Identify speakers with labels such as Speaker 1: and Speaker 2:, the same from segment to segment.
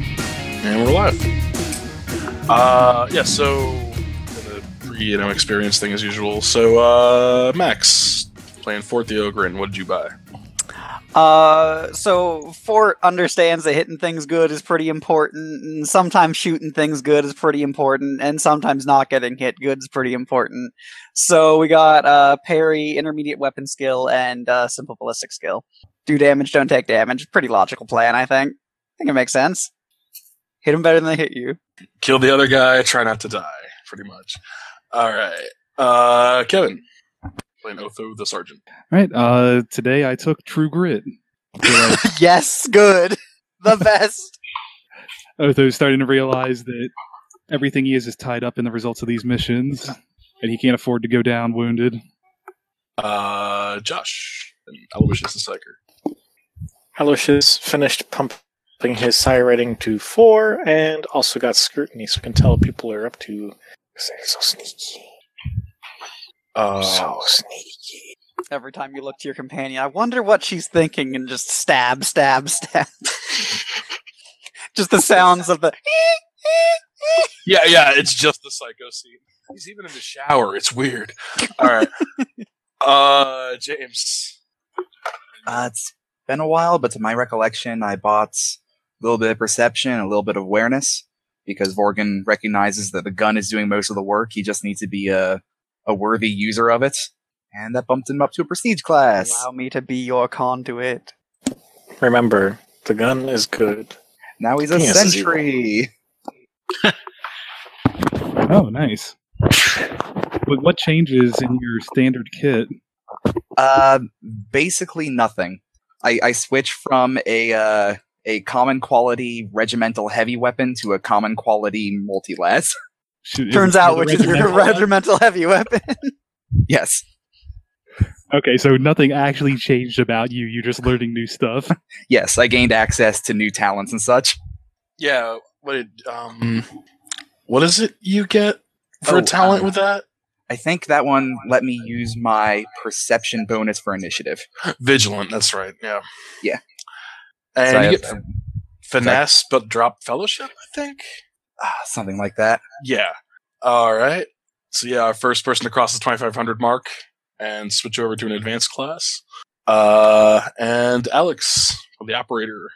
Speaker 1: and we're live. Uh, yeah, so in the pre you know experience thing as usual. So uh, Max playing Fort the Ogrin. What did you buy?
Speaker 2: Uh, so Fort understands that hitting things good is pretty important, and sometimes shooting things good is pretty important, and sometimes not getting hit good is pretty important. So we got uh parry, intermediate weapon skill, and uh, simple ballistic skill. Do damage, don't take damage. Pretty logical plan, I think. I think it makes sense. Hit them better than they hit you.
Speaker 1: Kill the other guy. Try not to die. Pretty much. All right. Uh, Kevin playing Otho the Sergeant.
Speaker 3: All right. Uh, today I took True Grit. I feel like
Speaker 2: Yes, good. The best.
Speaker 3: Otho's starting to realize that everything he is is tied up in the results of these missions, and he can't afford to go down wounded.
Speaker 1: Uh, Josh and Aloysius the Psyker.
Speaker 4: Aloysius finished pumping his psi rating to four and also got scrutiny, so we can tell what people are up to. 'Cause they're so sneaky.
Speaker 1: Uh,
Speaker 4: so sneaky.
Speaker 2: Every time you look to your companion, I wonder what she's thinking, and just stab, stab, stab. just the sounds of the.
Speaker 1: Yeah, yeah, it's just the psycho scene. He's even in the shower. It's weird. All right. Uh, James.
Speaker 5: Uh, it's been a while, but to my recollection, I bought a little bit of perception, a little bit of awareness, because Vorgan recognizes that the gun is doing most of the work. He just needs to be a, a worthy user of it. And that bumped him up to a prestige class.
Speaker 2: Allow me to be your conduit.
Speaker 4: Remember, the gun is good.
Speaker 5: Now he's a
Speaker 4: Penis is evil.
Speaker 5: sentry.
Speaker 3: Oh, nice. But what changes in your standard kit?
Speaker 5: Uh, basically nothing. I, I switch from a, uh, a common quality regimental heavy weapon to a common quality multi-las.
Speaker 3: Should-
Speaker 2: Turns
Speaker 3: it-
Speaker 2: out, which is your
Speaker 3: regimental-
Speaker 2: regimental heavy weapon.
Speaker 5: yes.
Speaker 3: Okay, so nothing actually changed about you. You're just learning new stuff.
Speaker 5: Yes, I gained access to new talents and such.
Speaker 1: Yeah. What? Did, um, what is it you get for
Speaker 5: Oh,
Speaker 1: a talent
Speaker 5: uh,
Speaker 1: with that?
Speaker 5: I think that one let me use my perception bonus for initiative.
Speaker 1: Vigilant. That's right. Yeah.
Speaker 5: Yeah.
Speaker 1: And
Speaker 5: So I
Speaker 1: you
Speaker 5: have-
Speaker 1: get finesse, but drop fellowship. I think.
Speaker 5: ah, something like that.
Speaker 1: Yeah. All right. So yeah, our first person to cross the 2500 mark and switch over to an advanced class. Uh, and Alex, the operator,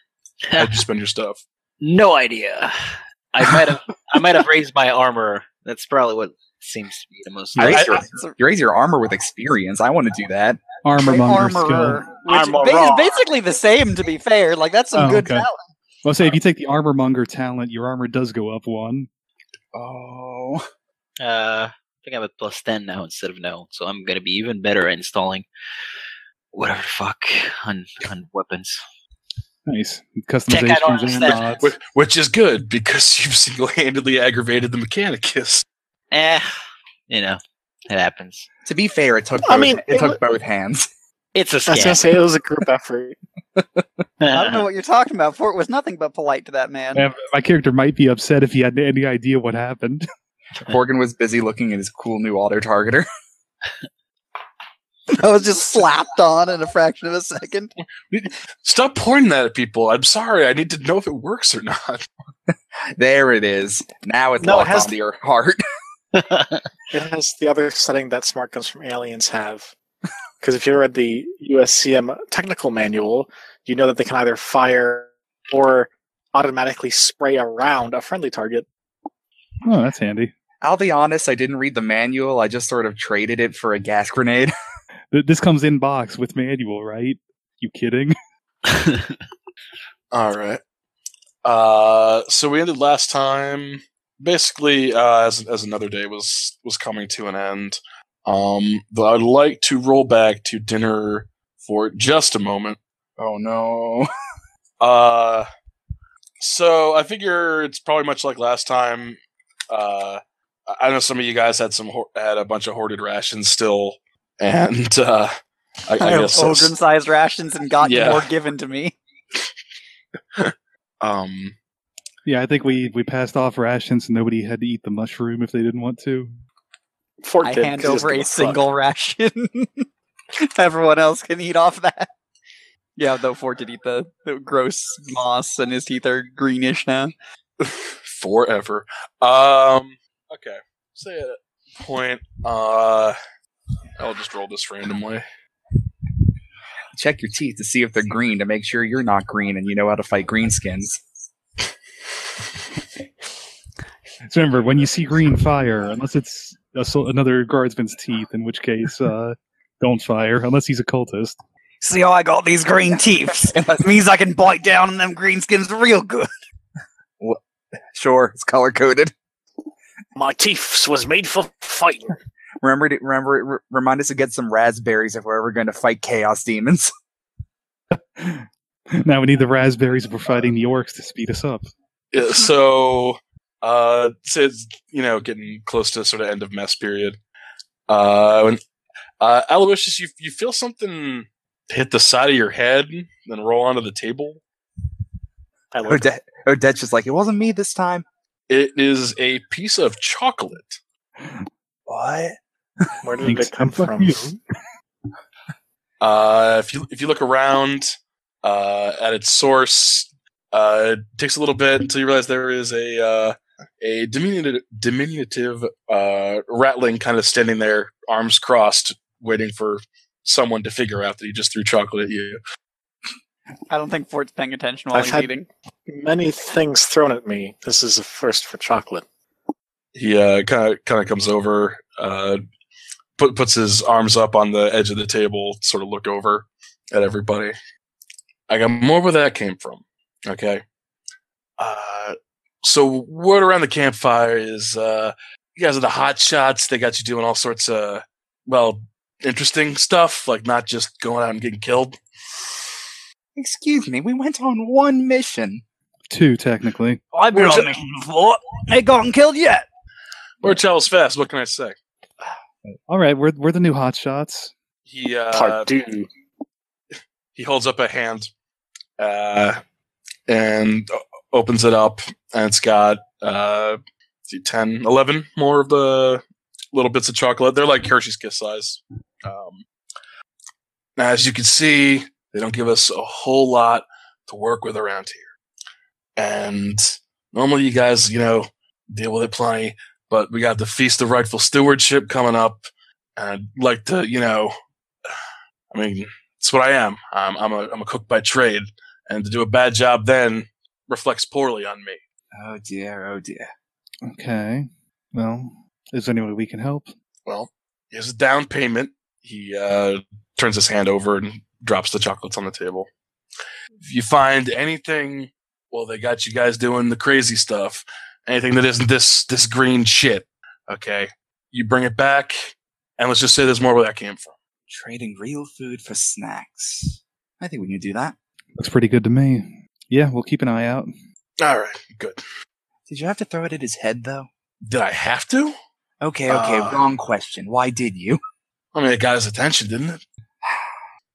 Speaker 1: how'd you spend your stuff?
Speaker 6: No idea. I might have I might have raised my armor. That's probably what seems to be the most
Speaker 5: You raise,
Speaker 1: I-
Speaker 5: your,
Speaker 1: I-
Speaker 5: you raise your armor with experience. I want to do that.
Speaker 3: Armor monger skill.
Speaker 2: Armorer, which is ba-
Speaker 6: Armorer.
Speaker 2: is basically the same. To be fair, like that's some
Speaker 3: Oh,
Speaker 2: good
Speaker 3: okay.
Speaker 2: talent.
Speaker 3: Well, say if you take the armor monger talent, your armor does go up one.
Speaker 5: Oh,
Speaker 6: uh I think I'm at plus ten now instead of no, so I'm gonna be even better at installing whatever the fuck on on weapons.
Speaker 3: Nice
Speaker 6: Check, I don't
Speaker 3: customizations and
Speaker 6: understand.
Speaker 3: mods.
Speaker 1: Wh- Which is good because you've single-handedly aggravated the Mechanicus.
Speaker 6: Eh you know, it happens.
Speaker 5: to be fair, it took. Both,
Speaker 4: I mean,
Speaker 5: it took
Speaker 4: it-
Speaker 5: both hands.
Speaker 6: It's a
Speaker 4: I was gonna
Speaker 6: scam.
Speaker 4: say it was a group effort.
Speaker 2: I don't know what you're talking about. Fort was nothing but polite to that man.
Speaker 3: And My character might be upset if he had any idea what happened.
Speaker 5: Morgan was busy looking at his cool new auto targeter.
Speaker 2: I was just slapped on in a fraction of a second.
Speaker 1: Stop pointing that at people. I'm sorry. I need to know if it works or not.
Speaker 5: There it is. Now it's
Speaker 4: No, it
Speaker 5: locked
Speaker 4: has-
Speaker 5: onto your heart.
Speaker 4: It has the other setting that smart guns from aliens have. Because if you read the USCM technical manual, you know that they can either fire or automatically spray around a friendly target.
Speaker 3: Oh, that's handy.
Speaker 5: I'll be honest. I didn't read the manual. I just sort of traded it for a gas grenade.
Speaker 3: Th- This comes in box with manual, right? You kidding?
Speaker 1: All right. Uh, so we ended last time basically uh, as as another day was was coming to an end. Um, but I'd like to roll back to dinner for just a moment.
Speaker 5: Oh no.
Speaker 1: Uh, so I figure it's probably much like last time. Uh, I- I know some of you guys had some hor- had a bunch of hoarded rations still, and uh, I, I
Speaker 2: I
Speaker 1: guess
Speaker 2: have
Speaker 1: that's-
Speaker 2: Ogren sized rations and got
Speaker 1: Yeah.
Speaker 2: more given to me.
Speaker 1: um,
Speaker 3: Yeah, I think we we passed off rations and nobody had to eat the mushroom if they didn't want to.
Speaker 4: Fort
Speaker 2: I
Speaker 4: did,
Speaker 2: hand
Speaker 4: 'cause he
Speaker 2: over
Speaker 4: doesn't
Speaker 2: a
Speaker 4: give fuck.
Speaker 2: single ration. Everyone else can eat off that. Yeah, though Fort did eat the, the gross moss, and his teeth are greenish now.
Speaker 1: forever. Um, okay, say at a point. Uh, I'll just roll this randomly.
Speaker 5: Check your teeth to see if they're green to make sure you're not green and you know how to fight green skins.
Speaker 3: So remember, when you see green, fire. Unless it's a, sol- another guardsman's teeth, in which case, uh, don't fire. Unless he's a cultist.
Speaker 2: See how I got these green teeth. It means I can bite down on them green skins real good.
Speaker 5: Sure, it's color coded.
Speaker 4: My teeth was made for fighting.
Speaker 5: Remember, to, remember, re- remind us to get some raspberries if we're ever going to fight chaos demons.
Speaker 3: Now we need the raspberries for fighting the orcs to speed us up.
Speaker 1: Yeah, so, uh, so it's, you know, getting close to sort of end of mess period. Uh, when, uh, Aloysius, you, you feel something hit the side of your head, then roll onto the table.
Speaker 4: I love
Speaker 5: Odette, Odette's just like, it wasn't me this time.
Speaker 1: It is a piece of chocolate.
Speaker 5: What?
Speaker 4: Where did it
Speaker 3: Thanks.
Speaker 4: come
Speaker 3: Fuck
Speaker 4: from?
Speaker 3: you.
Speaker 1: Uh, if you if you look around uh, at its source, uh, it takes a little bit until you realize there is a uh, a diminutive diminutive uh, rattling kind of standing there, arms crossed, waiting for someone to figure out that he just threw chocolate at you.
Speaker 2: I don't think Fort's paying attention while
Speaker 4: I've
Speaker 2: he's
Speaker 4: had-
Speaker 2: eating.
Speaker 4: Many things thrown at me. This is a first for chocolate.
Speaker 1: He kind of kind of comes over, uh, put puts his arms up on the edge of the table, sort of look over at everybody. I got more where that came from. Okay. Uh, so word around the campfire is uh, you guys are the hot shots. They got you doing all sorts of well interesting stuff, like not just going out and getting killed.
Speaker 5: Excuse me, we went on one mission.
Speaker 3: Two, technically.
Speaker 2: I've been on mission before. Ain't gotten killed yet.
Speaker 1: Or travels fast. What can I say?
Speaker 3: All right, we're we're the new hotshots.
Speaker 1: He
Speaker 4: Part
Speaker 1: uh,
Speaker 4: two.
Speaker 1: he holds up a hand uh, and o- opens it up and it's got uh, let's see, 10 11 more of the little bits of chocolate they're like hershey's kiss size um, now as you can see they don't give us a whole lot to work with around here and normally you guys you know deal with it plenty but we got the feast of rightful stewardship coming up and i'd like to you know i mean it's what I am. Um, I'm a I'm a cook by trade, and to do a bad job then reflects poorly on me.
Speaker 5: Oh dear, oh dear.
Speaker 3: Okay. Well, is there any way we can help?
Speaker 1: Well, here's a down payment. He uh, turns his hand over and drops the chocolates on the table. If you find anything, well, they got you guys doing the crazy stuff. Anything that isn't this this green shit, okay? You bring it back, and let's just say there's more where that came from.
Speaker 5: Trading real food for snacks. I think we can do that.
Speaker 3: Looks pretty good to me. Yeah, we'll keep an eye out.
Speaker 1: All right, good.
Speaker 5: Did you have to throw it at his head though?
Speaker 1: Did I have to?
Speaker 5: Okay, okay,
Speaker 1: Uh.
Speaker 5: wrong question. Why did you?
Speaker 1: I mean, it got his attention, didn't it?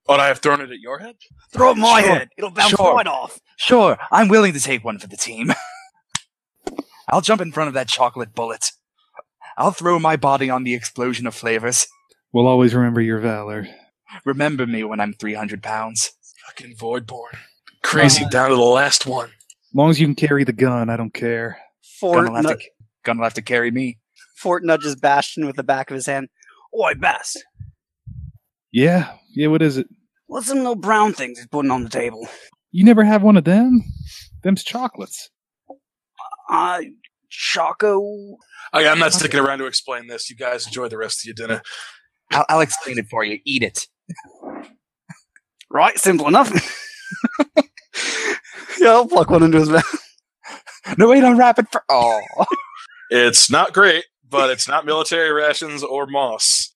Speaker 1: Would I have thrown it at your head?
Speaker 2: Throw it my
Speaker 5: Sure.
Speaker 2: head. It'll bounce
Speaker 5: Sure.
Speaker 2: right off.
Speaker 5: Sure, I'm willing to take one for the team. I'll jump in front of that chocolate bullet. I'll throw my body on the explosion of flavors.
Speaker 3: We'll always remember your valor.
Speaker 5: Remember me when I'm 300 pounds.
Speaker 1: Fucking Voidborn. Crazy down to the last one.
Speaker 3: As long as you can carry the gun, I don't care.
Speaker 2: Fort,
Speaker 5: Gonna have,
Speaker 2: nu-
Speaker 5: to, gonna have to carry me.
Speaker 2: Fort nudges Bastion with the back of his hand. Oi, Bast.
Speaker 3: Yeah, yeah. What is it?
Speaker 2: What's them little brown things he's putting on the table?
Speaker 3: You never have one of them. Them's chocolates.
Speaker 2: Uh, Choco.
Speaker 1: Okay, I'm not sticking around to explain this. You guys enjoy the rest of your dinner.
Speaker 5: I'll, I'll explain it for you. Eat it.
Speaker 2: Right, simple enough. yeah, I'll pluck one into his mouth.
Speaker 5: No, wait, unwrap it for. Oh.
Speaker 1: It's not great, but it's not military rations or moss.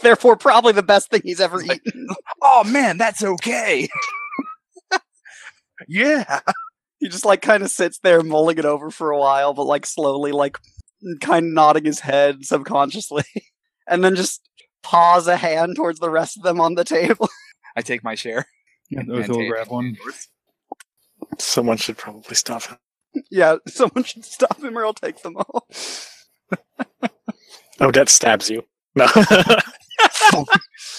Speaker 2: Therefore, probably the best thing he's ever eaten.
Speaker 5: oh, man, that's okay. yeah.
Speaker 2: He just like kind of sits there mulling it over for a while, but like slowly, like kind of nodding his head subconsciously, and then just paws a hand towards the rest of them on the table.
Speaker 5: I take my share.
Speaker 3: Yeah,
Speaker 5: And-
Speaker 3: Oath
Speaker 5: and
Speaker 3: will
Speaker 5: take-
Speaker 3: grab one.
Speaker 4: Someone should probably stop him.
Speaker 2: yeah, someone should stop him, or I'll take them all.
Speaker 4: Odette Oh, stabs you. No.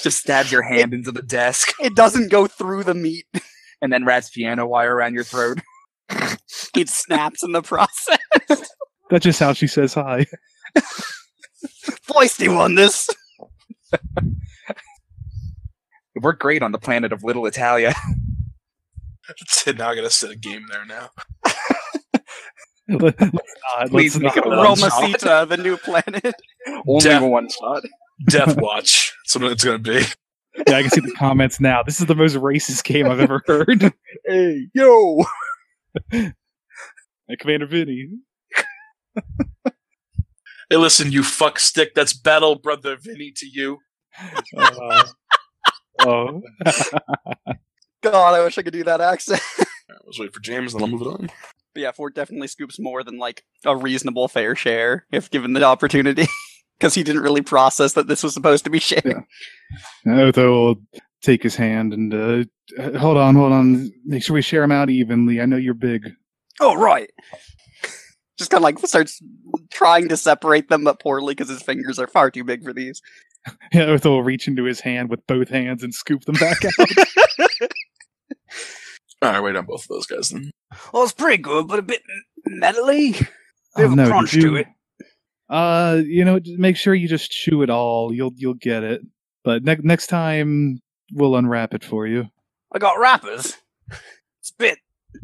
Speaker 5: Just stab your hand into the desk
Speaker 2: It doesn't go through the meat.
Speaker 5: and then wraps piano wire around your throat.
Speaker 2: It snaps in the process.
Speaker 3: That's just how she says hi.
Speaker 2: Foisty won this.
Speaker 5: It worked great on the planet of Little Italia.
Speaker 1: now I gotta set a game there now.
Speaker 3: Let's not.
Speaker 5: Please
Speaker 3: let's
Speaker 5: make it
Speaker 3: not.
Speaker 5: a one
Speaker 2: Roma
Speaker 5: shot.
Speaker 2: Sita, the new planet.
Speaker 5: Only
Speaker 1: Def-
Speaker 5: one shot.
Speaker 1: Death Watch. That's what it's gonna be.
Speaker 3: Yeah, I can see the comments now. This is the most racist game I've ever heard.
Speaker 5: Hey, yo!
Speaker 3: Commander Vinny.
Speaker 1: Hey, listen, you fuck stick. That's battle, brother Vinny, to you.
Speaker 3: Uh, oh.
Speaker 2: God, I wish I could do that accent.
Speaker 1: All right, let's wait for James, and then I'll move it on.
Speaker 2: But yeah, Ford definitely scoops more than like a reasonable fair share if given the opportunity. Because he didn't really process that this was supposed to be shared.
Speaker 3: Yeah. Otho will take his hand and uh, hold on, hold on. Make sure we share them out evenly. I know you're big.
Speaker 2: Oh, right. Just kind of like starts trying to separate them, but poorly because his fingers are far too big for these.
Speaker 3: Yeah, Otho will reach into his hand with both hands and scoop them back out.
Speaker 1: All right, wait on both of those guys then.
Speaker 2: Well, it's pretty good, but a bit metally. Bit of a
Speaker 3: Oh, you
Speaker 2: crunch to
Speaker 3: do-
Speaker 2: it.
Speaker 3: Uh, you know, just make sure you just chew it all. You'll you'll get it. But ne- next time we'll unwrap it for you.
Speaker 2: I got wrappers. It's a bit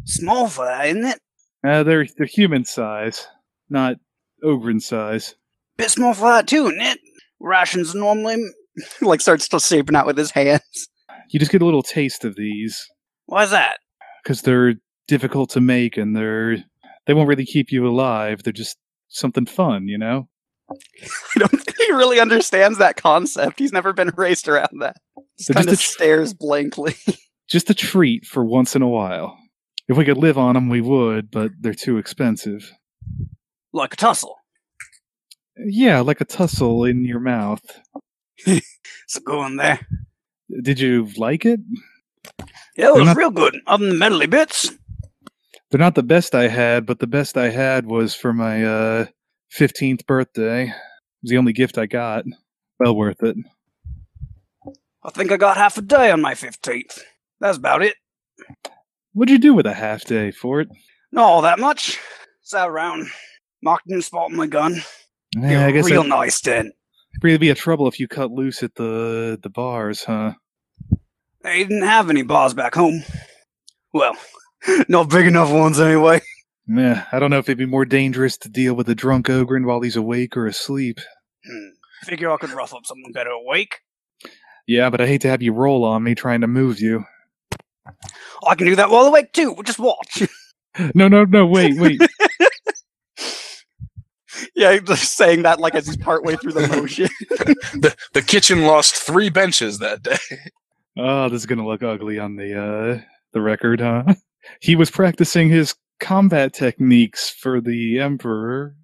Speaker 2: small for that, isn't it?
Speaker 3: Uh, they're they're human size, not ogren size.
Speaker 2: Bit small for that too, isn't it? Rations normally like starts to shaping out with his hands.
Speaker 3: You just get a little taste of these
Speaker 2: Why's that?
Speaker 3: because they're difficult to make and they're they won't really keep you alive. They're just something fun, you know.
Speaker 2: I don't think he really understands that concept. He's never been raised around that. Just
Speaker 3: They're just
Speaker 2: kind of
Speaker 3: a tr-
Speaker 2: stares blankly.
Speaker 3: Just a treat for once in a while. If we could live on them, we would, but they're too expensive.
Speaker 2: like a tussle.
Speaker 3: Yeah, like a tussle in your mouth.
Speaker 2: So go in there.
Speaker 3: Did you like it?
Speaker 2: Yeah, it
Speaker 3: They're not-
Speaker 2: real good. Other than the medley bits.
Speaker 3: They're not the best I had, but the best I had was for my uh, 15th birthday. It was the only gift I got. Well worth it.
Speaker 2: I think I got half a day on my 15th. That's about it.
Speaker 3: What'd you do with a half day for it?
Speaker 2: Not all that much. Sat around. Mark didn't spot my gun.
Speaker 3: Yeah, Eh, I guess
Speaker 2: real
Speaker 3: that'd
Speaker 2: nice then.
Speaker 3: really be a trouble if you cut loose at the the bars, huh?
Speaker 2: They didn't have any bars back home. Well, not big enough ones anyway.
Speaker 3: Yeah, I don't know if it'd be more dangerous to deal with a drunk ogren while he's awake or asleep.
Speaker 2: Hmm. Figure I could rough up someone better awake.
Speaker 3: Yeah, but I hate to have you roll on me trying to move you.
Speaker 2: I can do that while awake too. Just watch.
Speaker 3: No, no, no, wait, wait.
Speaker 2: yeah, just saying that like as he's partway through the motion.
Speaker 1: The the kitchen lost three benches that day.
Speaker 3: oh, this is gonna look ugly on the uh the record, huh? He was practicing his combat techniques for the emperor.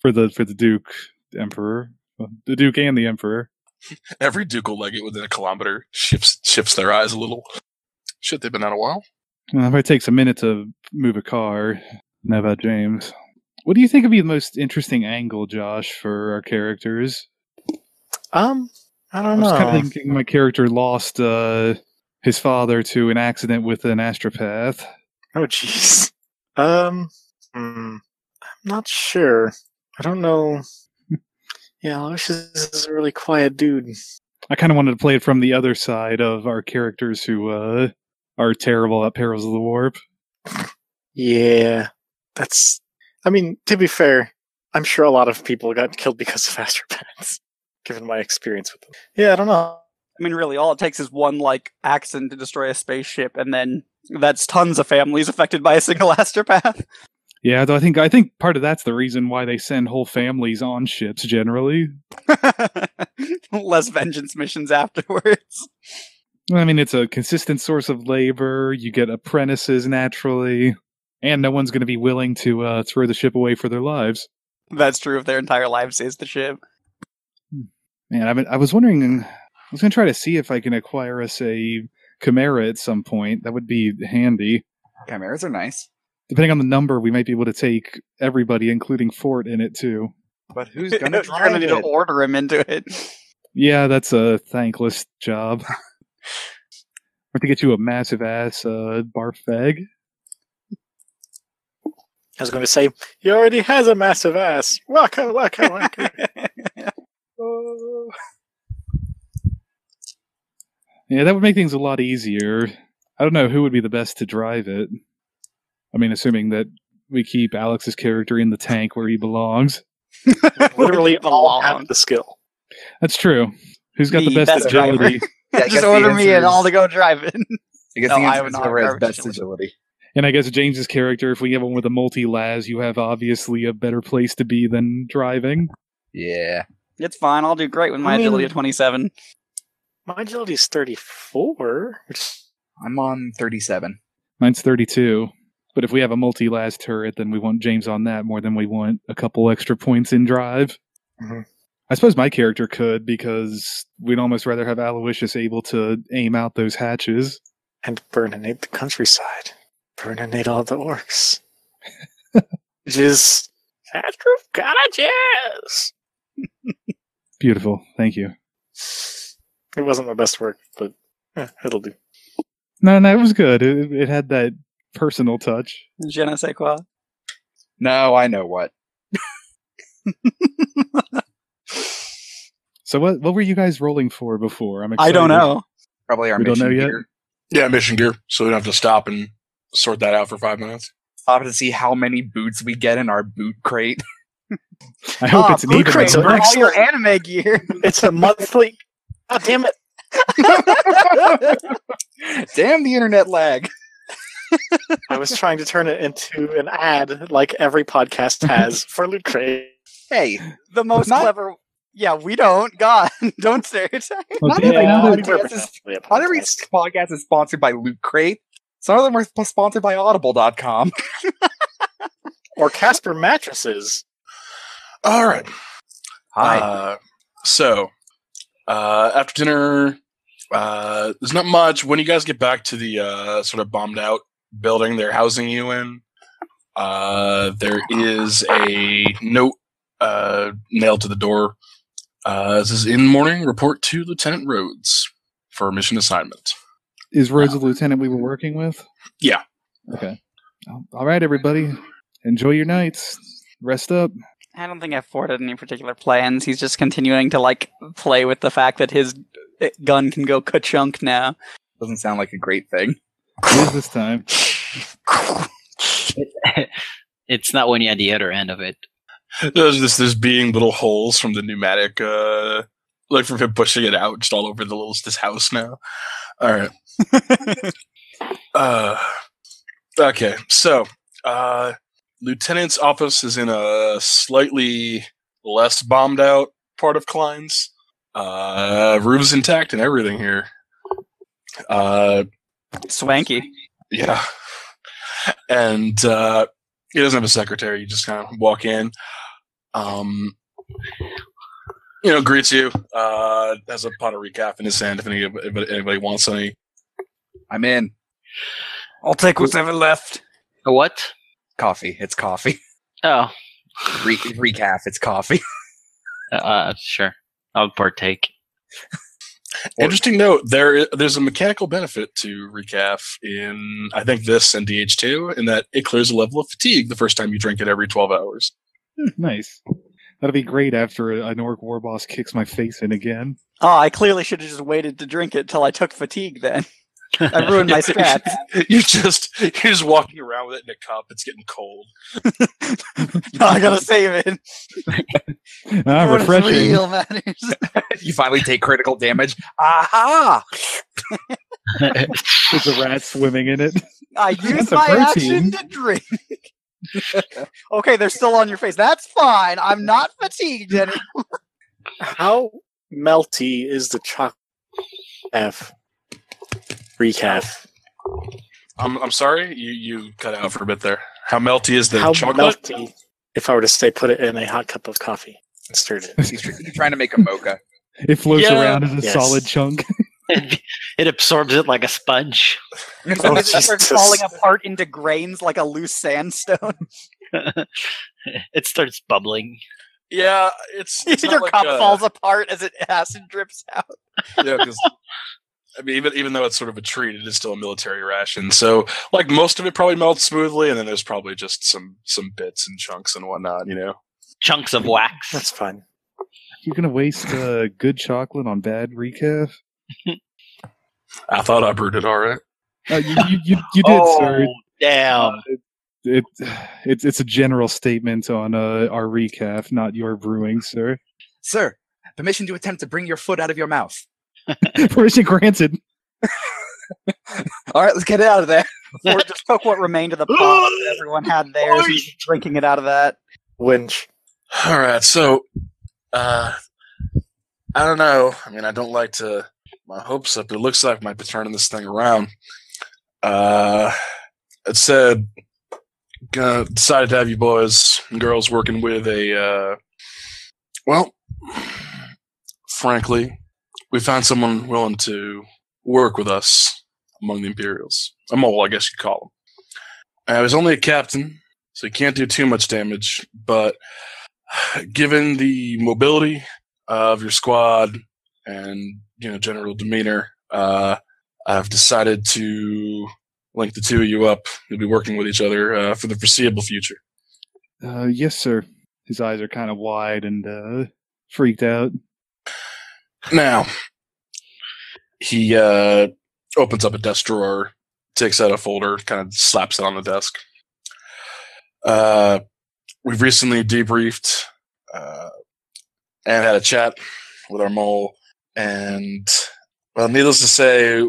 Speaker 3: for the for the duke emperor. Well, The duke and the emperor.
Speaker 1: Every ducal legate within a kilometer shifts shifts their eyes a little. Shit, they've been out a while.
Speaker 3: Uh, it takes a minute to move a car. Now about James. What do you think would be the most interesting angle, Josh, for our characters?
Speaker 4: Um, I don't
Speaker 3: I was
Speaker 4: know.
Speaker 3: kind of thinking my character lost uh, his father to an accident with an astropath.
Speaker 4: Oh, jeez. Um, hmm, I'm not sure. I don't know. Yeah, Aloysius is a really quiet dude.
Speaker 3: I kind of wanted to play it from the other side of our characters who uh, are terrible at Perils of the Warp.
Speaker 4: Yeah, that's. I mean, to be fair, I'm sure a lot of people got killed because of astropaths, given my experience with them. Yeah, I don't know.
Speaker 2: I mean, really, all it takes is one like accident to destroy a spaceship, and then that's tons of families affected by a single astropath.
Speaker 3: Yeah, though I think I think part of that's the reason why they send whole families on ships generally.
Speaker 2: Less vengeance missions afterwards.
Speaker 3: I mean, it's a consistent source of labor. You get apprentices naturally, and no one's going to be willing to uh, throw the ship away for their lives.
Speaker 2: That's true if their entire lives is the ship.
Speaker 3: Man, I've been, I was wondering. I was going to try to see if I can acquire us a Chimera at some point. That would be handy.
Speaker 5: Chimeras are nice.
Speaker 3: Depending on the number, we might be able to take everybody, including Fort, in it too.
Speaker 5: But who's
Speaker 2: You're
Speaker 5: gonna drive
Speaker 2: gonna need to
Speaker 5: it?
Speaker 2: order him into it.
Speaker 3: Yeah, that's a thankless job. I have to get you a massive ass uh, barfeg.
Speaker 4: I was going to say, he already has a massive ass. Waka, waka, waka.
Speaker 3: Yeah, that would make things a lot easier. I don't know who would be the best to drive it. I mean, assuming that we keep Alex's character in the tank where he belongs.
Speaker 4: Literally all have the skill.
Speaker 3: That's true. Who's got the
Speaker 2: Me,
Speaker 3: best,
Speaker 2: best driver.
Speaker 3: agility?
Speaker 5: Yeah, I guess
Speaker 2: Just
Speaker 5: the
Speaker 2: order me
Speaker 5: answer
Speaker 2: and all
Speaker 5: is-
Speaker 2: to go driving.
Speaker 5: I guess
Speaker 2: No,
Speaker 5: the
Speaker 2: I
Speaker 5: answer
Speaker 2: would
Speaker 5: is
Speaker 2: not
Speaker 5: whoever has
Speaker 2: garbage
Speaker 5: best agility.
Speaker 3: And I guess James's character, if we have one with a multi las, you have obviously a better place to be than driving.
Speaker 5: Yeah.
Speaker 2: It's fine. I'll do great with my
Speaker 4: I mean-
Speaker 2: agility of 27.
Speaker 4: My agility is 34, which is
Speaker 5: I'm on 37.
Speaker 3: Mine's 32. But if we have a multi las turret, then we want James on that more than we want a couple extra points in drive.
Speaker 4: Mhm.
Speaker 3: I suppose my character could because we'd almost rather have Aloysius able to aim out those hatches.
Speaker 4: and burninate the countryside. Burninate all the orcs. Which is Andrew Cottages.
Speaker 3: Beautiful. Thank you.
Speaker 4: It wasn't the best work, but eh, it'll do.
Speaker 3: No, no, it was good. It, it had that personal touch.
Speaker 2: Je ne sais quoi.
Speaker 5: No, I know what.
Speaker 3: So what what were you guys rolling for before? I'm
Speaker 2: I don't
Speaker 3: excited.
Speaker 2: know.
Speaker 5: Probably our
Speaker 3: We don't
Speaker 5: mission
Speaker 3: know yet?
Speaker 5: here.
Speaker 1: Yeah, mission gear. So we don't have to stop and sort that out for five minutes.
Speaker 5: I'll have to see how many boots we get in our boot crate.
Speaker 3: I hope
Speaker 2: Ah,
Speaker 3: it's an
Speaker 2: Blue
Speaker 3: even
Speaker 2: Crate,
Speaker 4: So
Speaker 3: number.
Speaker 2: burn all your
Speaker 4: excellent.
Speaker 2: anime gear.
Speaker 4: It's a monthly. God damn it.
Speaker 5: Damn the internet lag.
Speaker 4: I was trying to turn it into an ad like every podcast has for Loot Crate.
Speaker 5: Hey,
Speaker 2: The most
Speaker 5: Not-
Speaker 2: clever. Yeah, we don't. God, don't stereotype.
Speaker 3: Well,
Speaker 5: Not
Speaker 3: damn,
Speaker 5: even
Speaker 3: now
Speaker 5: that.
Speaker 3: that-
Speaker 5: Podcast is- not every
Speaker 4: podcast.
Speaker 5: podcast is sponsored by Loot Crate. Some of them are sp- sponsored by Audible.com.
Speaker 4: Or Casper mattresses.
Speaker 1: All right. Uh, so, uh, after dinner, uh, there's not much. When you guys get back to the uh, sort of bombed out building they're housing you in, uh, there is a note uh, nailed to the door. Uh, this is in morning report to Lieutenant Rhodes for mission assignment.
Speaker 3: Is Rhodes the lieutenant we were working with?
Speaker 1: Yeah.
Speaker 3: Okay. Um, All right, everybody. Enjoy your nights. Rest up.
Speaker 2: I don't think F Ford had any particular plans. He's just continuing to like play with the fact that his uh, gun can go ka-chunk now.
Speaker 5: Doesn't sound like a great thing.
Speaker 3: It is this time.
Speaker 6: it's not when you're at the other end of it.
Speaker 1: There's just there's being little holes from the pneumatic, uh, like from him pushing it out just all over the little this house now. All right. Uh, okay, so uh, lieutenant's office is in a slightly less bombed out part of Klein's. Uh, roof's intact and everything here. Uh,
Speaker 2: Swanky.
Speaker 1: yeah, and uh, he doesn't have a secretary. You just kind of walk in. Um, you know, greets you. Uh, has a pot of recap in his hand if any- if anybody wants any.
Speaker 5: I'm in.
Speaker 2: I'll take what's ever left.
Speaker 6: A what?
Speaker 5: Coffee. It's coffee.
Speaker 6: Oh,
Speaker 5: Re- recap. It's coffee.
Speaker 6: uh, uh, sure. I'll partake.
Speaker 1: Interesting note: there, there's a mechanical benefit to recaf in I think this and DH2, in that it clears a level of fatigue the first time you drink it every 12 hours.
Speaker 3: Nice. That'll be great after an orc war boss kicks my face in again.
Speaker 2: Oh, I clearly should have just waited to drink it till I took fatigue then. I ruined my stats.
Speaker 1: You're just you're just walking around with it in a cup. It's getting cold.
Speaker 2: No, I gotta save it.
Speaker 3: Ah,
Speaker 2: What is
Speaker 3: refreshing.
Speaker 2: real matters.
Speaker 5: you finally take critical damage. Aha!
Speaker 3: There's a rat swimming in it.
Speaker 2: I
Speaker 3: That's
Speaker 2: used
Speaker 3: a
Speaker 2: my action
Speaker 3: protein.
Speaker 2: to drink. okay, they're still on your face. That's fine. I'm not fatigued anymore.
Speaker 4: How melty is the chocolate? F. Recap.
Speaker 1: I'm I'm sorry, you you cut out for a bit there. How melty is the
Speaker 4: How
Speaker 1: chocolate?
Speaker 4: melty? If I were to say, put it in a hot cup of coffee and stirred it.
Speaker 5: He's, tr- he's trying to make a mocha.
Speaker 3: It floats
Speaker 6: Yeah.
Speaker 3: around as a
Speaker 4: Yes.
Speaker 3: solid chunk.
Speaker 6: it, it absorbs it like a sponge.
Speaker 4: Oh,
Speaker 2: It just starts
Speaker 4: Jesus.
Speaker 2: falling apart into grains like a loose sandstone.
Speaker 6: it starts bubbling.
Speaker 1: yeah, it's, it's not
Speaker 2: Your
Speaker 1: like,
Speaker 2: cup
Speaker 1: uh,
Speaker 2: falls apart as it acid drips out.
Speaker 1: Yeah, 'cause I mean, even even though it's sort of a treat, it is still a military ration. So, like most of it probably melts smoothly, and then there's probably just some some bits and chunks and whatnot. You know,
Speaker 6: Chunks of wax.
Speaker 4: That's fun.
Speaker 3: You're gonna waste uh, good chocolate on bad recaf.
Speaker 1: I thought I brewed it all right.
Speaker 3: Uh, you, you, you, you did,
Speaker 6: oh,
Speaker 3: sir.
Speaker 6: damn.
Speaker 3: Uh, it, it's it's a general statement on uh, our recaf, not your brewing, sir.
Speaker 5: Sir, permission to attempt to bring your foot out of your mouth.
Speaker 3: Permission granted.
Speaker 5: All right, let's get it out of there.
Speaker 2: Or just took what remained of the pot that everyone had theirs and was drinking it out of that.
Speaker 4: Winch.
Speaker 1: All right, so uh, I don't know. I mean, I don't like to my hopes up. It looks like I might be turning this thing around. Uh, it said gonna, decided to have you boys and girls working with a uh, well, frankly, we found someone willing to work with us among the Imperials. A mole, I guess you could call him. I was only a captain, so he can't do too much damage, but given the mobility of your squad and you know general demeanor, uh, I've decided to link the two of you up. You'll be working with each other uh, for the foreseeable future.
Speaker 3: Uh, yes, sir. His eyes are kind of wide and uh, freaked out.
Speaker 1: Now, he uh, opens up a desk drawer, takes out a folder, kind of slaps it on the desk. Uh, we've recently debriefed uh, and had a chat with our mole, and well, needless to say,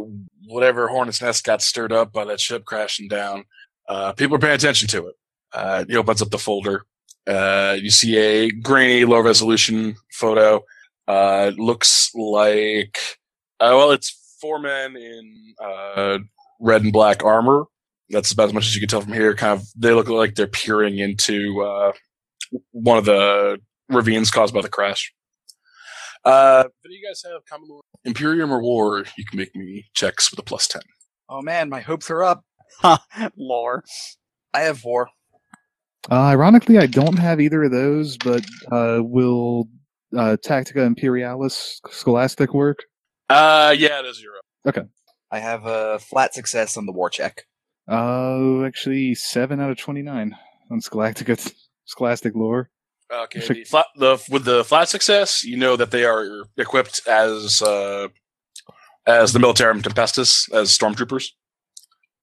Speaker 1: whatever hornet's nest got stirred up by that ship crashing down, uh, people are paying attention to it. Uh, he opens up the folder. Uh, you see a grainy, low resolution photo uh, it looks like uh, well, it's four men in uh, red and black armor. That's about as much as you can tell from here. Kind of, they look like they're peering into uh, one of the ravines caused by the crash. Uh, if any of you guys have common lore, Imperium or War, you can make me checks with a plus ten.
Speaker 5: Oh man, my hopes are up.
Speaker 2: Lore.
Speaker 5: I have four.
Speaker 3: Uh, ironically, I don't have either of those, but uh, will uh, Tactica Imperialis Scholastic work?
Speaker 1: Uh, yeah, it is your
Speaker 5: I have a flat success on the war check.
Speaker 3: Uh, actually, seven out of twenty-nine on Scholastic Scholastic lore.
Speaker 1: Okay.
Speaker 3: Sure.
Speaker 1: The flat, the, with the flat success, you know that they are equipped as uh, as the Militarum Tempestus, as stormtroopers.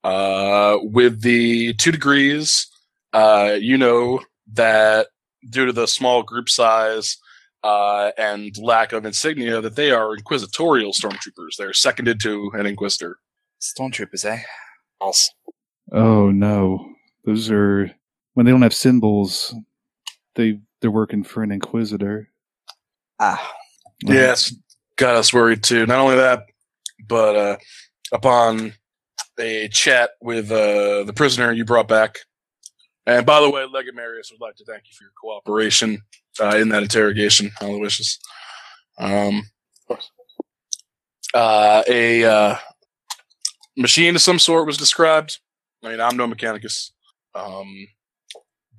Speaker 1: Uh, with the two degrees, uh, you know that due to the small group size uh, and lack of insignia, that they are inquisitorial stormtroopers. They're seconded to an inquisitor.
Speaker 5: Stormtroopers, eh?
Speaker 4: Awesome.
Speaker 3: Oh no, those are when they don't have symbols. They they're working for an inquisitor.
Speaker 5: Ah,
Speaker 1: Yes, got us worried too. Not only that, but uh, upon a chat with uh, the prisoner you brought back, and by the way, Legomarius would like to thank you for your cooperation uh, in that interrogation, Aloysius. Um, uh, a uh, machine of some sort was described. I mean, I'm no mechanicus, um,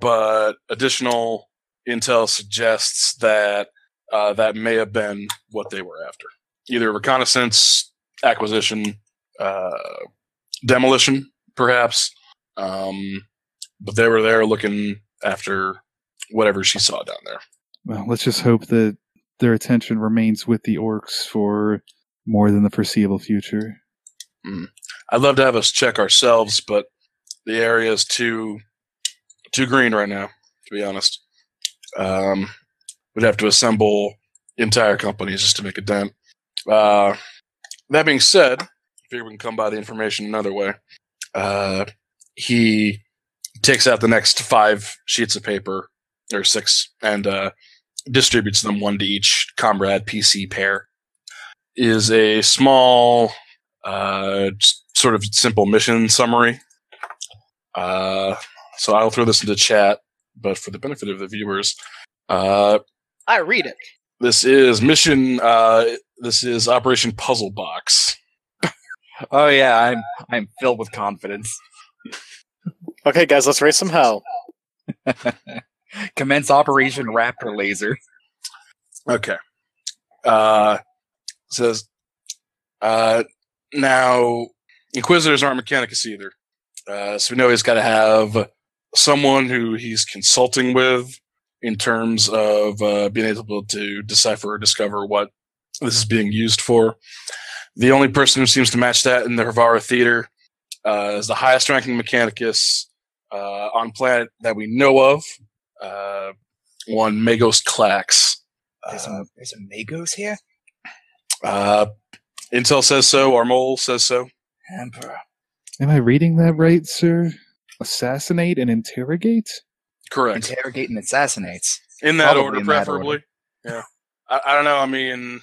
Speaker 1: but additional intel suggests that uh, that may have been what they were after either reconnaissance, acquisition, uh, demolition, perhaps. Um, but they were there looking after whatever she saw down there.
Speaker 3: Well, let's just hope that their attention remains with the orcs for more than the foreseeable future.
Speaker 1: I'd love to have us check ourselves, but the area is too too green right now. To be honest, um, we'd have to assemble entire companies just to make a dent. Uh, that being said, I figure we can come by the information another way. Uh, he takes out the next five sheets of paper or six and uh, distributes them one to each comrade PC pair. Is a small uh, s- sort of simple mission summary. Uh, so I'll throw this into chat, but for the benefit of the viewers, uh,
Speaker 6: I read it.
Speaker 1: this is mission. Uh, this is Operation Puzzle Box.
Speaker 5: oh yeah, I'm I'm filled with confidence.
Speaker 4: Okay, guys, let's raise some hell.
Speaker 5: Commence Operation Raptor Laser.
Speaker 1: Okay. Uh, says, uh, Now, Inquisitors aren't Mechanicus either. Uh, so we know he's got to have someone who he's consulting with in terms of uh, being able to decipher or discover what this is being used for. The only person who seems to match that in the Hervara Theater uh, is the highest ranking Mechanicus uh, on planet that we know of, uh, one Magos Clax.
Speaker 5: There's
Speaker 1: Uh,
Speaker 5: some, there's some Magos here?
Speaker 1: uh, Intel says so, our mole says so.
Speaker 5: Emperor.
Speaker 3: Am I reading that right, sir? Assassinate and interrogate?
Speaker 1: Correct.
Speaker 5: Interrogate and assassinates.
Speaker 1: In that
Speaker 5: Probably
Speaker 1: order,
Speaker 5: in that
Speaker 1: preferably. Yeah. I, I don't know. I mean,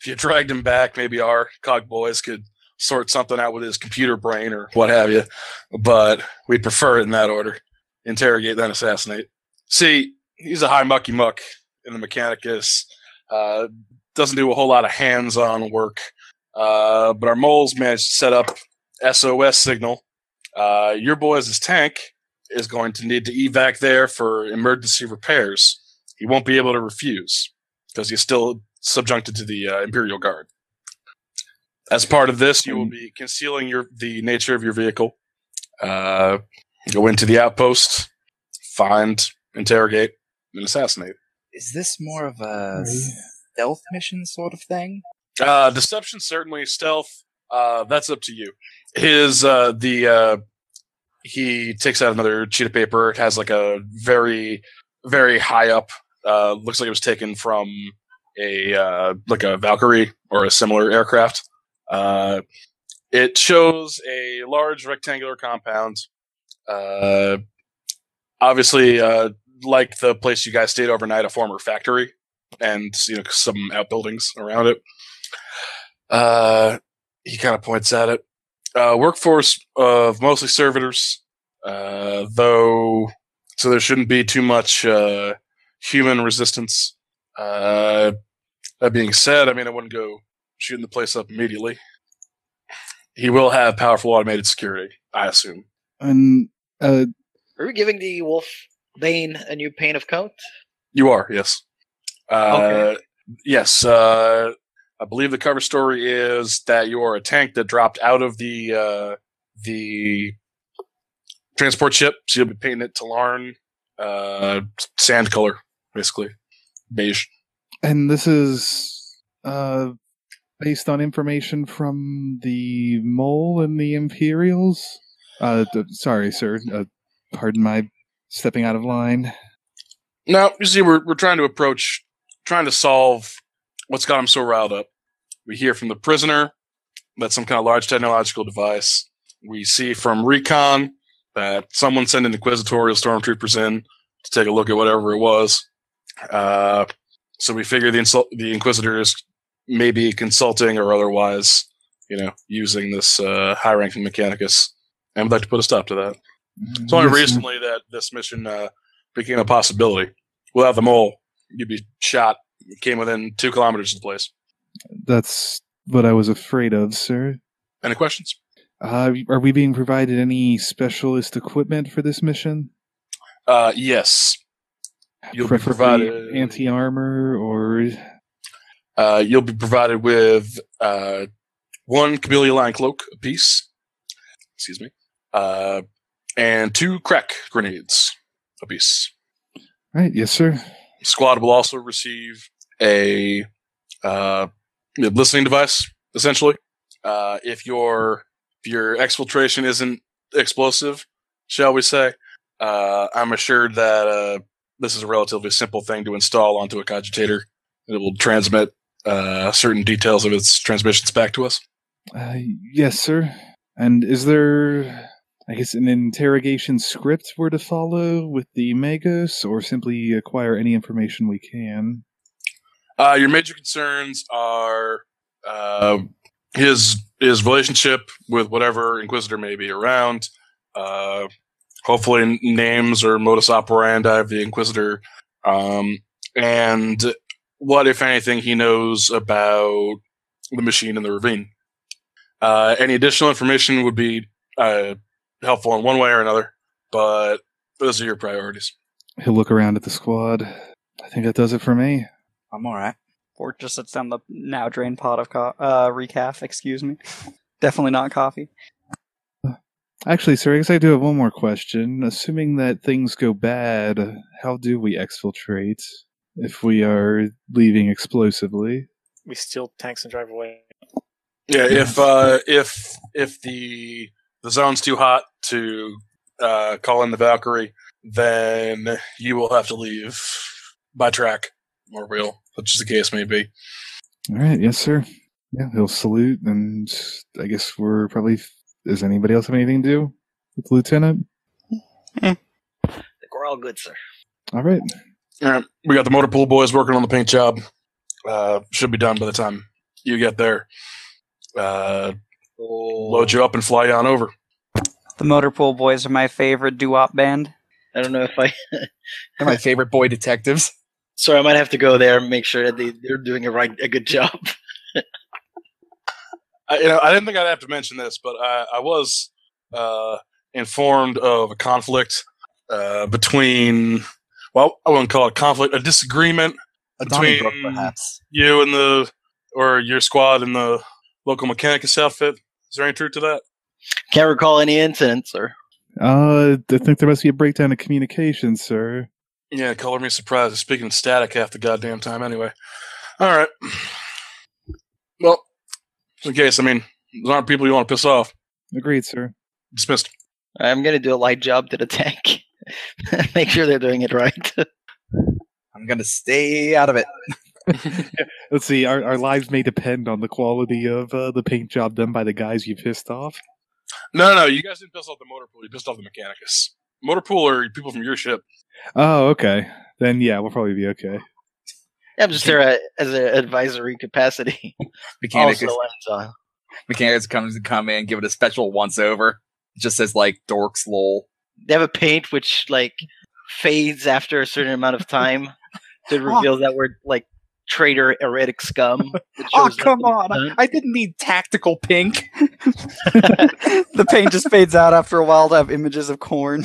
Speaker 1: if you dragged him back, maybe our cog boys could sort something out with his computer brain or what have you. But we prefer it in that order interrogate, then assassinate. See, he's a high mucky muck in the Mechanicus. Uh, doesn't do a whole lot of hands on work. Uh, but our moles managed to set up SOS signal. Uh, your boys' his tank is going to need to evac there for emergency repairs. He won't be able to refuse because he's still subjuncted to the uh, Imperial Guard. As part of this, you will be concealing your the nature of your vehicle. Uh, go into the outpost, find, interrogate, and assassinate.
Speaker 5: Is this more of a stealth mission sort of thing?
Speaker 1: Uh, deception certainly stealth. Uh, that's up to you. His uh, the uh, he takes out another sheet of paper. It has like a very very high up. Uh, looks like it was taken from a uh, like a Valkyrie or a similar aircraft. Uh, it shows a large rectangular compound. Uh, obviously, uh, like the place you guys stayed overnight, a former factory and you know some outbuildings around it. Uh, he kind of points at it. Uh, workforce of mostly servitors, uh, though, so there shouldn't be too much uh, human resistance. Uh, that being said, I mean, I wouldn't go shooting the place up immediately. He will have powerful automated security, I assume.
Speaker 3: And uh,
Speaker 6: Are we giving the wolf bane a new paint of coat?
Speaker 1: You are, yes. Uh, Yes. Uh, I believe the cover story is that you are a tank that dropped out of the uh, the transport ship. So you'll be painting it to Larn uh, sand color, basically beige.
Speaker 3: and this is uh, based on information from the mole and the Imperials. Uh, th- sorry, sir. Uh, pardon my stepping out of line.
Speaker 1: No, you see, we're we're trying to approach, trying to solve what's got him so riled up. We hear from the prisoner that some kind of large technological device. We see from recon that someone sent an inquisitorial stormtroopers in to take a look at whatever it was. Uh, so we figure the insult, the inquisitors may be consulting or otherwise, you know, using this uh, high-ranking mechanicus, and would like to put a stop to that. It's only
Speaker 3: Yes, sir.
Speaker 1: recently that this mission uh, became a possibility. Without the mole, you'd be shot. You came within two kilometers of the place.
Speaker 3: That's what I was afraid of, sir.
Speaker 1: Any questions?
Speaker 3: Uh, are we being provided any specialist equipment for this mission?
Speaker 1: Uh, yes. You'll be
Speaker 3: Preferably
Speaker 1: provided-
Speaker 3: anti armor or
Speaker 1: Uh, you'll be provided with uh, one Camellia Lion cloak apiece. Excuse me. Uh, and two crack grenades apiece.
Speaker 3: right? Yes, sir.
Speaker 1: Squad will also receive a uh, listening device, essentially. Uh, if your if your exfiltration isn't explosive, shall we say, uh, I'm assured that uh, this is a relatively simple thing to install onto a cogitator. It will transmit uh, certain details of its transmissions back to us.
Speaker 3: Uh, yes, sir. And is there, I guess, an interrogation script we're to follow with the Magos, or simply acquire any information we can?
Speaker 1: Uh, your major concerns are uh, his his relationship with whatever Inquisitor may be around. Uh, hopefully, n- names or modus operandi of the Inquisitor, um, and what, if anything, he knows about the machine in the ravine. Uh, any additional information would be uh, helpful in one way or another, but those are your priorities.
Speaker 3: He'll look around at the squad. I think that does it for me.
Speaker 5: I'm alright.
Speaker 2: Bork just sits down the now drained pot of co- uh, recaf. Excuse me. Definitely not coffee.
Speaker 3: Actually, sir, I guess I do have one more question. Assuming that things go bad, how do we exfiltrate if we are leaving explosively?
Speaker 4: We steal tanks and drive away.
Speaker 1: Yeah, if uh, if if the the zone's too hot to uh, call in the Valkyrie, then you will have to leave by track or wheel, which is the case may be.
Speaker 3: All right, yes, sir. Yeah, he'll salute, and I guess we're probably. Does anybody else have anything to do with the lieutenant?
Speaker 6: We're all good, sir.
Speaker 3: All right.
Speaker 1: All right, we got the motor pool boys working on the paint job. Uh, should be done by the time you get there. Uh, load you up and fly you on over.
Speaker 2: The Motorpool Boys are my favorite doo-wop band.
Speaker 6: I don't know if I.
Speaker 5: They're my favorite boy detectives.
Speaker 6: Sorry, I might have to go there and make sure that they, they're doing a right, a good job.
Speaker 1: I, you know, I didn't think I'd have to mention this, but I, I was uh, informed of a conflict uh, between, well, I wouldn't call it conflict, a disagreement between
Speaker 5: Donnybrook, perhaps.
Speaker 1: you and the, or your squad and the local mechanicus outfit. Is there any truth to that?
Speaker 6: Can't recall any incidents, sir.
Speaker 3: Uh, I think there must be a breakdown of communication, sir.
Speaker 1: Yeah, color me surprised. It's Speaking of static half the goddamn time, anyway. All right. Well, just in case, I mean, there aren't people you want to piss off.
Speaker 3: Agreed, sir.
Speaker 1: Dismissed.
Speaker 6: I'm gonna do a light job to the tank. make sure they're doing it right.
Speaker 5: I'm gonna stay out of it.
Speaker 3: Let's see. Our, our lives may depend on the quality of uh, the paint job done by the guys you pissed off.
Speaker 1: No, no, you guys didn't piss off the motor pool. You pissed off the mechanicus. Motor pool are people from your ship.
Speaker 3: Oh, okay. Then yeah, we'll probably be okay.
Speaker 6: I'm just there at, as an advisory capacity.
Speaker 5: Mechanicus,
Speaker 6: Also, as, uh,
Speaker 5: mechanicus comes and come in, give it a special once over. It just says like dorks lol.
Speaker 6: they have a paint which like fades after a certain amount of time to reveal that we're like traitor heretic scum. It
Speaker 5: Oh
Speaker 6: shows Uh-huh. that
Speaker 5: come
Speaker 6: they're
Speaker 5: on!
Speaker 6: done.
Speaker 5: I didn't need tactical pink.
Speaker 2: the paint just fades out after a while to have images of corn.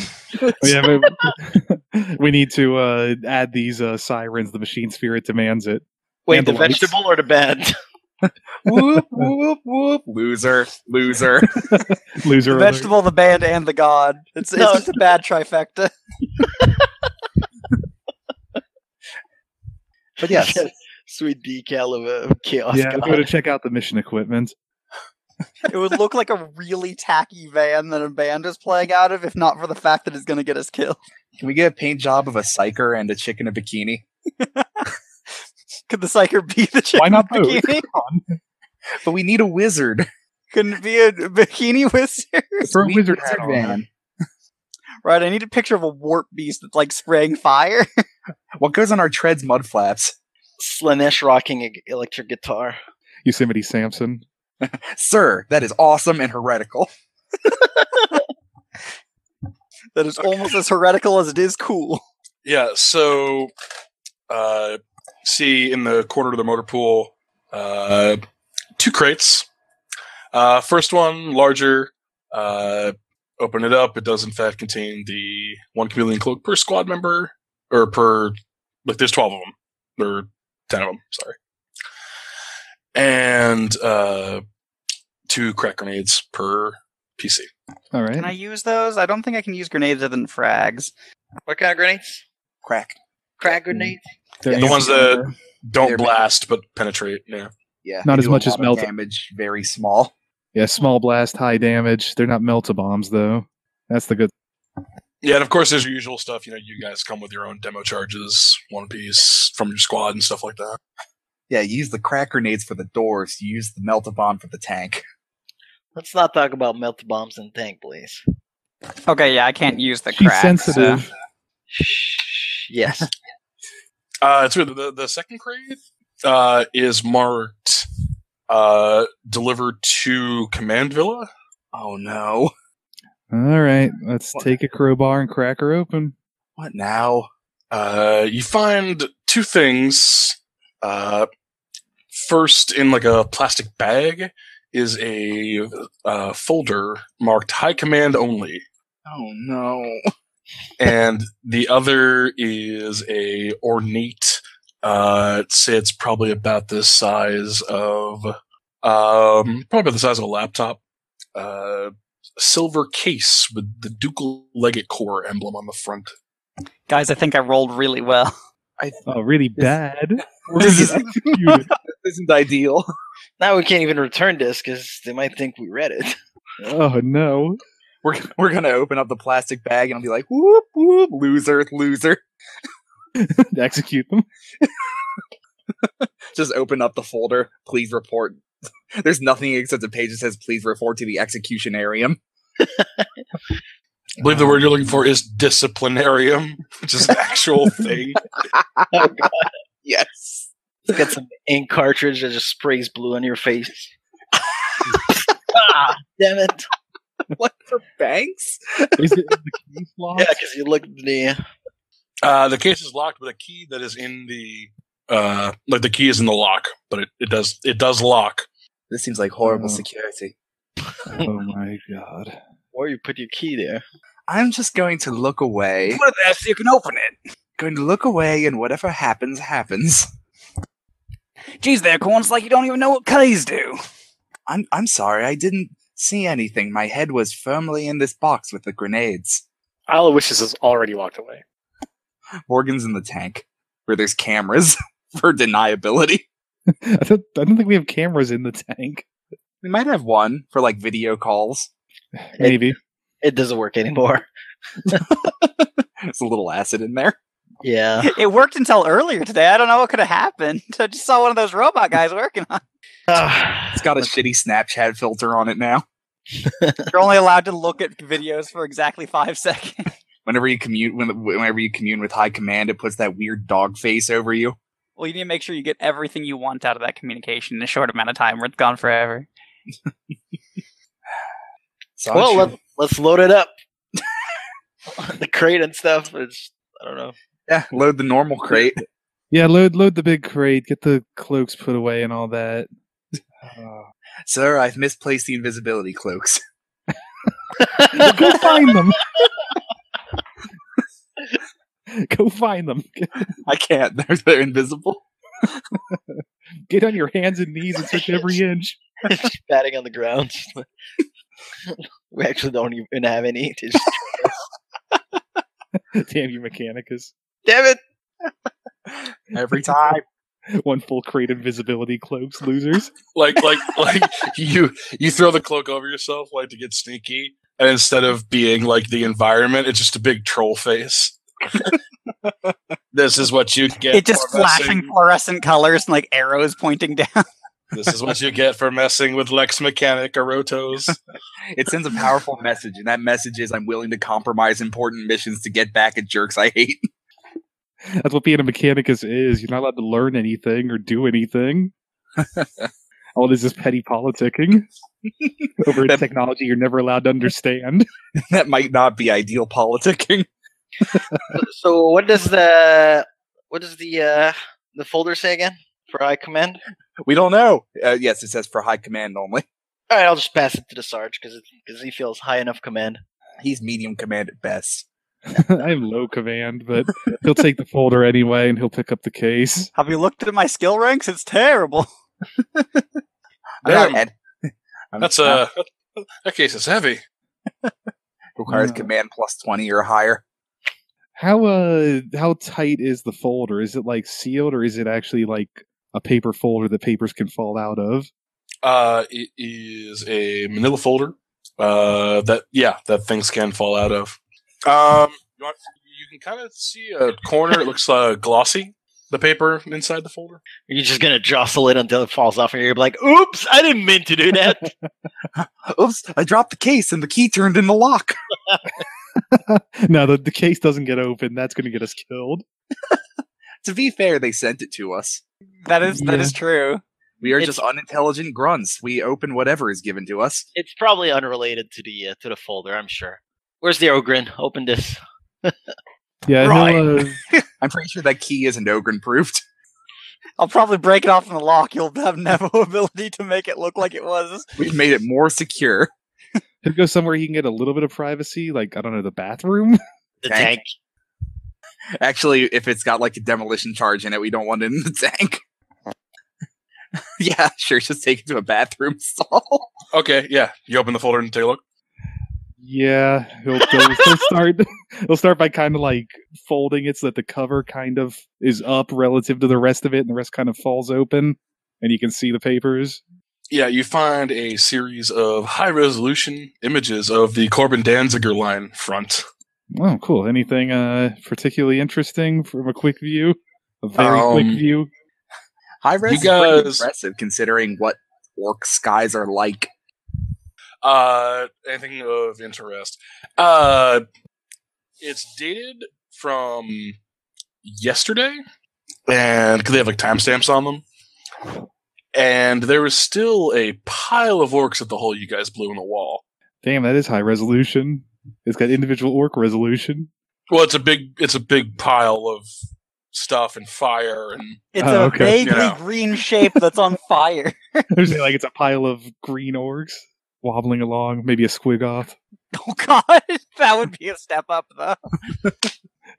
Speaker 3: Yeah, but we need to uh, add these uh, sirens. The machine spirit demands it.
Speaker 6: Wait,
Speaker 3: And
Speaker 6: the
Speaker 3: the lights.
Speaker 6: vegetable or the band?
Speaker 5: whoop whoop whoop! Loser, loser.
Speaker 3: Loser
Speaker 2: The
Speaker 3: alert.
Speaker 2: vegetable, the band, and the god. It's, it's
Speaker 6: No.
Speaker 2: just a bad trifecta.
Speaker 5: But yes,
Speaker 6: Sweet decal of a of chaos.
Speaker 3: Yeah,
Speaker 6: god.
Speaker 3: go to check out the mission equipment.
Speaker 2: It would look like a really tacky van that a band is playing out of if not for the fact that it's going to get us killed.
Speaker 5: can we get a paint job of a psyker and a chick in a bikini?
Speaker 2: Could the psyker be the chick
Speaker 3: Why not
Speaker 2: in the
Speaker 3: both?
Speaker 2: bikini?
Speaker 5: But we need a wizard.
Speaker 2: Couldn't it be a bikini wizard?
Speaker 3: Throw a
Speaker 5: Sweet
Speaker 3: wizard hat on.
Speaker 2: Right, I need a picture of a warp beast that's like spraying fire.
Speaker 5: What goes on our treads? Mud flaps.
Speaker 6: Slanesh rocking
Speaker 7: e,
Speaker 6: an electric guitar.
Speaker 3: Yosemite Samson.
Speaker 5: Sir, that is awesome and heretical.
Speaker 2: that is almost as heretical as it is cool.
Speaker 1: Yeah, so uh, see in the corner of the motor pool uh, two crates. Uh, first one, larger. Uh, open it up. It does, in fact, contain the one chameleon cloak per squad member, or per, like, there's 12 of them, or 10 of them, sorry. And uh, two crack grenades per PC.
Speaker 3: All right.
Speaker 2: Can I use those? I don't think I can use grenades other than frags.
Speaker 6: What kind of grenades?
Speaker 5: Crack.
Speaker 6: Crack grenades?
Speaker 3: They're
Speaker 1: the ones that-
Speaker 5: They're-
Speaker 1: Don't
Speaker 5: They're-
Speaker 1: blast, but penetrate. Yeah.
Speaker 5: yeah,
Speaker 3: Not
Speaker 5: they
Speaker 3: as
Speaker 5: do a
Speaker 3: much as
Speaker 5: lot of
Speaker 3: melt-
Speaker 5: damage. Very small.
Speaker 3: Yeah, small blast, high damage. They're not melta bombs though. That's the good.
Speaker 1: Yeah, and of course, there's your usual stuff. You know, you guys come with your own demo charges, one piece from your squad and stuff like that.
Speaker 5: Yeah, you use the crack grenades for the doors. You use the melt bomb for the tank.
Speaker 6: Let's not talk about melt bombs and tank, please.
Speaker 2: Okay, yeah, I can't use the
Speaker 3: She's
Speaker 2: crack.
Speaker 3: sensitive.
Speaker 6: Shh. Yes.
Speaker 1: Uh, it's weird. The, the second crate uh, is marked uh, delivered to Command Villa.
Speaker 5: Oh no!
Speaker 3: All right, let's
Speaker 5: What?
Speaker 3: take a crowbar and crack her open.
Speaker 5: What now?
Speaker 1: Uh, you find two things. Uh, first, in like a plastic bag, is a uh, folder marked High Command Only.
Speaker 5: Oh no!
Speaker 1: and the other is a ornate Uh, I'd say it's probably about the size of, um, probably about the size of a laptop. Uh, silver case with the ducal legate core emblem on the front.
Speaker 2: Guys, I think I rolled really well.
Speaker 3: Oh, really bad.
Speaker 2: This is-
Speaker 3: Executed.
Speaker 5: isn't ideal.
Speaker 7: Now we can't even return this because they might think we read it.
Speaker 3: oh no.
Speaker 5: We're we're gonna open up the plastic bag and I'll be like, whoop whoop, loser, loser.
Speaker 3: Execute them.
Speaker 5: Just open up the folder. Please report. There's nothing except a page that says, "Please report to the executionarium."
Speaker 1: I believe the word you're looking for is disciplinarium, which is an actual thing.
Speaker 5: Yes.
Speaker 7: Get some ink cartridge that just sprays blue on your face. ah, damn it.
Speaker 5: What for banks?
Speaker 3: Is it the key slot?
Speaker 7: Yeah, because you look at the.
Speaker 1: Uh, the case is locked with a key that is in the uh, like the key is in the lock, but it, it does it does lock.
Speaker 5: This seems like horrible
Speaker 3: Oh.
Speaker 5: security.
Speaker 3: Oh my god.
Speaker 7: Or you put your key there.
Speaker 5: I'm just going to look away.
Speaker 1: Put it there so you can open it.
Speaker 5: Going to look away, and whatever happens, happens.
Speaker 2: Jeez, there, corns like you don't even know what keys do.
Speaker 5: I'm I'm sorry, I didn't see anything. My head was firmly in this box with the grenades.
Speaker 4: Aloysius has already walked away.
Speaker 5: Morgan's in the tank where there's cameras for deniability.
Speaker 3: I don't, I don't think we have cameras in the tank.
Speaker 5: We might have one for like video calls.
Speaker 3: Maybe.
Speaker 7: It doesn't work anymore.
Speaker 5: There's a little acid in there.
Speaker 7: Yeah.
Speaker 2: It worked until earlier today. I don't know what could have happened. I just saw one of those robot guys working on.
Speaker 7: Ah,
Speaker 5: It's got a shitty Snapchat filter on it now.
Speaker 2: it. You're only allowed to look at videos for exactly five seconds.
Speaker 5: Whenever you commute, when, whenever you commune with High Command, it puts that weird dog face over you.
Speaker 2: Well, you need to make sure you get everything you want out of that communication in a short amount of time, or it's gone forever.
Speaker 5: So I'm
Speaker 7: well,
Speaker 5: sure-
Speaker 7: let, let's load it up. the crate and stuff. It's, I don't know.
Speaker 5: yeah, load the normal crate.
Speaker 3: Yeah, load load the big crate, get the cloaks put away and all that. Uh,
Speaker 5: Sir, I've misplaced the invisibility cloaks.
Speaker 3: go find them. go find them.
Speaker 5: I can't. They're, they're invisible.
Speaker 3: Get on your hands and knees and search every inch.
Speaker 7: just batting on the ground. we actually don't even have any. They just-
Speaker 3: Damn you, Mechanicus.
Speaker 7: Damn it!
Speaker 5: Every time.
Speaker 3: One full crate invisibility cloaks, losers.
Speaker 1: Like like like you you throw the cloak over yourself like to get sneaky, and instead of being like the environment, it's just a big troll face. this is what you get.
Speaker 2: it just
Speaker 1: for messing-
Speaker 2: flashing fluorescent colors and like arrows pointing down.
Speaker 1: This is what you get for messing with Lex Mechanic Orotos.
Speaker 5: It sends a powerful message, and that message is I'm willing to compromise important missions to get back at jerks I hate.
Speaker 3: That's what being a Mechanicus is. You're not allowed to learn anything or do anything. All this is petty politicking over
Speaker 5: That-
Speaker 3: technology you're never allowed to understand.
Speaker 5: that might not be ideal politicking.
Speaker 7: So what does the what does the uh, the folder say again for I command?
Speaker 5: We don't know. Uh, yes, it says for high command only.
Speaker 7: All right, I'll just pass it to the Sarge because because he feels high enough command.
Speaker 5: He's medium command at best.
Speaker 3: I'm low command, but he'll take the folder anyway and he'll pick up the case.
Speaker 2: Have you looked at my skill ranks? It's terrible.
Speaker 5: I'm not
Speaker 1: Damn.
Speaker 5: ed- I'm-
Speaker 1: That's uh,
Speaker 5: I'm-
Speaker 1: a that case is heavy.
Speaker 5: requires
Speaker 3: Yeah.
Speaker 5: command plus twenty or higher.
Speaker 3: How uh how tight is the folder? Is it like sealed or is it actually like a paper folder that papers can fall out of?
Speaker 1: Uh, it is a Manila folder. Uh, that yeah, that things can fall out of. Um, you, want- you can kind of see a corner. It looks uh, glossy. The paper inside the folder.
Speaker 7: You're just gonna jostle it until it falls off, and you're like, "Oops, I didn't mean to do that."
Speaker 5: Oops! I dropped the case and the key turned in the lock.
Speaker 3: no, the, the case doesn't get open. That's going to get us killed.
Speaker 5: to be fair, they sent it to us.
Speaker 2: That is that
Speaker 3: Yeah.
Speaker 2: is true.
Speaker 5: We are
Speaker 7: It's-
Speaker 5: just unintelligent grunts. We open whatever is given to us.
Speaker 7: it's probably unrelated to the uh, to the folder, I'm sure. Where's the Ogrin? Open this.
Speaker 3: Yeah, he'll, uh,
Speaker 5: I'm pretty sure that key isn't Ogren proofed.
Speaker 2: I'll probably break it off in the lock. You'll have no ability to make it look like it was.
Speaker 5: We've made it more secure.
Speaker 3: he'll go somewhere he can get a little bit of privacy, like I don't know, the bathroom.
Speaker 7: The
Speaker 5: Tank.
Speaker 7: tank.
Speaker 5: Actually, if it's got like a demolition charge in it, we don't want it in the tank. yeah, sure. Just take it to a bathroom stall.
Speaker 1: Okay, yeah. You open the folder and take a look.
Speaker 3: Yeah, he'll, he'll, he'll start. He'll start by kind of like folding it so that the cover kind of is up relative to the rest of it, and the rest kind of falls open, and you can see the papers.
Speaker 1: Yeah, you find a series of high resolution images of the Corbin Danziger line front.
Speaker 3: Oh, cool. Anything uh particularly interesting from a quick view? A very quick
Speaker 1: Um,
Speaker 3: view.
Speaker 5: High res
Speaker 1: You
Speaker 5: is pretty
Speaker 1: guys-
Speaker 5: impressive considering what orc skies are like.
Speaker 1: Uh, anything of interest? Uh, it's dated from yesterday, and because they have like timestamps on them, and there was still a pile of orcs at the hole you guys blew in the wall.
Speaker 3: Damn, that is high resolution. It's got individual orc resolution.
Speaker 1: Well, it's a big, it's a big pile of stuff and fire and
Speaker 2: It's a
Speaker 3: Oh, okay.
Speaker 2: vaguely
Speaker 1: Yeah.
Speaker 2: green shape that's on fire.
Speaker 3: There's like it's a pile of green orcs wobbling along, maybe a squig off.
Speaker 2: Oh god, that would be a step up though.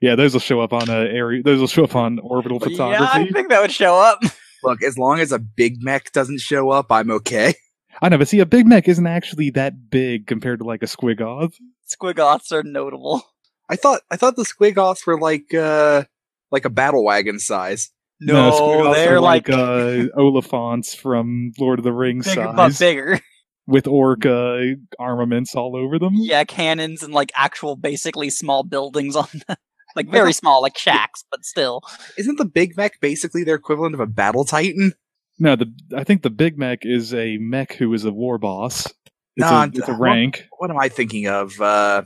Speaker 3: Yeah, those will show up on uh, area. Those will show up on orbital
Speaker 2: Yeah, I
Speaker 3: photography.
Speaker 2: think that would show up.
Speaker 5: Look, as long as a big mech doesn't show up, I'm okay.
Speaker 3: I know, but see, a Big Mac isn't actually that big compared to like a squig off.
Speaker 2: Squigoths are notable.
Speaker 5: I thought I thought the squigoths were like uh like a battle wagon size.
Speaker 2: No,
Speaker 3: Squig-Oths
Speaker 2: they're
Speaker 3: are like,
Speaker 2: like-
Speaker 3: uh, Oliphants from Lord of the Rings
Speaker 2: Bigger
Speaker 3: size
Speaker 2: but bigger.
Speaker 3: with orc uh, armaments all over them.
Speaker 2: Yeah, cannons and like actual basically small buildings on them. Like very small, like shacks, but still.
Speaker 5: Isn't the big mech basically their equivalent of a battle titan?
Speaker 3: No, the I think the Big Mech is a mech who is a war boss. It's,
Speaker 5: Nah,
Speaker 3: a, it's a
Speaker 5: what-
Speaker 3: rank.
Speaker 5: What am I thinking of? Uh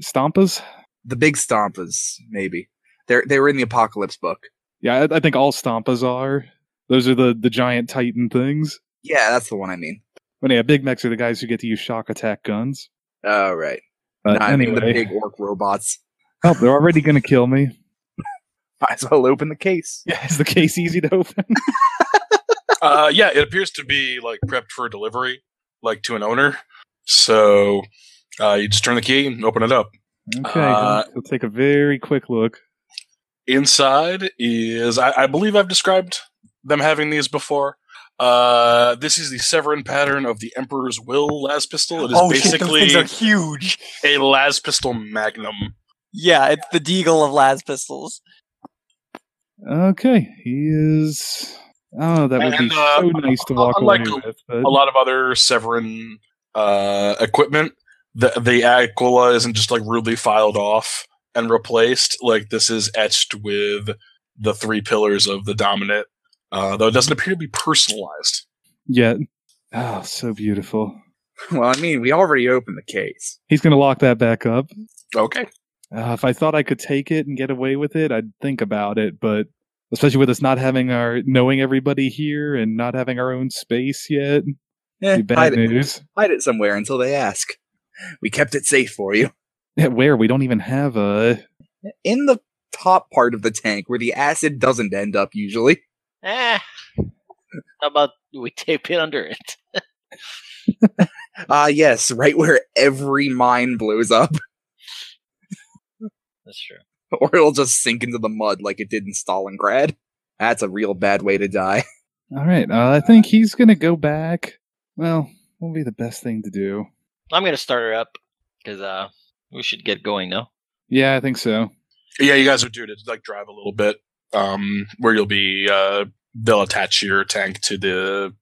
Speaker 3: Stompas.
Speaker 5: the big stompas, maybe. They're they were in the apocalypse book.
Speaker 3: Yeah, I, I think all Stompas are. Those are the the giant Titan things.
Speaker 5: Yeah, that's the one I mean.
Speaker 3: But yeah, Big Mechs are the guys who get to use shock attack guns.
Speaker 5: All right.
Speaker 3: But
Speaker 5: No, I mean the
Speaker 3: anyway,
Speaker 5: big orc robots.
Speaker 3: help! Oh, They're already going to kill me.
Speaker 5: Might as well open the case.
Speaker 3: Yeah, is the case easy to open?
Speaker 1: uh, yeah, it appears to be like prepped for delivery, like to an owner. So uh, you just turn the key and open it up.
Speaker 3: Okay,
Speaker 1: Uh,
Speaker 3: we'll take a very quick look.
Speaker 1: Inside is, I, I believe I've described them having these before. Uh, this is the Severin pattern of the Emperor's Will las pistol. It is
Speaker 2: Oh shit, those
Speaker 1: basically
Speaker 2: things are huge.
Speaker 1: a las pistol magnum.
Speaker 2: Yeah, it's the deagle of las pistols.
Speaker 3: Okay, he is. Oh, that would
Speaker 1: And,
Speaker 3: be
Speaker 1: uh,
Speaker 3: so nice to walk away
Speaker 1: unlike a-
Speaker 3: with. But
Speaker 1: A lot of other Severin uh, equipment. The, the Aquila isn't just like rudely filed off and replaced. Like this is etched with the three pillars of the dominant, uh, though it doesn't appear to be personalized.
Speaker 3: yet, oh, so beautiful.
Speaker 5: Well, I mean, we already opened the case.
Speaker 3: He's going to lock that back up.
Speaker 1: Okay.
Speaker 3: Uh, if I thought I could take it and get away with it, I'd think about it. But especially with us not having our knowing everybody here and not having our own space yet,
Speaker 5: Eh,
Speaker 3: be bad
Speaker 5: hide, it,
Speaker 3: news.
Speaker 5: hide it somewhere until they ask. We kept it safe for you.
Speaker 3: Yeah, where we don't even have a.
Speaker 5: In the top part of the tank where the acid doesn't end up usually.
Speaker 7: Eh. How about we tape it under it?
Speaker 5: Ah, yes, right where every mine blows up,
Speaker 7: That's true.
Speaker 5: or it'll just sink into the mud like it did in Stalingrad. That's a real bad way to die.
Speaker 3: All right, uh, I think he's gonna go back. Well, will be the best thing to do.
Speaker 7: I'm gonna start her up because uh, we should get going now.
Speaker 3: Yeah, I think so.
Speaker 1: Yeah, you guys are due to like drive a little bit, um, where you'll be. Uh, they'll attach your tank to the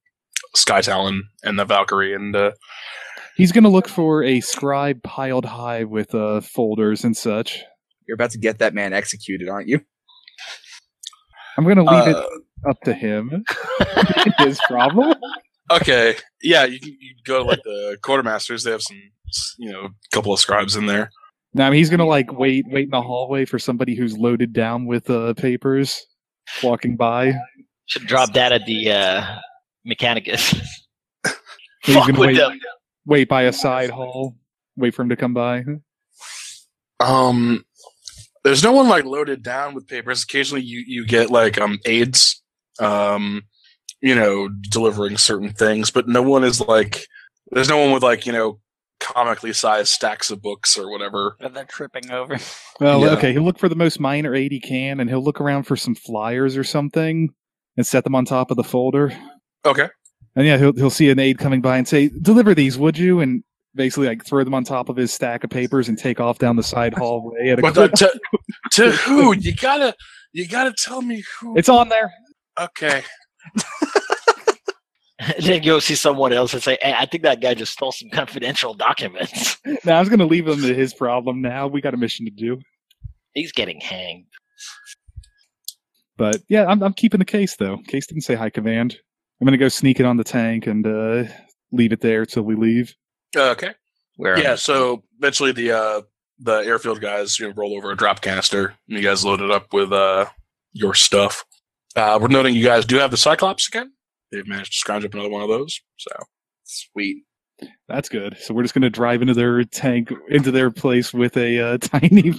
Speaker 1: Sky Talon and the Valkyrie, and uh,
Speaker 3: He's gonna look for a scribe piled high with uh, folders and such.
Speaker 5: You're about to get that man executed, aren't you?
Speaker 3: I'm gonna leave
Speaker 1: uh,
Speaker 3: it up to him. His problem.
Speaker 1: okay, yeah, you can you can go to like the quartermasters. They have some, you know, couple of scribes in there.
Speaker 3: No, I mean, he's gonna like wait, wait in the hallway for somebody who's loaded down with uh, papers, walking by.
Speaker 7: Should drop that at the uh, Mechanicus.
Speaker 3: He's
Speaker 7: Fuck
Speaker 3: gonna
Speaker 7: with
Speaker 3: wait.
Speaker 7: them.
Speaker 3: Wait by a side hall. Wait for him to come by.
Speaker 1: Um, there's no one like loaded down with papers. Occasionally, you you get like um aides, um, you know, delivering certain things, but no one is like. There's no one with like you know comically sized stacks of books or whatever.
Speaker 2: that they're tripping over.
Speaker 3: Well,
Speaker 1: Yeah.
Speaker 3: okay, he'll look for the most minor aid he can, and he'll look around for some flyers or something, and set them on top of the folder.
Speaker 1: Okay.
Speaker 3: And yeah, he'll he'll see an aide coming by and say, "Deliver these, would you?" And basically, like throw them on top of his stack of papers and take off down the side hallway. At a
Speaker 1: But
Speaker 3: clip.
Speaker 1: to, to, to who? You gotta you gotta tell me who.
Speaker 3: it's on there.
Speaker 1: okay.
Speaker 7: then go see someone else and say, hey, I think that guy just stole some confidential documents.
Speaker 3: Now I was going to leave him to his problem. Now we got a mission to do.
Speaker 7: He's getting hanged.
Speaker 3: But yeah, I'm I'm keeping the case though. Case didn't say hi, command. I'm going to go sneak it on the tank and uh, leave it there till we leave.
Speaker 1: Okay.
Speaker 6: Where?
Speaker 1: Yeah. So eventually the uh, the airfield guys you know, roll over a drop canister and you guys load it up with uh, your stuff. Uh, we're noting you guys do have the Cyclops again. They've managed to scrounge up another one of those. So
Speaker 5: Sweet.
Speaker 3: That's good. So we're just going to drive into their tank, into their place with a uh, tiny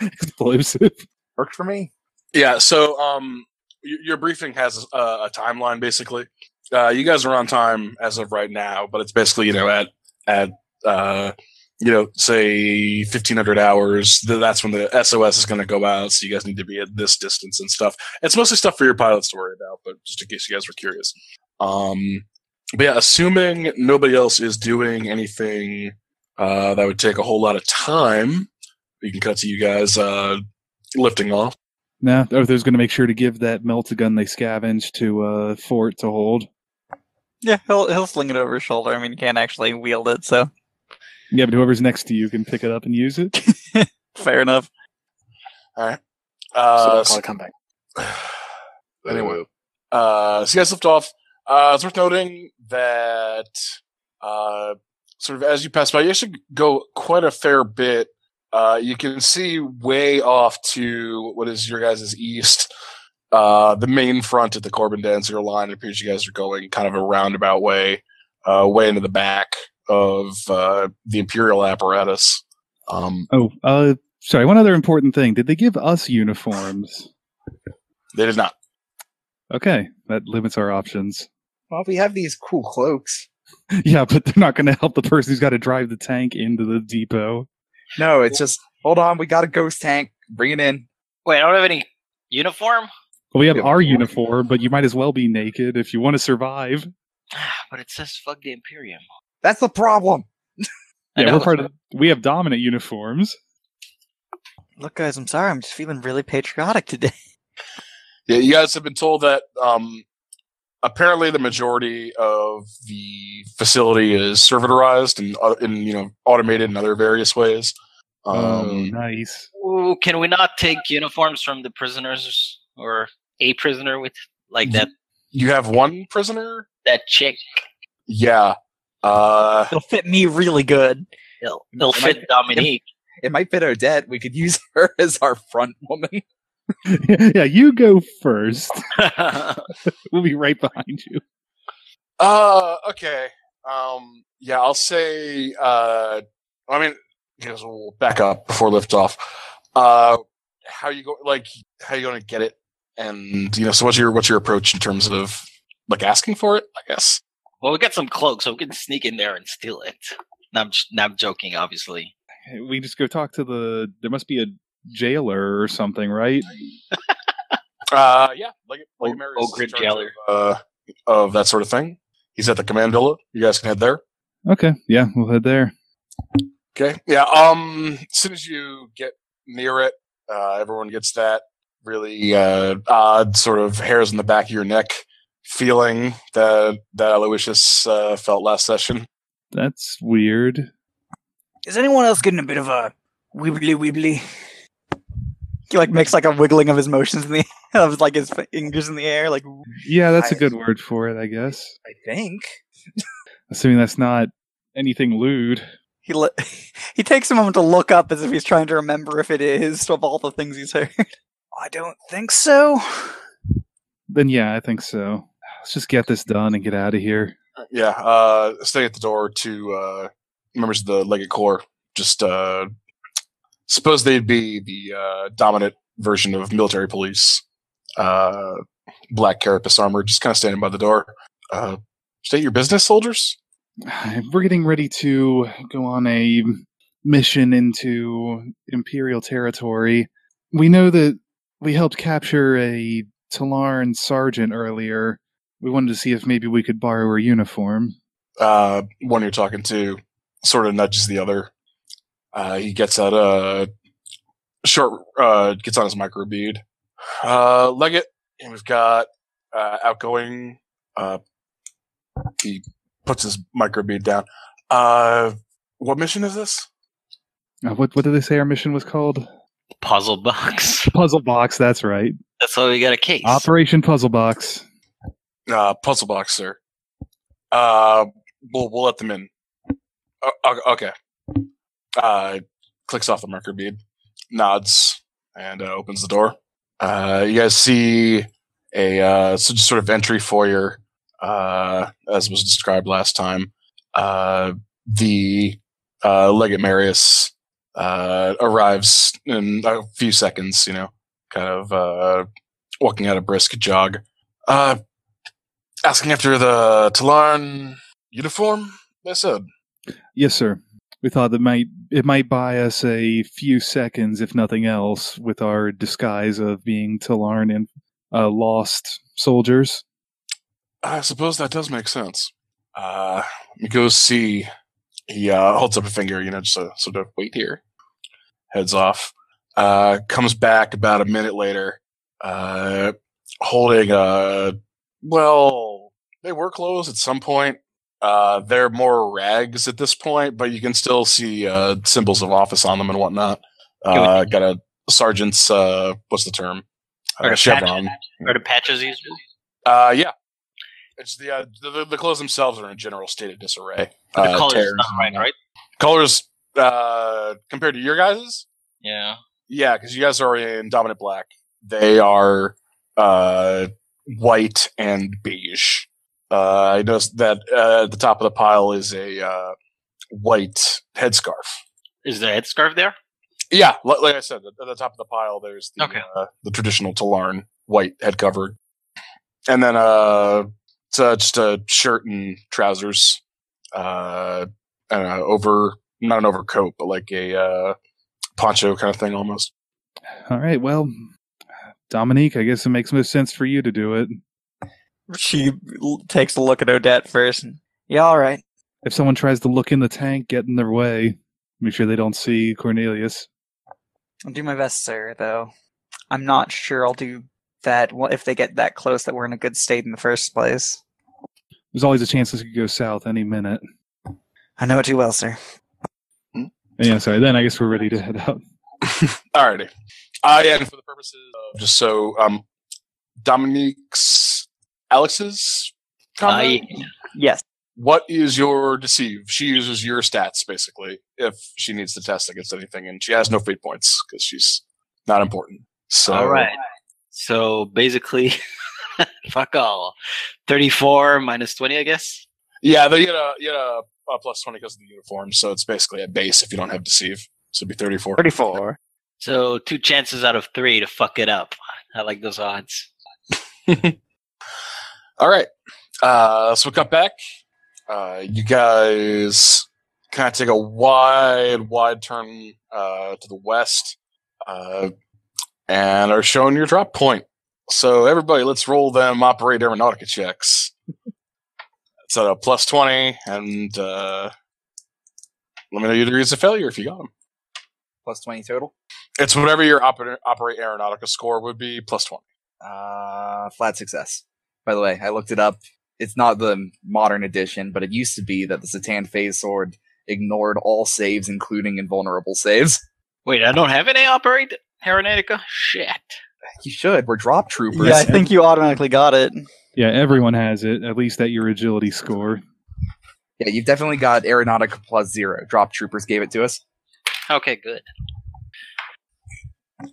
Speaker 3: explosive.
Speaker 5: Worked for me.
Speaker 1: Yeah. So, um, y- your briefing has a, a timeline basically. Uh, you guys are on time as of right now, but it's basically you know at at uh, you know say fifteen hundred hours. Th- that's when the SOS is going to go out. So you guys need to be at this distance and stuff. It's mostly stuff for your pilots to worry about, but just in case you guys were curious. Um, but yeah, assuming nobody else is doing anything uh, that would take a whole lot of time, we can cut to you guys uh, lifting off.
Speaker 3: No, Arthur's going to make sure to give that melt gun they scavenged to uh, Fort to hold.
Speaker 2: Yeah, he'll he'll sling it over his shoulder. I mean, he can't actually wield it, so
Speaker 3: Yeah, but whoever's next to you can pick it up and use it.
Speaker 2: fair enough.
Speaker 1: Uh,
Speaker 4: so I'll come back.
Speaker 1: anyway, uh, so you guys lift off. Uh, it's worth noting that uh, sort of as you pass by, you actually go quite a fair bit. Uh, you can see way off to what is your guys' east. Uh, the main front at the Corbin Danziger line it appears you guys are going kind of a roundabout way, uh, way into the back of uh, the Imperial apparatus. Um,
Speaker 3: Oh, uh, sorry. One other important thing: did they give us uniforms?
Speaker 1: they did not.
Speaker 3: Okay, that limits our options.
Speaker 5: Well, we have these cool cloaks.
Speaker 3: Yeah, but they're not going to help the person who's got to drive the tank into the depot.
Speaker 5: No, it's just hold on. We got a ghost tank. Bring it in.
Speaker 6: Wait, I don't have any uniform,
Speaker 3: Well, we have
Speaker 5: Yeah.
Speaker 3: our uniform, but you might as well be naked if you want to survive.
Speaker 6: but it says "fuck the Imperium."
Speaker 5: That's the problem.
Speaker 6: I
Speaker 3: Yeah,
Speaker 6: know.
Speaker 3: we're part of. We have dominant uniforms.
Speaker 2: Look, guys, I'm sorry. I'm just feeling really patriotic today.
Speaker 1: Yeah, you guys have been told that um, apparently the majority of the facility is servitorized and, uh, and you know automated in other various ways. Um,
Speaker 3: oh, nice.
Speaker 6: Ooh, can we not take uniforms from the prisoners or a prisoner with like that
Speaker 1: You have one prisoner.
Speaker 6: that chick?
Speaker 1: Yeah. Uh,
Speaker 2: It'll fit me really good.
Speaker 6: It'll, it'll
Speaker 5: Am I-
Speaker 6: fit Dominique.
Speaker 5: It might fit Odette. We could use her as our front woman.
Speaker 3: yeah, you go first.
Speaker 6: I'll
Speaker 3: We'll be right behind you.
Speaker 1: Uh, okay. Um, yeah, I'll say. Uh, I mean, guess we'll back up before liftoff. Uh, how you go? Like, how you going to get it? And you know, so what's your what's your approach in terms of like asking for it? I guess.
Speaker 6: well, we got some cloaks, so we can sneak in there and steal it. No, I'm, j- no, I'm joking, obviously.
Speaker 3: We just go talk to the. There must be a jailer or something, right?
Speaker 1: Uh, yeah, like like
Speaker 6: Old-
Speaker 1: Mary's
Speaker 6: old Grid
Speaker 1: in charge
Speaker 6: Jailer.
Speaker 1: Of, uh, of that sort of thing. He's at the command villa. You guys can head there.
Speaker 3: Okay, yeah, we'll head there.
Speaker 1: Okay. Yeah. Um. As soon as you get near it, uh, everyone gets that really uh, odd sort of hairs in the back of your neck feeling that that Aloysius uh, felt last session.
Speaker 3: That's weird.
Speaker 8: Is anyone else getting a bit of a wibbly wibbly?
Speaker 2: He like makes like a wiggling of his motions in the of like his fingers in the air. Like
Speaker 3: Yeah, that's a
Speaker 5: I-
Speaker 3: good word for it, I guess.
Speaker 5: I think.
Speaker 3: Assuming that's not anything lewd.
Speaker 2: he li- he takes a moment to look up as if he's trying to remember if it is of all the things he's heard.
Speaker 8: I don't think so.
Speaker 3: Then yeah, I think so. Let's just get this done and get out of here.
Speaker 1: Yeah. Uh, staying at the door to uh, members of the Legate Corps. Just uh, suppose they'd be the uh, dominant version of military police. Uh, black carapace armor, just kind of standing by the door. Uh, state your business, soldiers.
Speaker 3: we're getting ready to go on a mission into Imperial territory. We know that we helped capture a Talarn sergeant earlier. We wanted to see if maybe we could borrow her uniform.
Speaker 1: uh, one you're talking to sort of nudges the other. Uh, he gets out a short, uh, gets on his micro bead. Uh, Leggett, and we've got uh, outgoing. Uh, he puts his micro bead down. Uh, what mission is this?
Speaker 3: Uh, what what did they say our mission was called?
Speaker 6: Puzzle box.
Speaker 3: Puzzle Box. That's right.
Speaker 6: That's why we got a case.
Speaker 3: Operation Puzzle Box.
Speaker 1: Uh, puzzle box, sir. Uh, we'll, we'll let them in. Uh, o- okay. Uh, clicks off the marker bead, nods, and uh, opens the door. Uh, you guys see a uh, so just sort of entry foyer, uh, as was described last time. Uh, the uh, Legate Marius uh, arrives in a few seconds, you know, kind of uh, walking out a brisk jog. Uh, asking after the Talarn uniform. They said,
Speaker 3: Yes, sir. We thought that might it might buy us a few seconds, if nothing else, with our disguise of being Talarn and uh, lost soldiers.
Speaker 1: "I suppose that does make sense." Uh, let me go see. He uh, holds up a finger, you know, just a, sort of wait here. Heads off. Uh, comes back about a minute later, uh, holding a. Well, they were clothes at some point. Uh, they're more rags at this point, but you can still see uh, symbols of office on them and whatnot. Uh, got a sergeant's. Uh, what's the term?
Speaker 6: Like
Speaker 1: Uh,
Speaker 6: a
Speaker 1: chevron.
Speaker 6: Or the patches usually.
Speaker 1: Uh, yeah. It's the, uh, the the clothes themselves are in a general state of disarray.
Speaker 6: But the
Speaker 1: Uh,
Speaker 6: color's
Speaker 1: tears
Speaker 6: not
Speaker 1: and
Speaker 6: right,
Speaker 1: whatnot.
Speaker 6: right?
Speaker 1: Colors uh, compared to your guys's,
Speaker 6: Yeah.
Speaker 1: yeah, because you guys are in dominant black. They are uh, white and beige. Uh, I noticed that uh, at the top of the pile is a uh, white headscarf.
Speaker 6: Is there a headscarf there?
Speaker 1: Yeah, li- like I said, at the top of the pile, there's the
Speaker 6: Okay.
Speaker 1: uh, the traditional Talarn white head cover, and then uh, it's, uh, just a shirt and trousers, uh, and uh, over not an overcoat, but like a uh, poncho kind of thing almost.
Speaker 3: All right. Well, Dominique, I guess it makes most sense for you to do it.
Speaker 2: She l- takes a look at Odette first. and, Yeah, all right.
Speaker 3: If someone tries to look in the tank, get in their way. Make sure they don't see Cornelius.
Speaker 2: I'll do my best, sir. Though I'm not sure I'll do that well, if they get that close that we're in a good state in the first place.
Speaker 3: There's always a chance this could go south any minute.
Speaker 2: I know it too well, sir.
Speaker 3: And yeah, sorry. Then I guess we're ready to head out.
Speaker 1: Alrighty. Uh, yeah, and for the purposes of just so um, Dominique's Alex's combat,
Speaker 6: Aye.
Speaker 2: Yes.
Speaker 1: what is your deceive? She uses your stats basically if she needs to test against anything, and she has no fate points because she's not important. So,
Speaker 6: All right. So basically, fuck all. 34 minus 20, I guess.
Speaker 1: yeah, they get a you get a, a plus twenty because of the uniform, so it's basically a base if you don't have deceive. So it'd be thirty four.
Speaker 2: Thirty-four.
Speaker 6: So two chances out of three to fuck it up. I like those odds.
Speaker 1: All right. Uh, so we cut back. Uh, you guys kind of take a wide, wide turn uh, to the west uh, and are showing your drop point. So, everybody, let's roll them operate aeronautica checks. it's at a plus 20, and uh, let me know your degrees of failure if you got them.
Speaker 5: Plus 20 total.
Speaker 1: It's whatever your oper- operate aeronautica score would be, plus 20.
Speaker 5: Uh, flat success. By the way, I looked it up. It's not the modern edition, but it used to be that the Satan Phase Sword ignored all saves, including invulnerable saves.
Speaker 6: Wait, I don't have any operate Aeronautica? Shit.
Speaker 5: You should. We're drop troopers.
Speaker 2: Yeah, I think you automatically got it.
Speaker 3: Yeah, everyone has it, at least at your agility score.
Speaker 5: Yeah, you've definitely got Aeronautica plus zero. Drop troopers gave it to us.
Speaker 6: Okay, good.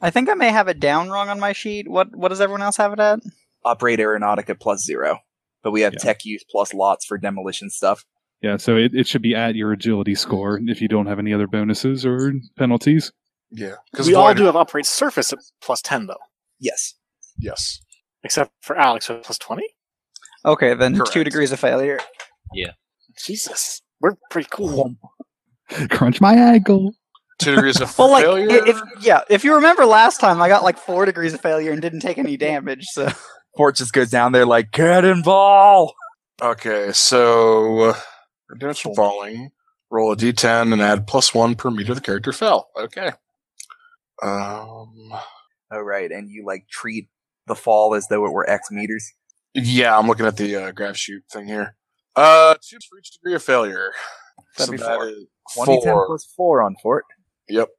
Speaker 2: I think I may have it down wrong on my sheet. What What does everyone else have it at?
Speaker 5: Operate Aeronautica plus zero. But we have
Speaker 3: Yeah.
Speaker 5: tech use plus lots for demolition stuff.
Speaker 3: Yeah, so it, it should be at your agility score if you don't have any other bonuses or penalties.
Speaker 1: Yeah.
Speaker 4: We all do have operate surface at plus ten though,
Speaker 5: Yes.
Speaker 1: Yes.
Speaker 4: except for Alex with plus twenty.
Speaker 2: Okay, then
Speaker 1: Correct.
Speaker 2: two degrees of failure.
Speaker 4: Jesus, we're pretty cool.
Speaker 3: Crunch my ankle.
Speaker 1: Two degrees of
Speaker 2: Well, like,
Speaker 1: failure.
Speaker 2: i- if, yeah, if you remember last time, I got like four degrees of failure and didn't take any damage. So
Speaker 5: Port just goes down there like cannonball.
Speaker 1: Okay, so uh, damage from falling. Roll a d10 and add plus one per meter the character fell. Okay. Um.
Speaker 5: All right, and you like treat the fall as though it were X meters.
Speaker 1: Yeah, I'm looking at the uh, graph shoot thing here. Uh, two for each degree of failure.
Speaker 5: That'd be four.
Speaker 1: is
Speaker 5: Twenty ten
Speaker 1: four.
Speaker 5: plus four on Fort.
Speaker 1: Yep.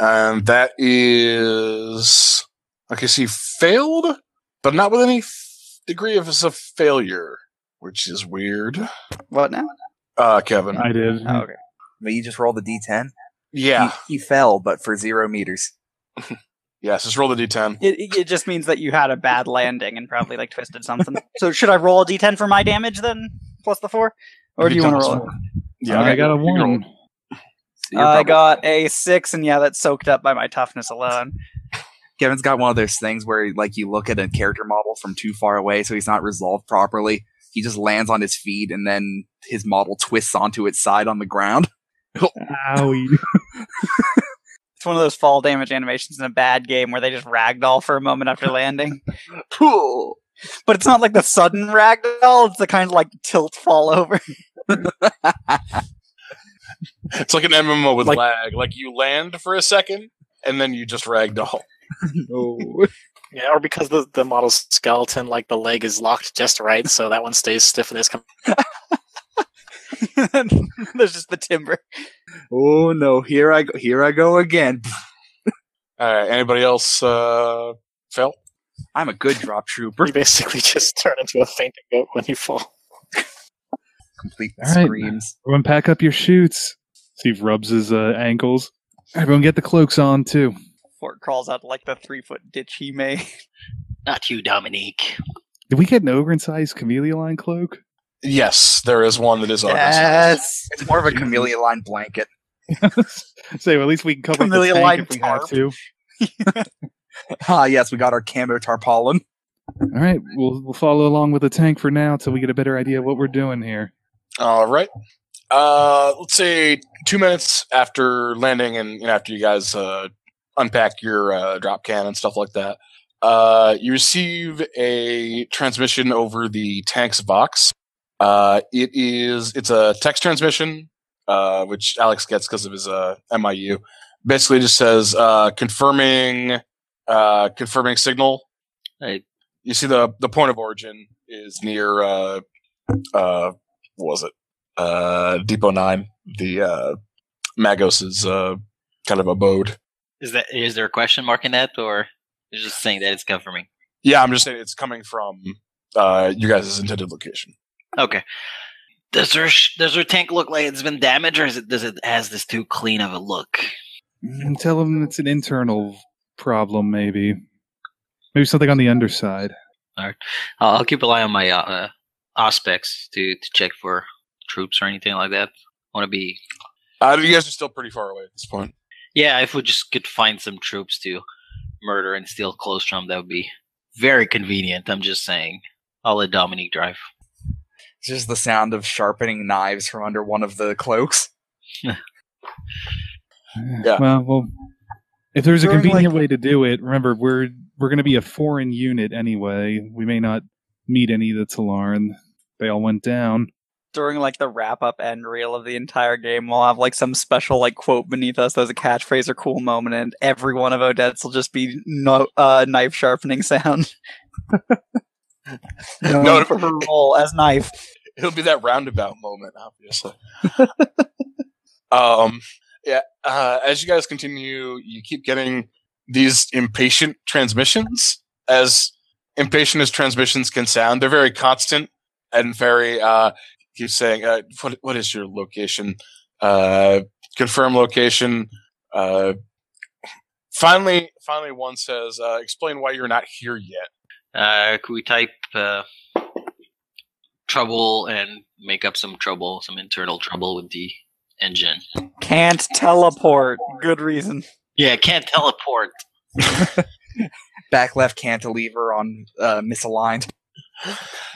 Speaker 1: And that is okay. So he failed, but not with any f- degree of of failure, which is weird.
Speaker 2: what now?
Speaker 1: Uh, Kevin.
Speaker 3: I did.
Speaker 2: Oh, okay.
Speaker 5: But you just roll the d10.
Speaker 1: yeah.
Speaker 5: he, he fell, but for zero meters.
Speaker 1: Yes. Just roll the d10.
Speaker 2: It, it- it just means that you had a bad landing and probably like twisted something. so should I roll a d10 for my damage then, plus the four, or do you want to roll? it?
Speaker 1: Yeah,
Speaker 3: I got a
Speaker 1: you can roll.
Speaker 3: one.
Speaker 5: So you're
Speaker 2: I
Speaker 5: probably-
Speaker 2: got a six, and yeah, that's soaked up by my toughness alone.
Speaker 5: Kevin's got one of those things where like you look at a character model from too far away, so he's not resolved properly. He just lands on his feet, and then his model twists onto its side on the ground.
Speaker 3: Owie.
Speaker 2: It's one of those fall damage animations in a bad game where they just ragdoll for a moment after landing.
Speaker 5: Cool.
Speaker 2: But it's not like the sudden ragdoll, it's the kind of like tilt fall over.
Speaker 1: It's like an MMO with
Speaker 5: Like-
Speaker 1: lag. Like you land for a second and then you just ragdoll.
Speaker 4: Yeah, or because the, the model's skeleton, like the leg is locked just right, so that one stays stiff and this comes.
Speaker 2: There's just the timber.
Speaker 5: Oh no! Here I go. Here I go again.
Speaker 1: All right. Anybody else uh, fail?
Speaker 5: I'm a good drop trooper.
Speaker 4: You basically just turn into a fainting goat when you fall.
Speaker 5: Complete
Speaker 3: All right.
Speaker 5: screams.
Speaker 3: Everyone, pack up your shoots. Steve rubs his uh, ankles. Everyone, get the cloaks on too.
Speaker 2: Fort crawls out like the three foot ditch he made.
Speaker 6: Not you, Dominique.
Speaker 3: Did we get an ogre-sized chameleon line cloak?
Speaker 1: Yes, there is one that is on
Speaker 2: Yes.
Speaker 5: It's more of a chameleon line blanket.
Speaker 3: Say, well, at least we can cover up the
Speaker 2: Chameleon
Speaker 3: tank
Speaker 2: line
Speaker 3: if we have
Speaker 2: tarp.
Speaker 3: to.
Speaker 5: Ah, yes, we got our camo tarpaulin.
Speaker 3: All right, we'll we'll follow along with the tank for now till we get a better idea of what we're doing here.
Speaker 1: All right. Uh, let's say two minutes after landing and you know, after you guys uh, unpack your uh, drop can and stuff like that, uh, you receive a transmission over the tank's box. Uh, it is it's a text transmission, uh, which Alex gets because of his uh, MIU. Basically, just says uh, confirming uh, confirming signal.
Speaker 6: Right.
Speaker 1: You see the the point of origin is near uh, uh, what was it? uh Depot Nine, the uh Magos's uh kind of abode.
Speaker 6: Is that is there a question mark in that, or you're just saying that it's confirming?
Speaker 1: Yeah, I'm just saying it's coming from uh you guys' intended location.
Speaker 6: Okay. Does her sh- does her tank look like it's been damaged, or is it does it has this too clean of a look?
Speaker 3: And Mm, tell them it's an internal problem, maybe. Maybe something on the underside.
Speaker 6: I'll I'll keep an eye on my uh, uh, aspects to to check for troops or anything like that. I want to be
Speaker 1: Uh you guys are still pretty far away at this point.
Speaker 6: yeah. If we just could find some troops to murder and steal clothes from, that would be very convenient. I'm just saying. I'll let Dominique drive.
Speaker 5: It's just the sound of sharpening knives from under one of the cloaks.
Speaker 1: Yeah.
Speaker 3: Well, well, if there's a
Speaker 2: During,
Speaker 3: convenient
Speaker 2: like-
Speaker 3: way to do it, remember we're we're going to be a foreign unit anyway. We may not meet any that's alarmed. They all went down.
Speaker 2: During like the wrap up end reel of the entire game, we'll have like some special like quote beneath us that's a catchphrase or cool moment, and every one of Odette's will just be no uh, knife sharpening sound.
Speaker 1: No,
Speaker 2: One
Speaker 1: it-
Speaker 2: for her role as knife.
Speaker 1: it'll be that roundabout moment, obviously. um, yeah. Uh, as you guys continue, you keep getting these impatient transmissions. As impatient as transmissions can sound, they're very constant and very. Uh, keep saying, uh, "What? What is your location? Uh, confirm location." Uh, finally, finally, one says, uh, "Explain why you're not here yet."
Speaker 6: Uh, could we type uh, trouble and make up some trouble, some internal trouble with the engine?
Speaker 2: Can't teleport. Good reason.
Speaker 6: Yeah, can't teleport.
Speaker 5: Back left cantilever on uh, misaligned.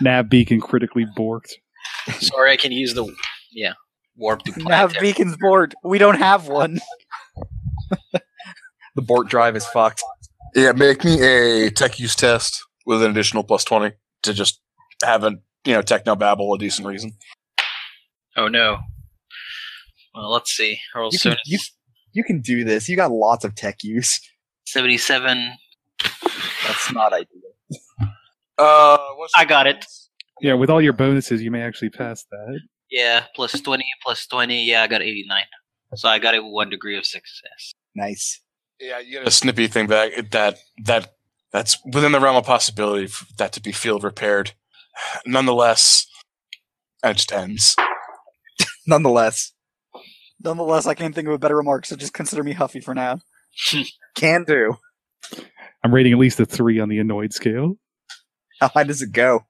Speaker 3: Nav beacon critically borked.
Speaker 6: Sorry, I can use the yeah warp to
Speaker 2: Nav
Speaker 6: planetary.
Speaker 2: Beacon's board. We don't have one.
Speaker 5: The Bort drive is fucked.
Speaker 1: Yeah, make me a tech use test with an additional plus twenty to just have a you know techno babble a decent reason.
Speaker 6: Oh no. Well, let's see. I roll
Speaker 5: You can,
Speaker 6: soon.
Speaker 5: you, you can do this. You got lots of tech use.
Speaker 6: Seventy-seven.
Speaker 5: That's not ideal.
Speaker 1: Uh, what's
Speaker 6: I got it.
Speaker 3: Yeah, with all your bonuses, you may actually pass that.
Speaker 6: Yeah, plus twenty, plus twenty. Yeah, I got eighty-nine. So I got a one degree of success.
Speaker 5: Nice.
Speaker 1: Yeah, you get a snippy thing back that that that's within the realm of possibility for that to be field repaired. Nonetheless, it just ends.
Speaker 5: Nonetheless,
Speaker 2: Nonetheless, I can't think of a better remark, so just consider me Huffy for now.
Speaker 5: can do.
Speaker 3: I'm rating at least a three on the annoyed scale,
Speaker 5: How high does it go?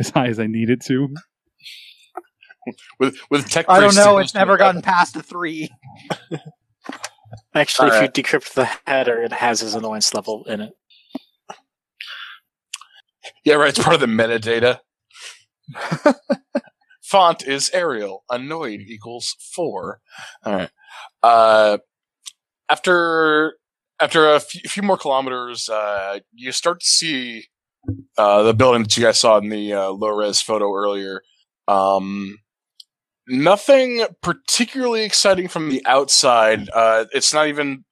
Speaker 3: as high as I need it to.
Speaker 1: With with tech,
Speaker 2: I don't
Speaker 1: priests
Speaker 2: know. It's
Speaker 1: supposed to
Speaker 2: never
Speaker 1: be-
Speaker 2: gotten past a three.
Speaker 4: Actually, if
Speaker 1: Alright.
Speaker 4: you decrypt the header, it has his annoyance level in it.
Speaker 1: Yeah, right. It's part of the metadata. Font is Arial. Annoyed equals four. All right. Uh, after after a few, few more kilometers, uh, you start to see uh, the building that you guys saw in the uh, low res photo earlier. Um, nothing particularly exciting from the outside. Uh, it's not even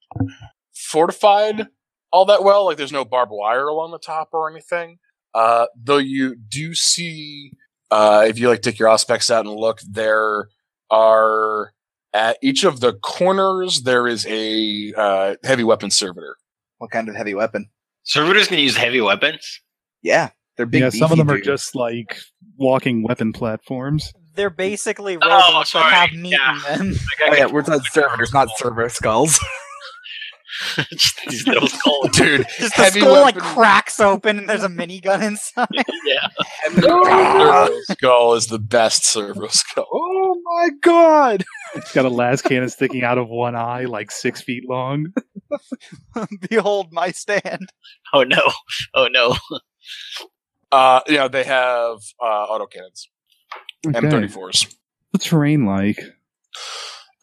Speaker 1: fortified all that well. Like there's no barbed wire along the top or anything. Uh, though you do see, uh, if you like take your aspects out and look, there are at each of the corners there is a uh, heavy weapon servitor.
Speaker 5: What kind of heavy weapon?
Speaker 6: Servitors can use heavy weapons.
Speaker 5: Yeah, they're big.
Speaker 3: yeah, some of
Speaker 5: beefy
Speaker 3: them are
Speaker 5: dudes.
Speaker 3: just like walking weapon platforms.
Speaker 2: They're basically
Speaker 6: Oh,
Speaker 2: robots that
Speaker 6: sorry,
Speaker 2: have meat
Speaker 6: yeah.
Speaker 2: in them.
Speaker 5: Oh, yeah, we're talking servitors, not servo skulls.
Speaker 6: Just these little skulls.
Speaker 1: Dude,
Speaker 2: Just the
Speaker 1: Heavy
Speaker 2: skull like
Speaker 1: weapon.
Speaker 2: cracks open and there's a minigun inside.
Speaker 6: yeah.
Speaker 1: Servo skull is the best servo skull.
Speaker 5: Oh my god!
Speaker 3: It's got a las cannon sticking out of one eye, like six feet long.
Speaker 2: Behold my stand.
Speaker 6: Oh no. Oh no.
Speaker 1: Uh, you know they have uh, auto cannons,
Speaker 3: Okay.
Speaker 1: M34s.
Speaker 3: The terrain like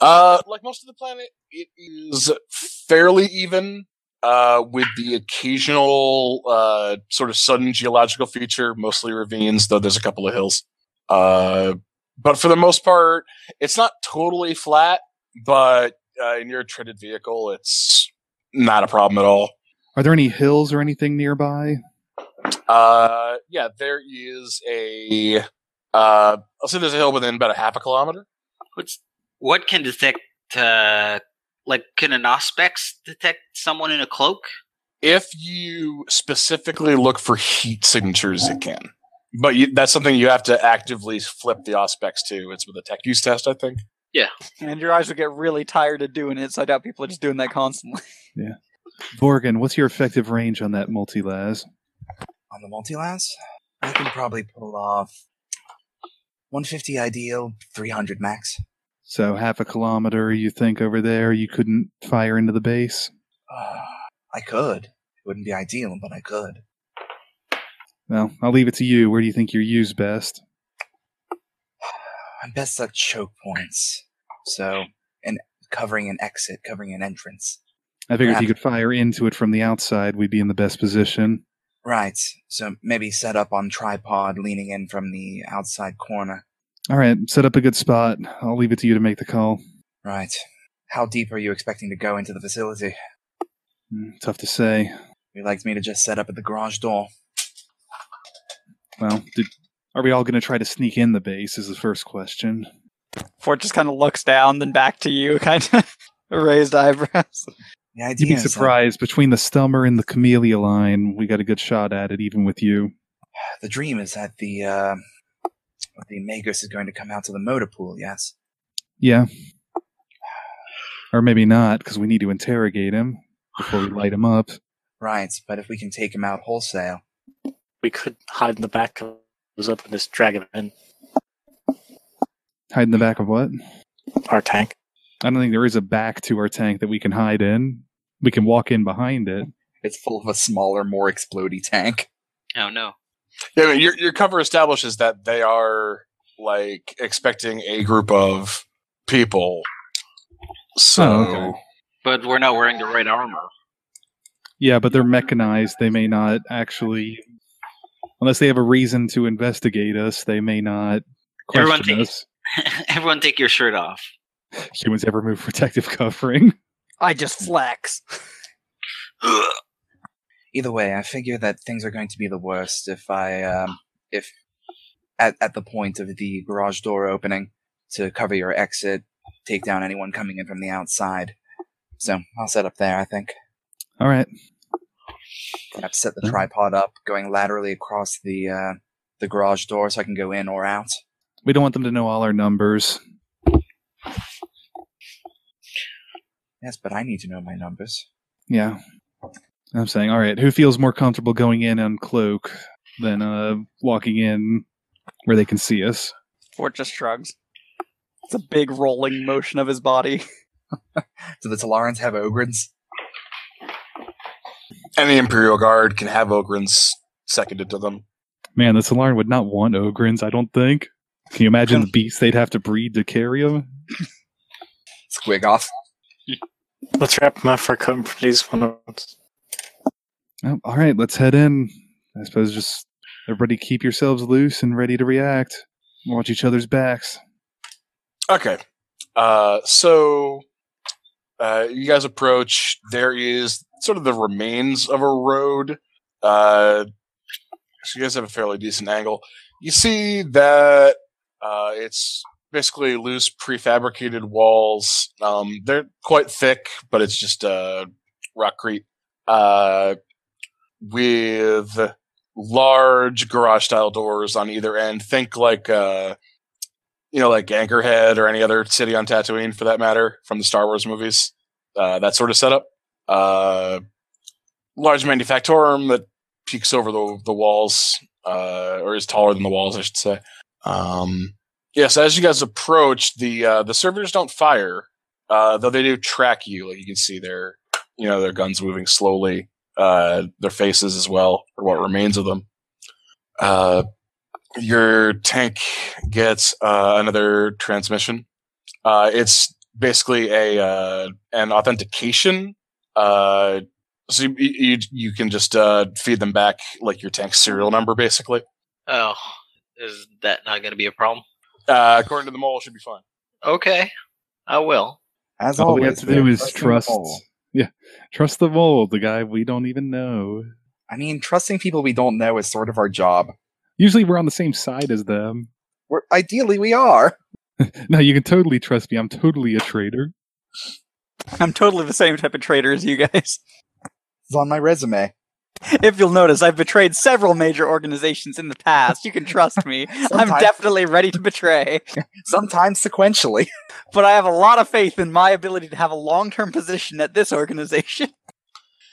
Speaker 1: Uh, like most of the planet, it is fairly even, uh, with the occasional uh, sort of sudden geological feature, mostly ravines, though there's a couple of hills. Uh, but for the most part, it's not totally flat, but uh, in your treaded vehicle, it's not a problem at all.
Speaker 3: Are there any hills or anything nearby?
Speaker 1: Uh, yeah, there is a. Uh, I'll say there's a hill within about a half a kilometer.
Speaker 6: What's what can detect? Uh, like, can an Auspex detect someone in a cloak?
Speaker 1: if you specifically look for heat signatures, it can. But you, that's something you have to actively flip the aspects to. It's with a tech use test, I think.
Speaker 2: And your eyes will get really tired of doing it, so I doubt people are just doing that constantly.
Speaker 3: Vorgan, what's your effective range on that multi las?
Speaker 5: On the multi-lance, I can probably pull off 150 ideal, 300 max.
Speaker 3: So half a kilometer, you think over there you couldn't fire into the base?
Speaker 5: Uh, I could. It wouldn't be ideal, but I could.
Speaker 3: Well, I'll leave it to you. Where do you think you're used best?
Speaker 5: I'm best at choke points, so and covering an exit, covering an entrance.
Speaker 3: I figure if you could fire into it from the outside, we'd be in the best position.
Speaker 5: Right. So maybe set up on tripod, leaning in from the outside corner.
Speaker 3: All right, set up a good spot. I'll leave it to you to make the call.
Speaker 5: Right. How deep are you expecting to go into the facility?
Speaker 3: Hmm, Tough to say.
Speaker 5: You'd like me to just set up at the garage door.
Speaker 3: Well, did, are we all going to try to sneak in the base? Is the first question.
Speaker 2: Fort just kind of looks down, then back to you, kind of raised eyebrows.
Speaker 5: The
Speaker 3: You'd
Speaker 5: idea
Speaker 3: be
Speaker 5: is that
Speaker 3: surprised between the Stummer and the Camellia line. We got a good shot at it, even with you.
Speaker 5: the dream is that the uh, the Magus is going to come out to the motor pool. Yes.
Speaker 3: Yeah. Or maybe not, because we need to interrogate him before we light him up.
Speaker 5: Right. But if we can take him out wholesale,
Speaker 4: We could hide in the back of his up and just drag him in
Speaker 3: Hide in the back of what?
Speaker 4: our tank.
Speaker 3: I don't think there is a back to our tank that we can hide in. We can walk in behind it.
Speaker 5: it's full of a smaller, more explodey tank.
Speaker 6: Oh no.
Speaker 1: Yeah, I mean, your your cover establishes that they are like expecting a group of people. So
Speaker 3: Oh, okay.
Speaker 6: But we're not wearing the right armor.
Speaker 3: Yeah, but they're mechanized. They may not actually, unless they have a reason to investigate us, they may not
Speaker 6: Everyone
Speaker 3: question
Speaker 6: take-
Speaker 3: us.
Speaker 6: Everyone, take your shirt off.
Speaker 3: Humans ever move protective covering?
Speaker 2: I just flex.
Speaker 5: Either way, I figure that things are going to be the worst if I um, if at at the point of the garage door opening to cover your exit, take down anyone coming in from the outside. So I'll set up there. I think
Speaker 3: All right.
Speaker 5: I've set the
Speaker 3: Mhm.
Speaker 5: tripod up, going laterally across the uh, the garage door, so I can go in or out.
Speaker 3: We don't want them to know all our numbers.
Speaker 5: Yes, but I need to know my numbers.
Speaker 3: Yeah. I'm saying, all right, who feels more comfortable going in on cloak than uh, walking in where they can see us?
Speaker 2: Fort just shrugs. It's a big rolling motion of his body.
Speaker 5: Do the Talarans have ogrins?
Speaker 1: any Imperial Guard can have Ogrins seconded to them.
Speaker 3: Man, the Solaran would not want Ogrins, I don't think. Can you imagine the beasts they'd have to breed to carry them?
Speaker 5: Squig off.
Speaker 4: Let's wrap them up for cutting for these one.
Speaker 3: Oh, all right, let's head in. I suppose just everybody keep yourselves loose and ready to react. Watch each other's backs.
Speaker 1: Okay. Uh, so uh, you guys approach. There is sort of the remains of a road. Uh, so you guys have a fairly decent angle. You see that uh, it's basically loose prefabricated walls. Um, they're quite thick, but it's just uh, rockcrete uh, with large garage style doors on either end. Think like. Uh, you know, like Anchorhead or any other city on Tatooine for that matter from the Star Wars movies, uh, that sort of setup. Uh, large manufactorum that peaks over the, the walls, uh, or is taller than the walls, I should say. Um, yes, as you guys approach, the uh, the servitors don't fire, uh, though they do track you. Like you can see their, you know, their guns moving slowly, uh, their faces as well, or what remains of them. Uh, your tank gets uh, another transmission. Uh, it's basically a uh, an authentication. Uh, so you, you you can just uh, feed them back like your tank serial number, basically.
Speaker 6: Oh, is that not going to be a problem?
Speaker 1: Uh, according to the mole, it should be fine.
Speaker 6: Okay, I will.
Speaker 5: As
Speaker 3: All
Speaker 5: always,
Speaker 3: we have to
Speaker 5: we are
Speaker 3: do is
Speaker 5: trusting
Speaker 3: trust.
Speaker 5: all.
Speaker 3: Yeah, trust the mole, the guy we don't even know.
Speaker 5: I mean, trusting people we don't know is sort of our job.
Speaker 3: Usually we're on the same side as them.
Speaker 5: We're, ideally, we are.
Speaker 3: No, you can totally trust me. I'm totally a traitor.
Speaker 2: I'm totally the same type of traitor as you guys.
Speaker 5: It's on my resume.
Speaker 2: If you'll notice, I've betrayed several major organizations in the past. You can trust me. I'm
Speaker 5: Sometimes-
Speaker 2: definitely ready to betray.
Speaker 5: Sometimes sequentially.
Speaker 2: But I have a lot of faith in my ability to have a long term position at this organization.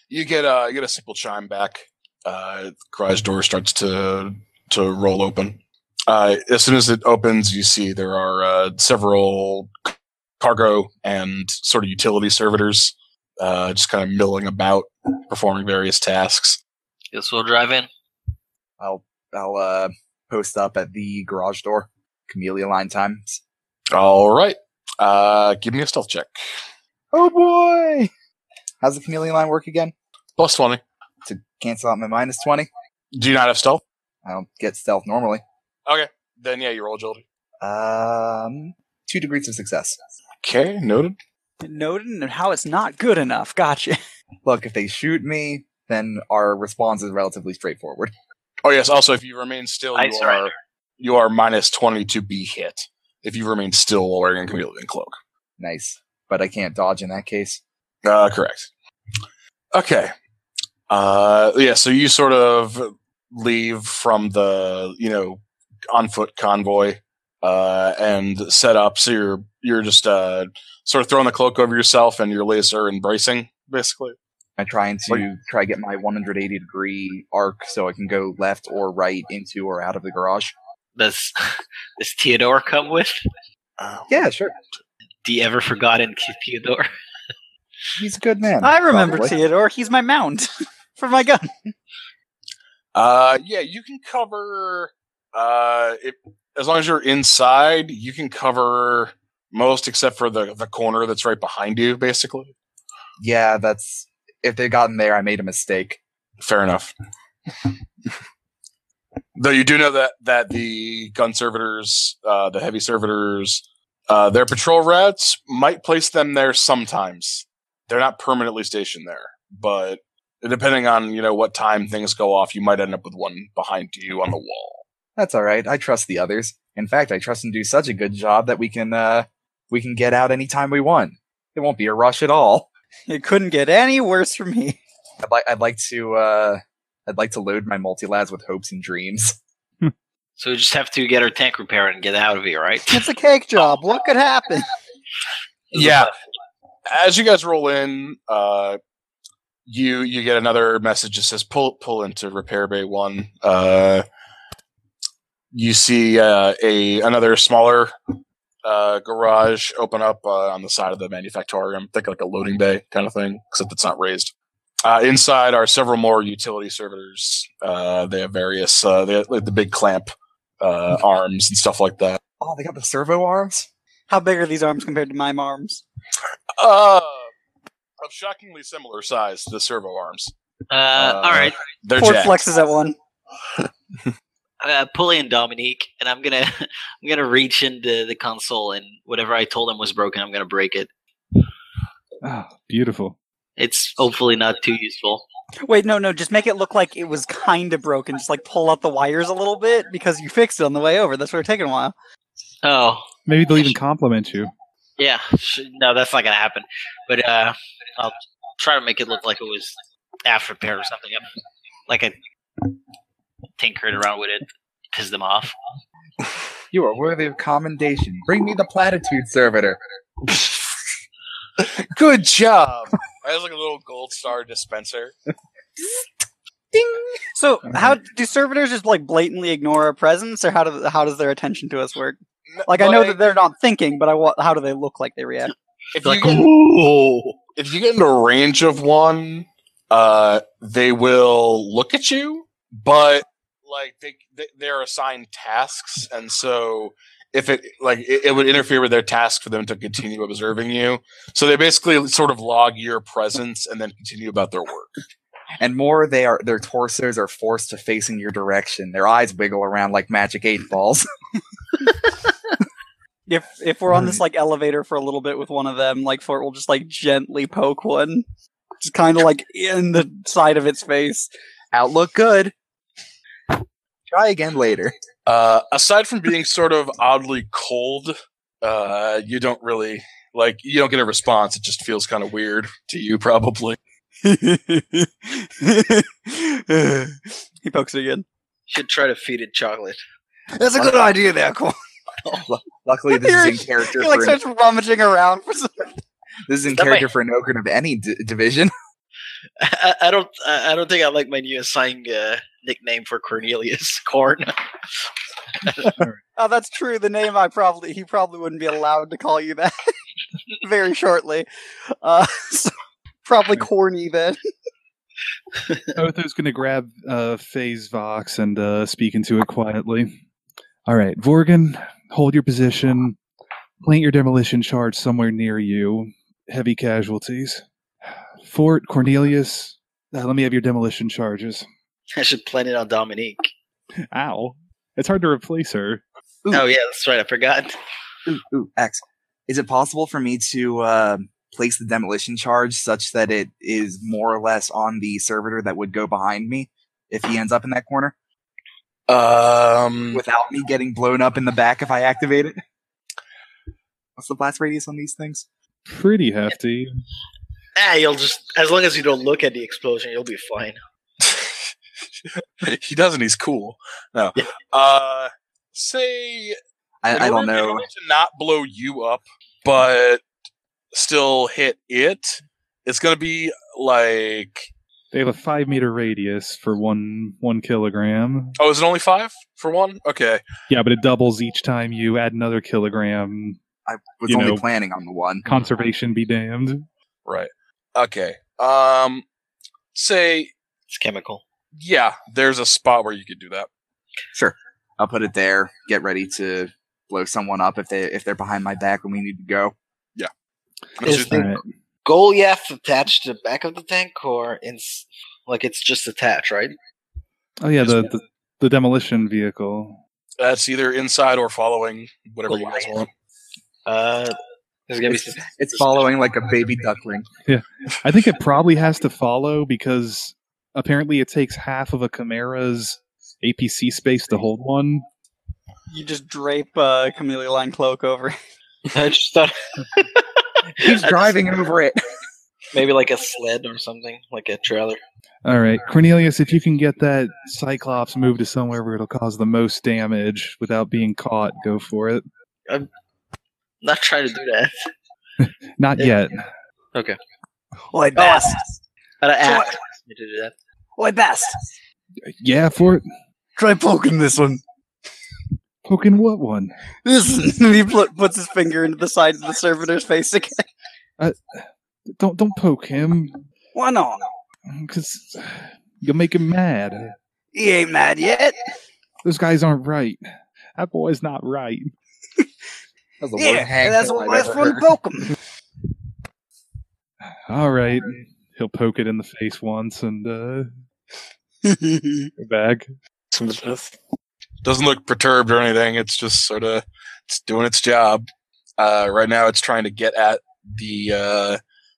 Speaker 1: You get uh, you get a simple chime back. Uh, the garage door starts to to roll open. Uh, as soon as it opens, you see there are uh, several c- cargo and sort of utility servitors uh, just kind of milling about, performing various tasks.
Speaker 6: Guess we'll drive in.
Speaker 5: I'll I'll uh, post up at the garage door. Camellia line times.
Speaker 1: All right, uh, give me a stealth check.
Speaker 5: Oh boy! How's the camellia line work again?
Speaker 1: Plus twenty.
Speaker 5: To cancel out my minus twenty,
Speaker 1: Do you not have stealth?
Speaker 5: I don't get stealth normally.
Speaker 1: Then yeah, you roll agility.
Speaker 5: Um, two degrees of success.
Speaker 1: Okay, noted.
Speaker 2: Noden and how it's not good enough. Gotcha.
Speaker 5: Look, if they shoot me, then our response is relatively straightforward.
Speaker 1: Oh yes. Also, if you remain still,
Speaker 6: I
Speaker 1: you are
Speaker 6: surrender.
Speaker 1: you are minus twenty to be hit. If you remain still while wearing a chameleon cloak.
Speaker 5: Nice, but I can't dodge in that case.
Speaker 1: Uh, correct. Okay. Uh, yeah. So you sort of leave from the you know on foot convoy uh, and set up. So you're you're just uh, sort of throwing the cloak over yourself and your laser and bracing basically.
Speaker 5: I'm trying to try get my 180 degree arc so I can go left or right into or out of the garage.
Speaker 6: Does does Theodore come with?
Speaker 1: Um,
Speaker 5: Yeah, sure.
Speaker 6: The ever forgotten Theodore.
Speaker 5: He's a good man.
Speaker 2: I remember
Speaker 5: probably.
Speaker 2: Theodore. He's my mount for my gun.
Speaker 1: Uh, yeah, you can cover. Uh, if as long as you're inside, you can cover most except for the the corner that's right behind you. Basically,
Speaker 5: Yeah, that's if they'd gotten there, I made a mistake.
Speaker 1: fair enough. Though you do know that that the gun servitors, uh, the heavy servitors, uh, their patrol rats might place them there sometimes. They're not permanently stationed there, but depending on you know what time things go off, you might end up with one behind you on the wall.
Speaker 5: That's all right. I trust the others. In fact, I trust them to do such a good job that we can uh we can get out anytime we want. It won't be a rush at all.
Speaker 2: It couldn't get any worse for me.
Speaker 5: I'd like I'd like to uh I'd like to load my multilads with hopes and dreams.
Speaker 6: So we just have to get our tank repair and get out of here, right?
Speaker 2: It's a cake job. What could happen?
Speaker 1: yeah as you guys roll in uh you you get another message that says pull pull into repair bay one uh you see uh a another smaller uh garage open up uh, on the side of the manufactorium think like a loading bay kind of thing except it's not raised uh, inside are several more utility servitors. Uh, they have various, uh, they have, like the big clamp uh, arms and stuff like that.
Speaker 5: Oh, they got the servo arms?
Speaker 2: How big are these arms compared to my arms?
Speaker 1: Uh, of shockingly similar size to the servo arms.
Speaker 6: Uh, all right,
Speaker 1: They're
Speaker 2: Ford
Speaker 1: jacked.
Speaker 2: flexes at one.
Speaker 6: uh, pull in Dominique, and I'm gonna I'm gonna reach into the console and whatever I told him was broken, I'm gonna break it.
Speaker 3: Ah, beautiful.
Speaker 6: It's hopefully not too useful.
Speaker 2: Wait, no, no, just make it look like it was kind of broken. Just like pull out the wires a little bit because you fixed it on the way over. That's what it taking a while.
Speaker 6: Oh,
Speaker 3: Maybe they'll even compliment you.
Speaker 6: yeah, sh- no, that's not gonna happen. But uh, I'll try to make it look like it was after repair or something. I'm- Like I tinkered around with it, pissed them off.
Speaker 5: You are worthy of commendation. Bring me the platitude servitor.
Speaker 1: Good job. I was like a little gold star dispenser.
Speaker 2: So, how do servitors just like blatantly ignore our presence, or how do how does their attention to us work?
Speaker 1: N-
Speaker 2: Like, I know that they're not thinking, but I wa- how do they look like they react?
Speaker 1: if you,
Speaker 6: Like,
Speaker 1: get, if you get into range of one, uh, they will look at you, but like they, they they're assigned tasks, and so if it like it, it would interfere with their task for them to continue observing you. So they basically sort of log your presence and then continue about their work.
Speaker 5: And more they are their torsos are forced to facing your direction. Their eyes wiggle around like magic eight balls.
Speaker 2: If if we're on this like elevator for a little bit with one of them, like Fort will just like gently poke one, just kind of like in the side of its face.
Speaker 5: Outlook good. Try again later.
Speaker 1: Uh, aside from being sort of oddly cold, uh, you don't really like you don't get a response. It just feels kind of weird to you, probably.
Speaker 2: he pokes it again.
Speaker 7: Should try to feed it chocolate.
Speaker 2: That's a good idea, there, Corn.
Speaker 5: Luckily this is in character
Speaker 2: He like
Speaker 5: for an,
Speaker 2: starts rummaging around for some.
Speaker 5: this is in
Speaker 7: that
Speaker 5: character for an ogre of any d- division.
Speaker 7: I, I don't. I I don't think I like my new assigned uh, nickname for Cornelius Corn.
Speaker 2: Oh, that's true. The name I probably he probably wouldn't be allowed to call you that very shortly. Uh, so probably corny then.
Speaker 3: Otho's going to grab uh, Phase Vox and uh, speak into it quietly. All right, Vorgan, hold your position. Plant your demolition charge somewhere near you. Heavy casualties. Fort, Cornelius, uh, let me have your demolition charges.
Speaker 7: I should plan it on Dominique.
Speaker 3: Ow. It's hard to replace her.
Speaker 7: Oh yeah, that's right. I forgot.
Speaker 5: Ooh, ooh, X. Is it possible for me to uh, place the demolition charge such that it is more or less on the servitor that would go behind me if he ends up in that corner
Speaker 8: Mm-hmm.
Speaker 1: Um,
Speaker 5: without me getting blown up in the back if I activate it? What's the blast radius on these things?
Speaker 3: Pretty hefty.
Speaker 7: Ah, you'll just as long as you don't look at the explosion, you'll be fine.
Speaker 1: he doesn't. He's cool. No. Uh, say in
Speaker 5: I, I don't
Speaker 1: order- in
Speaker 5: know.
Speaker 1: order to not blow you up, but still hit it. It's gonna be like
Speaker 3: They have a five meter radius for one one kilogram.
Speaker 1: oh, is it only five for one? Okay.
Speaker 3: Yeah, but it doubles each time you add another kilogram.
Speaker 5: I was
Speaker 3: you
Speaker 5: only
Speaker 3: know.
Speaker 5: planning on the one.
Speaker 3: Conservation be damned.
Speaker 1: Right. Okay. Um, say
Speaker 7: It's chemical.
Speaker 1: yeah. There's a spot where you could do that.
Speaker 5: Sure. I'll put it there. Get ready to blow someone up if they if they're behind my back and we need to go.
Speaker 7: Is
Speaker 3: All
Speaker 7: the
Speaker 3: right.
Speaker 7: Goliath attached to the back of the tank, or it's like it's just attached, right?
Speaker 3: Oh yeah, the, the the demolition vehicle.
Speaker 1: That's either inside or following, whatever you guys want.
Speaker 7: Uh, there's gonna be
Speaker 5: It's, it's following like a baby duckling.
Speaker 3: I think it probably has to follow because apparently it takes half of a Chimera's APC space to hold one.
Speaker 2: You just drape a camellia line cloak over. it.
Speaker 7: I just thought
Speaker 5: He's driving over it.
Speaker 7: maybe like a sled or something, like a trailer.
Speaker 3: All right, Cornelius, if you can get that Cyclops moved to somewhere where it'll cause the most damage without being caught, go for it.
Speaker 7: Not trying to do that.
Speaker 3: Not
Speaker 7: Yeah.
Speaker 3: yet.
Speaker 8: Oi, best.
Speaker 7: Not an
Speaker 8: So
Speaker 7: app.
Speaker 8: what-
Speaker 7: You to do that.
Speaker 8: Oi, best.
Speaker 3: Yeah, for it.
Speaker 2: Try poking this one.
Speaker 3: Poking what one?
Speaker 2: Listen, he pl- puts his finger into the side of the servitor's face again.
Speaker 3: Don't don't poke him,
Speaker 8: Why not?
Speaker 3: because you'll make him mad.
Speaker 8: He ain't mad yet.
Speaker 3: Those guys aren't right. That boy's not right.
Speaker 5: That's
Speaker 8: yeah, that's what that's one poke 'em.
Speaker 3: All right, he'll poke it in the face once and uh, go back.
Speaker 4: Some of the stuff.
Speaker 1: Doesn't look perturbed or anything. It's just sort of it's doing its job. Uh, right now, it's trying to get at the. Uh,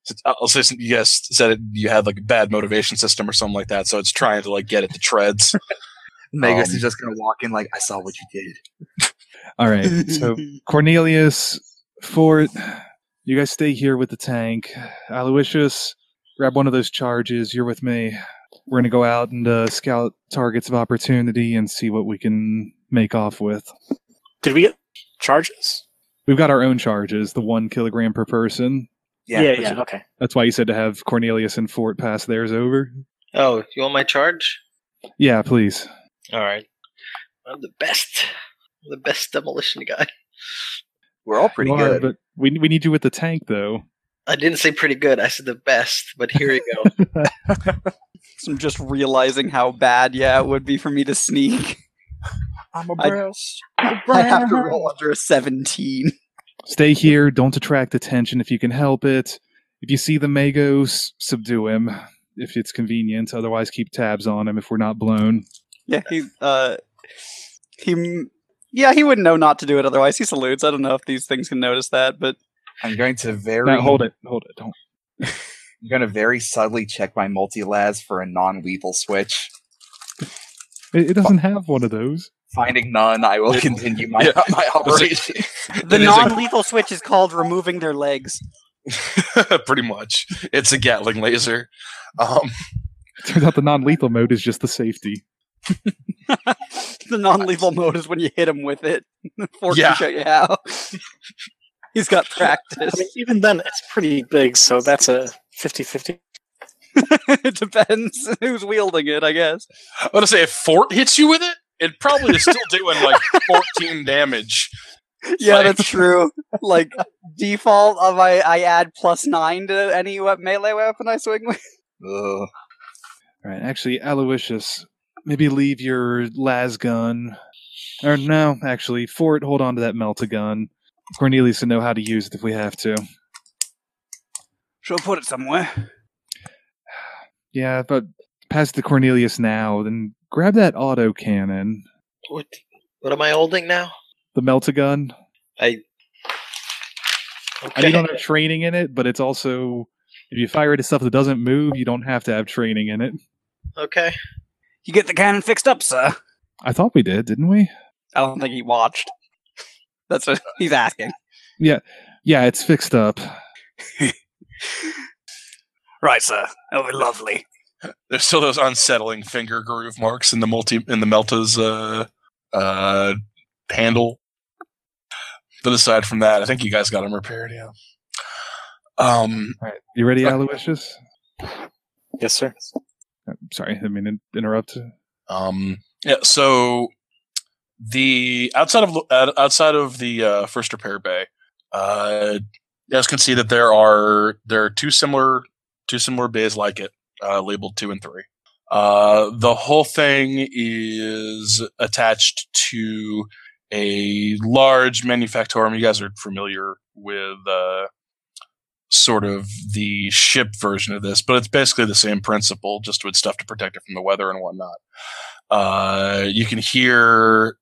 Speaker 1: s- I'll say some, you guys said it, you had like a bad motivation system or something like that, so it's trying to like get at the treads.
Speaker 5: Magus
Speaker 1: Um,
Speaker 5: is just gonna walk in like I saw what you did.
Speaker 3: All right, so Cornelius, Fort, you guys stay here with the tank. Aloysius, grab one of those charges. You're with me. We're gonna go out and uh, scout targets of opportunity and see what we can make off with.
Speaker 4: Did we get charges?
Speaker 3: We've got our own charges, the one kilogram per person.
Speaker 5: Yeah,
Speaker 4: Okay.
Speaker 3: That's why you said to have Cornelius and Fort pass theirs over.
Speaker 7: Oh, you want my charge?
Speaker 3: Yeah, please.
Speaker 7: All right. I'm the best. I'm the best demolition guy.
Speaker 5: We're all pretty
Speaker 3: You are,
Speaker 5: good.
Speaker 3: but we we need you with the tank though.
Speaker 7: I didn't say pretty good. I said the best. But here you go.
Speaker 2: So I'm just realizing how bad, yeah, it would be for me to sneak.
Speaker 5: I'm a
Speaker 2: I-
Speaker 5: browse.
Speaker 2: I have to roll under a 17.
Speaker 3: Stay here. Don't attract attention if you can help it. If you see the Magos, subdue him if it's convenient. Otherwise, keep tabs on him if we're not blown.
Speaker 2: Yeah, he, uh, he, m- yeah, he wouldn't know not to do it otherwise. He salutes. I don't know if these things can notice that, but
Speaker 5: I'm going to very
Speaker 3: Now, hold it. Hold it. Don't.
Speaker 5: I'm gonna very subtly check my multi-las for a non-lethal switch.
Speaker 3: It, it doesn't have one of those.
Speaker 5: Finding none, I will continue my,
Speaker 1: Yeah.
Speaker 5: my operation.
Speaker 2: the
Speaker 1: It is a-
Speaker 2: non-lethal switch is called removing their legs.
Speaker 1: Pretty much, it's a Gatling laser. Um,
Speaker 3: Turns out the non-lethal mode is just the safety.
Speaker 2: the non-lethal mode is when you hit him with it. Fork
Speaker 1: Yeah.
Speaker 2: can show you how. He's got practice.
Speaker 4: I mean, even then, it's pretty big, so that's a 50-50.
Speaker 2: it depends who's wielding it, I guess.
Speaker 1: I want to say if Fort hits you with it, it probably is still doing like 14 damage.
Speaker 2: Yeah,
Speaker 1: Like-
Speaker 2: that's true. Like default, of I I add plus nine to any we- melee weapon I swing with.
Speaker 5: Ugh.
Speaker 3: All right. Actually, Aloysius, maybe leave your las gun. Or no, actually, Fort, hold on to that melta gun. Cornelius will know how to use it if we have to.
Speaker 8: Should I put it somewhere?
Speaker 3: Yeah, but pass it to Cornelius now. Then grab that auto cannon.
Speaker 7: What? What am I holding now?
Speaker 3: the meltagun. I
Speaker 7: Okay.
Speaker 3: mean, you don't have training in it, but it's also if you fire it at stuff that doesn't move, you don't have to have training in it.
Speaker 7: okay.
Speaker 8: You get the cannon fixed up, sir.
Speaker 3: I thought we did, didn't we?
Speaker 2: I don't think he watched. That's what he's asking.
Speaker 3: Yeah, it's fixed up.
Speaker 8: Right, sir.
Speaker 2: Oh,
Speaker 8: That'll be lovely.
Speaker 1: There's still those unsettling finger groove marks in the multi in the Melta's uh, uh, handle. But aside from that, I think you guys got them repaired. Yeah. Um.
Speaker 3: All right, you ready,
Speaker 1: Okay.
Speaker 3: Aloysius?
Speaker 4: Yes, sir.
Speaker 3: Uh, Sorry, I mean to interrupt.
Speaker 1: Um. Yeah. So the outside of out- outside of the uh, first repair bay, uh, you guys can see that there are there are two similar two similar bays like it, uh, labeled two and three. Uh, the whole thing is attached to a large manufactorum. You guys are familiar with uh, sort of the ship version of this, but it's basically the same principle, just with stuff to protect it from the weather and whatnot. Uh, you can hear.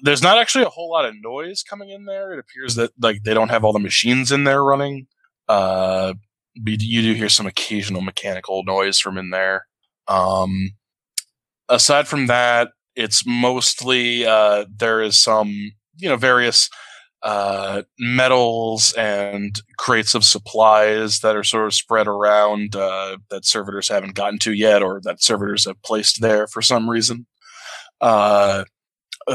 Speaker 1: There's not actually a whole lot of noise coming in there. It appears that like they don't have all the machines in there running. Uh, but you do hear some occasional mechanical noise from in there. Um, aside from that, it's mostly uh, there is some you know various uh, metals and crates of supplies that are sort of spread around uh, that servitors haven't gotten to yet, or that servitors have placed there for some reason. Uh,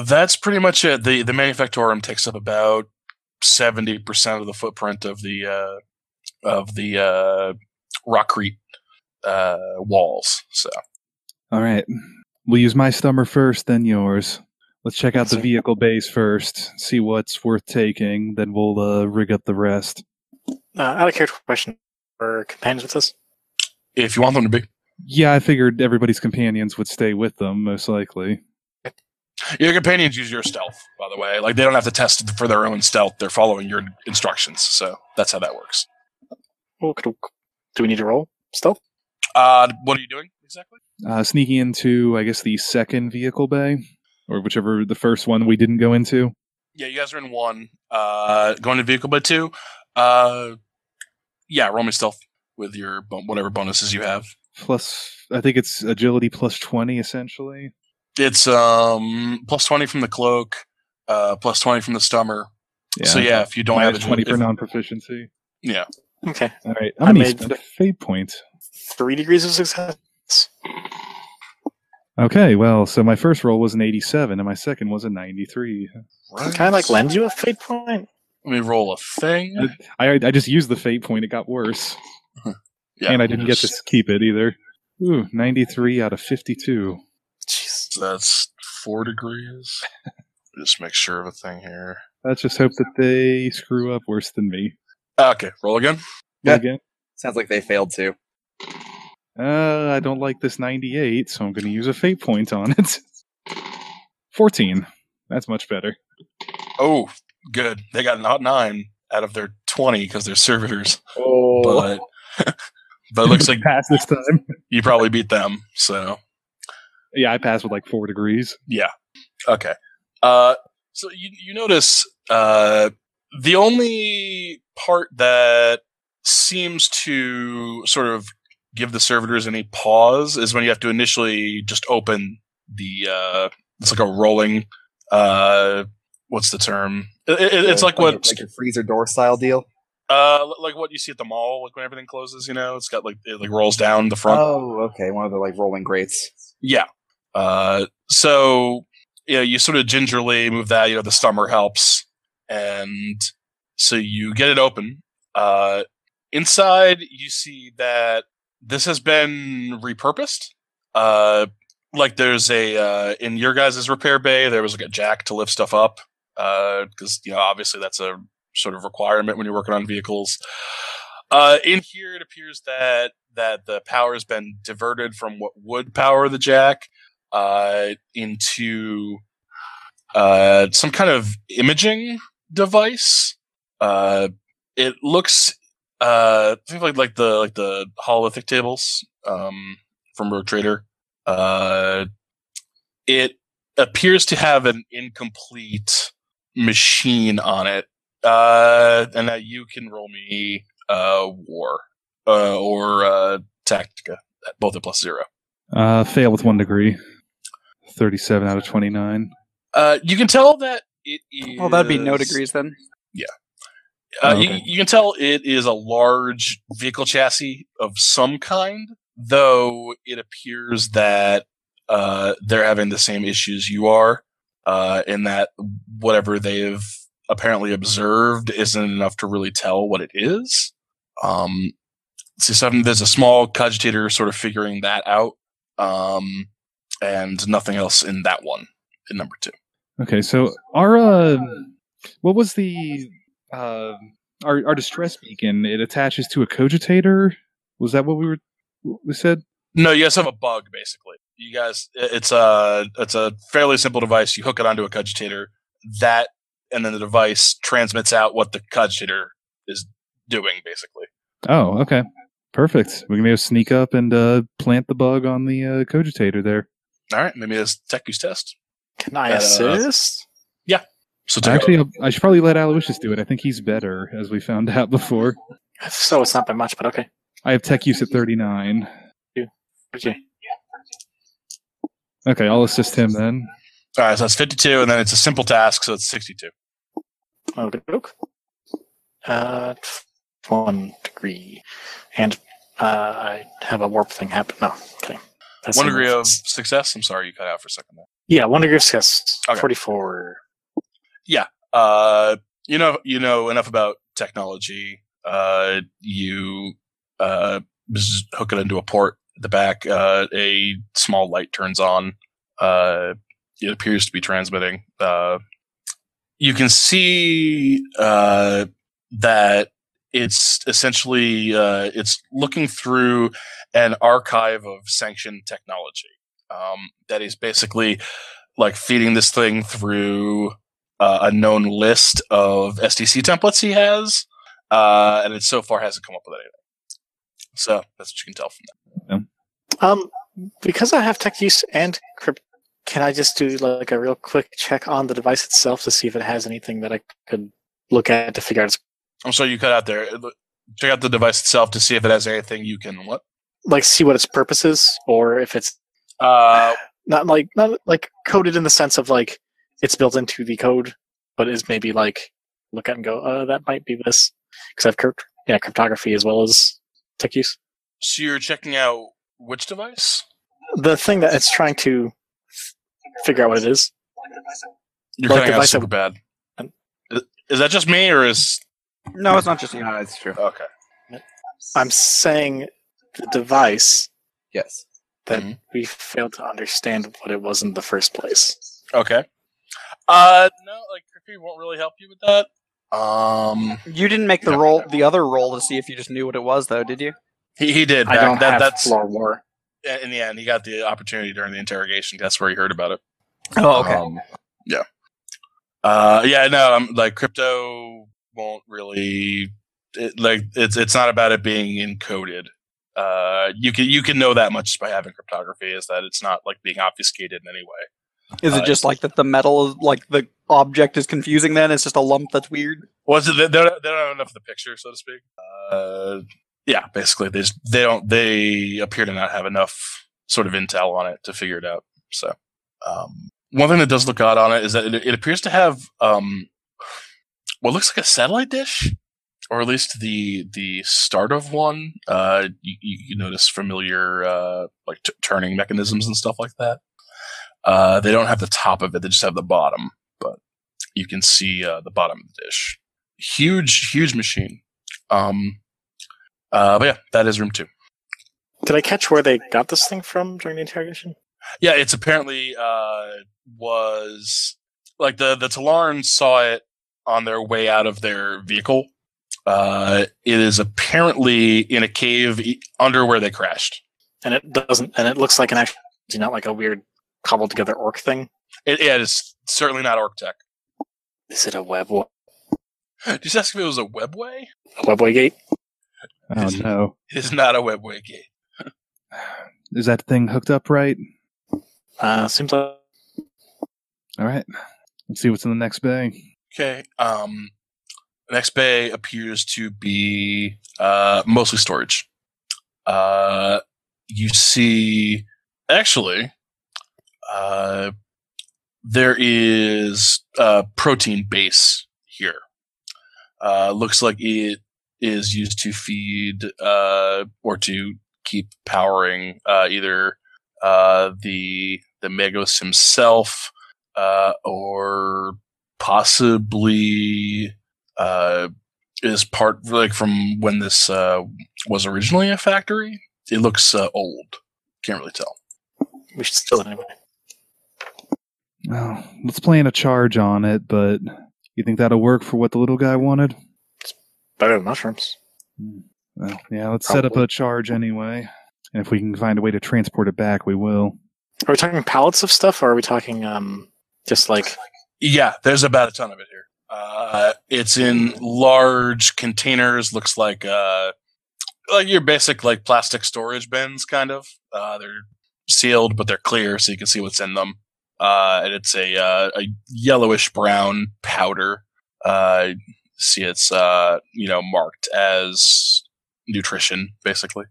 Speaker 1: that's pretty much it. the The manufactorum takes up about seventy percent of the footprint of the uh, of the uh, rockcrete uh, walls. So.
Speaker 3: All right. We'll use my stummer first, then yours. Let's check out the vehicle base first, see what's worth taking, then we'll uh, rig up the rest.
Speaker 4: Uh, out of character question for companions with us.
Speaker 1: if you want them to be.
Speaker 3: Yeah, I figured everybody's companions would stay with them, most likely.
Speaker 1: Your companions use your stealth, by the way. Like they don't have to test for their own stealth; they're following your instructions. So that's how that works.
Speaker 4: Oh, could- Do we need to roll stealth?
Speaker 1: Uh, what are you doing exactly?
Speaker 3: Uh, sneaking into, I guess, the second vehicle bay, or whichever the first one we didn't go into.
Speaker 1: Yeah, you guys are in one. Uh, going to vehicle by two. Uh, yeah, roll me stealth with your bon- whatever bonuses you have.
Speaker 3: Plus, I think it's agility plus 20, essentially.
Speaker 1: It's um plus twenty from the cloak, uh, plus twenty from the stummer. So yeah, if you don't have
Speaker 3: minus
Speaker 1: a
Speaker 3: 20 for
Speaker 1: if-
Speaker 3: non proficiency.
Speaker 1: yeah,
Speaker 4: Okay.
Speaker 3: All right.
Speaker 4: I
Speaker 3: I'm going to
Speaker 4: made-
Speaker 3: spend a fate point.
Speaker 4: Three degrees of success.
Speaker 3: Okay, well, so my first roll was an 87, and my second was a 93.
Speaker 4: Can I like lend you a fate point?
Speaker 1: Let me roll a thing.
Speaker 3: I I just used the fate point; it got worse,
Speaker 1: Yeah,
Speaker 3: and I didn't get to keep it either. Ooh, 93 out of 52.
Speaker 4: Jeez.
Speaker 1: That's four degrees. Just make sure of a thing here.
Speaker 3: Let's just hope that they screw up worse than me
Speaker 1: Ah, Okay, roll again.
Speaker 5: Yeah.
Speaker 3: again.
Speaker 5: Sounds like they failed too.
Speaker 3: Uh, I don't like this 98, so I'm going to use a fate point on it. 14. That's much better.
Speaker 1: Oh, good. They got not nine out of their twenty because they're servitors.
Speaker 3: Oh,
Speaker 1: But but it looks like
Speaker 3: pass this time.
Speaker 1: you probably beat them. So
Speaker 3: Yeah, I passed with like four degrees.
Speaker 1: yeah. Okay. Uh, so you you notice uh, the only part that seems to sort of give the servitors any pause is when you have to initially just open the uh, it's like a rolling uh, what's the term? It, it, it's like what
Speaker 5: like a freezer door style deal.
Speaker 1: Uh, l- like what you see at the mall, like when everything closes, you know, it's got like it like rolls down the front.
Speaker 5: Oh, okay, one of the like rolling grates.
Speaker 1: yeah. Uh, so you know, you sort of gingerly move that. You know, the stummer helps, and so you get it open. Uh, inside, you see that this has been repurposed. Uh, like there's a uh, in your guys' repair bay, there was like a jack to lift stuff up because you know obviously that's a sort of requirement when you're working on vehicles. Uh, in here, it appears that that the power has been diverted from what would power the jack uh, into uh, some kind of imaging device. Uh, it looks uh, I think like like the like the hololithic tables um, from Road Trader. Uh, it appears to have an incomplete machine on it, uh, and that you can roll me uh, war uh, or uh, Tactica, both at plus zero.
Speaker 3: Uh, fail with one degree. 37 out of 29.
Speaker 1: Uh, you can tell that it is.
Speaker 2: Well, that'd be no degrees then.
Speaker 1: Uh,
Speaker 3: Oh,
Speaker 1: you,
Speaker 3: okay.
Speaker 1: you can tell it is a large vehicle chassis of some kind, though it appears that uh, they're having the same issues you are, uh, in that whatever they've apparently observed isn't enough to really tell what it is. Um, see, something there's a small cogitator sort of figuring that out, um, and nothing else in that one, in number two.
Speaker 3: Okay, so our uh, what was the uh, our our distress beacon? It attaches to a cogitator. Was that what we were we said?
Speaker 1: No, you guys have a bug basically. You guys, i- it's a it's a fairly simple device. You hook it onto a cogitator, that, and then the device transmits out what the cogitator is doing basically.
Speaker 3: Oh, okay. Perfect. We can go sneak up and uh, plant the bug on the uh, cogitator there.
Speaker 1: All right, maybe that's Teku's test.
Speaker 4: Can I
Speaker 1: Uh,
Speaker 4: assist?
Speaker 1: So Teku,
Speaker 3: Actually, I I should probably let Aloysius do it. I think he's better, as we found out before.
Speaker 4: If so it's not by much, but okay.
Speaker 3: I have tech use at 39.
Speaker 4: Okay.
Speaker 3: Okay, I'll assist him then.
Speaker 1: all right, so that's fifty-two, and then it's a simple task, so it's sixty-two.
Speaker 4: Okay. doke. Uh, one degree, and uh, I have a warp thing happen. No, okay. That's
Speaker 1: One degree
Speaker 4: enough.
Speaker 1: of success. I'm sorry, you cut out for a second there.
Speaker 4: Yeah, one degree of success.
Speaker 1: Okay.
Speaker 4: Forty-four.
Speaker 1: Uh, you know, you know enough about technology. Uh, you uh, zzz, hook it into a port at the back. Uh, a small light turns on. Uh, it appears to be transmitting. Uh, you can see uh, that it's essentially uh, it's looking through an archive of sanctioned technology. Um, that is basically like feeding this thing through uh, a known list of SDC templates he has, uh, and it so far hasn't come up with anything. So that's what you can tell from that.
Speaker 4: Um, because I have tech use and crypt, can I just do like a real quick check on the device itself to see if it has anything that I could look at to figure out its
Speaker 1: I'm sorry you cut out there. Check out the device itself to see if it has anything you can what?
Speaker 4: like see what its purpose is or if it's
Speaker 1: Uh,
Speaker 4: not like not like coded in the sense of like it's built into the code, but is maybe like look at and go, uh, that might be this because I've crypt yeah cryptography as well as tech use.
Speaker 1: so you're checking out which device?
Speaker 4: The thing that it's trying to figure out what it is.
Speaker 1: You're
Speaker 4: Like
Speaker 1: cutting out
Speaker 4: device that-
Speaker 1: super bad. Is, is that just me or is
Speaker 2: No, it's not just you.
Speaker 5: No, that's true.
Speaker 1: okay?
Speaker 4: I'm saying the device
Speaker 5: Yes.
Speaker 4: that
Speaker 1: Mhm.
Speaker 4: we failed to understand what it was in the first place.
Speaker 1: Okay. Uh, no, like Crippy won't really help you with that. Um,
Speaker 2: You didn't make the
Speaker 1: Yeah.
Speaker 2: roll, the other roll to see if you just knew what it was, though, did you?
Speaker 1: he, he did.
Speaker 4: I
Speaker 1: back-
Speaker 4: don't
Speaker 1: that,
Speaker 4: have
Speaker 1: that's
Speaker 4: floor war.
Speaker 1: in the end. He got the opportunity during the interrogation. That's where he heard about it.
Speaker 2: Oh,
Speaker 1: Um, yeah. Uh, yeah, no, I'm like crypto won't really it, like it's it's not about it being encoded. Uh, you can you can know that much just by having cryptography is that it's not like being obfuscated in any way.
Speaker 2: Is it
Speaker 1: uh,
Speaker 2: just like that the metal, is- like the object is confusing then? It's just a lump that's weird?
Speaker 1: Was it they don't they don't have enough of the picture, so to speak. Uh, yeah, basically they just, they don't they appear to not have enough sort of intel on it to figure it out. So um, one thing that does look odd on it is that it, it appears to have um, what looks like a satellite dish, or at least the the start of one. Uh, you, you you notice familiar uh, like t- turning mechanisms and stuff like that. Uh, they don't have the top of it; they just have the bottom. But you can see uh, the bottom of the dish huge, huge machine. Um, uh, but yeah, that is room two.
Speaker 4: Did I catch where they got this thing from during the interrogation?
Speaker 1: Yeah, it's apparently uh, was like the the Talarn saw it on their way out of their vehicle. Uh, it is apparently in a cave e- under where they crashed.
Speaker 4: And it doesn't. And it looks like an actual, not like a weird cobbled together orc thing.
Speaker 1: It, yeah, it is certainly not Orc Tech.
Speaker 4: Is it a web wa-
Speaker 1: Did you just ask if it was a webway?
Speaker 4: a webway gate?
Speaker 3: Oh, no.
Speaker 1: It is not a webway gate.
Speaker 3: Is that thing hooked up right?
Speaker 4: Uh, seems like
Speaker 3: All right. Let's see what's in the next bay.
Speaker 1: Okay. Um, the next bay appears to be uh, mostly storage. Uh, you see, actually, uh, there is a protein base here. Uh, looks like it is used to feed uh, or to keep powering uh, either uh, the the Megos himself uh, or possibly uh, is part like from when this uh, was originally a factory. It looks uh, old. Can't really tell.
Speaker 4: we should steal it anyway.
Speaker 3: Oh, let's plan a charge on it, but you think that'll work for what the little guy wanted?
Speaker 4: Better than mushrooms.
Speaker 3: Well, yeah, let's set up
Speaker 4: Probably.
Speaker 3: a charge anyway. And if we can find a way to transport it back, we will.
Speaker 4: Are we talking pallets of stuff, or are we talking um just like
Speaker 1: Yeah, there's about a ton of it here. Uh, it's in large containers. Looks like uh, like your basic like plastic storage bins, kind of. Uh, they're sealed, but they're clear, so you can see what's in them. Uh, and it's a uh, a yellowish brown powder. Uh, see, it's uh, you know marked as nutrition, basically.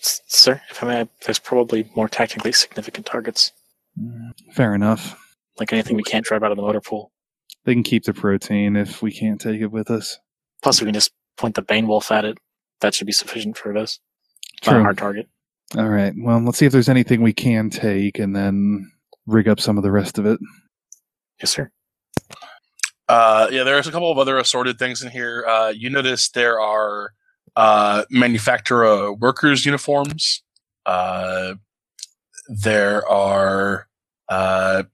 Speaker 4: S- Sir, if I may, there's probably more tactically significant targets,
Speaker 3: Mm, Fair enough.
Speaker 4: like anything we can't drive out of the motor pool.
Speaker 3: They can keep the protein if we can't take it with us.
Speaker 4: Plus, we can just point the Bane Wolf at it. That should be sufficient for this. Not a
Speaker 3: True.
Speaker 4: hard target.
Speaker 3: All right. Well, let's see if there's anything we can take and then rig up some of the rest of it.
Speaker 4: Yes, sir.
Speaker 1: Uh, yeah, there's a couple of other assorted things in here. Uh, you notice there are uh, manufacturer workers' uniforms. Uh, there are uh,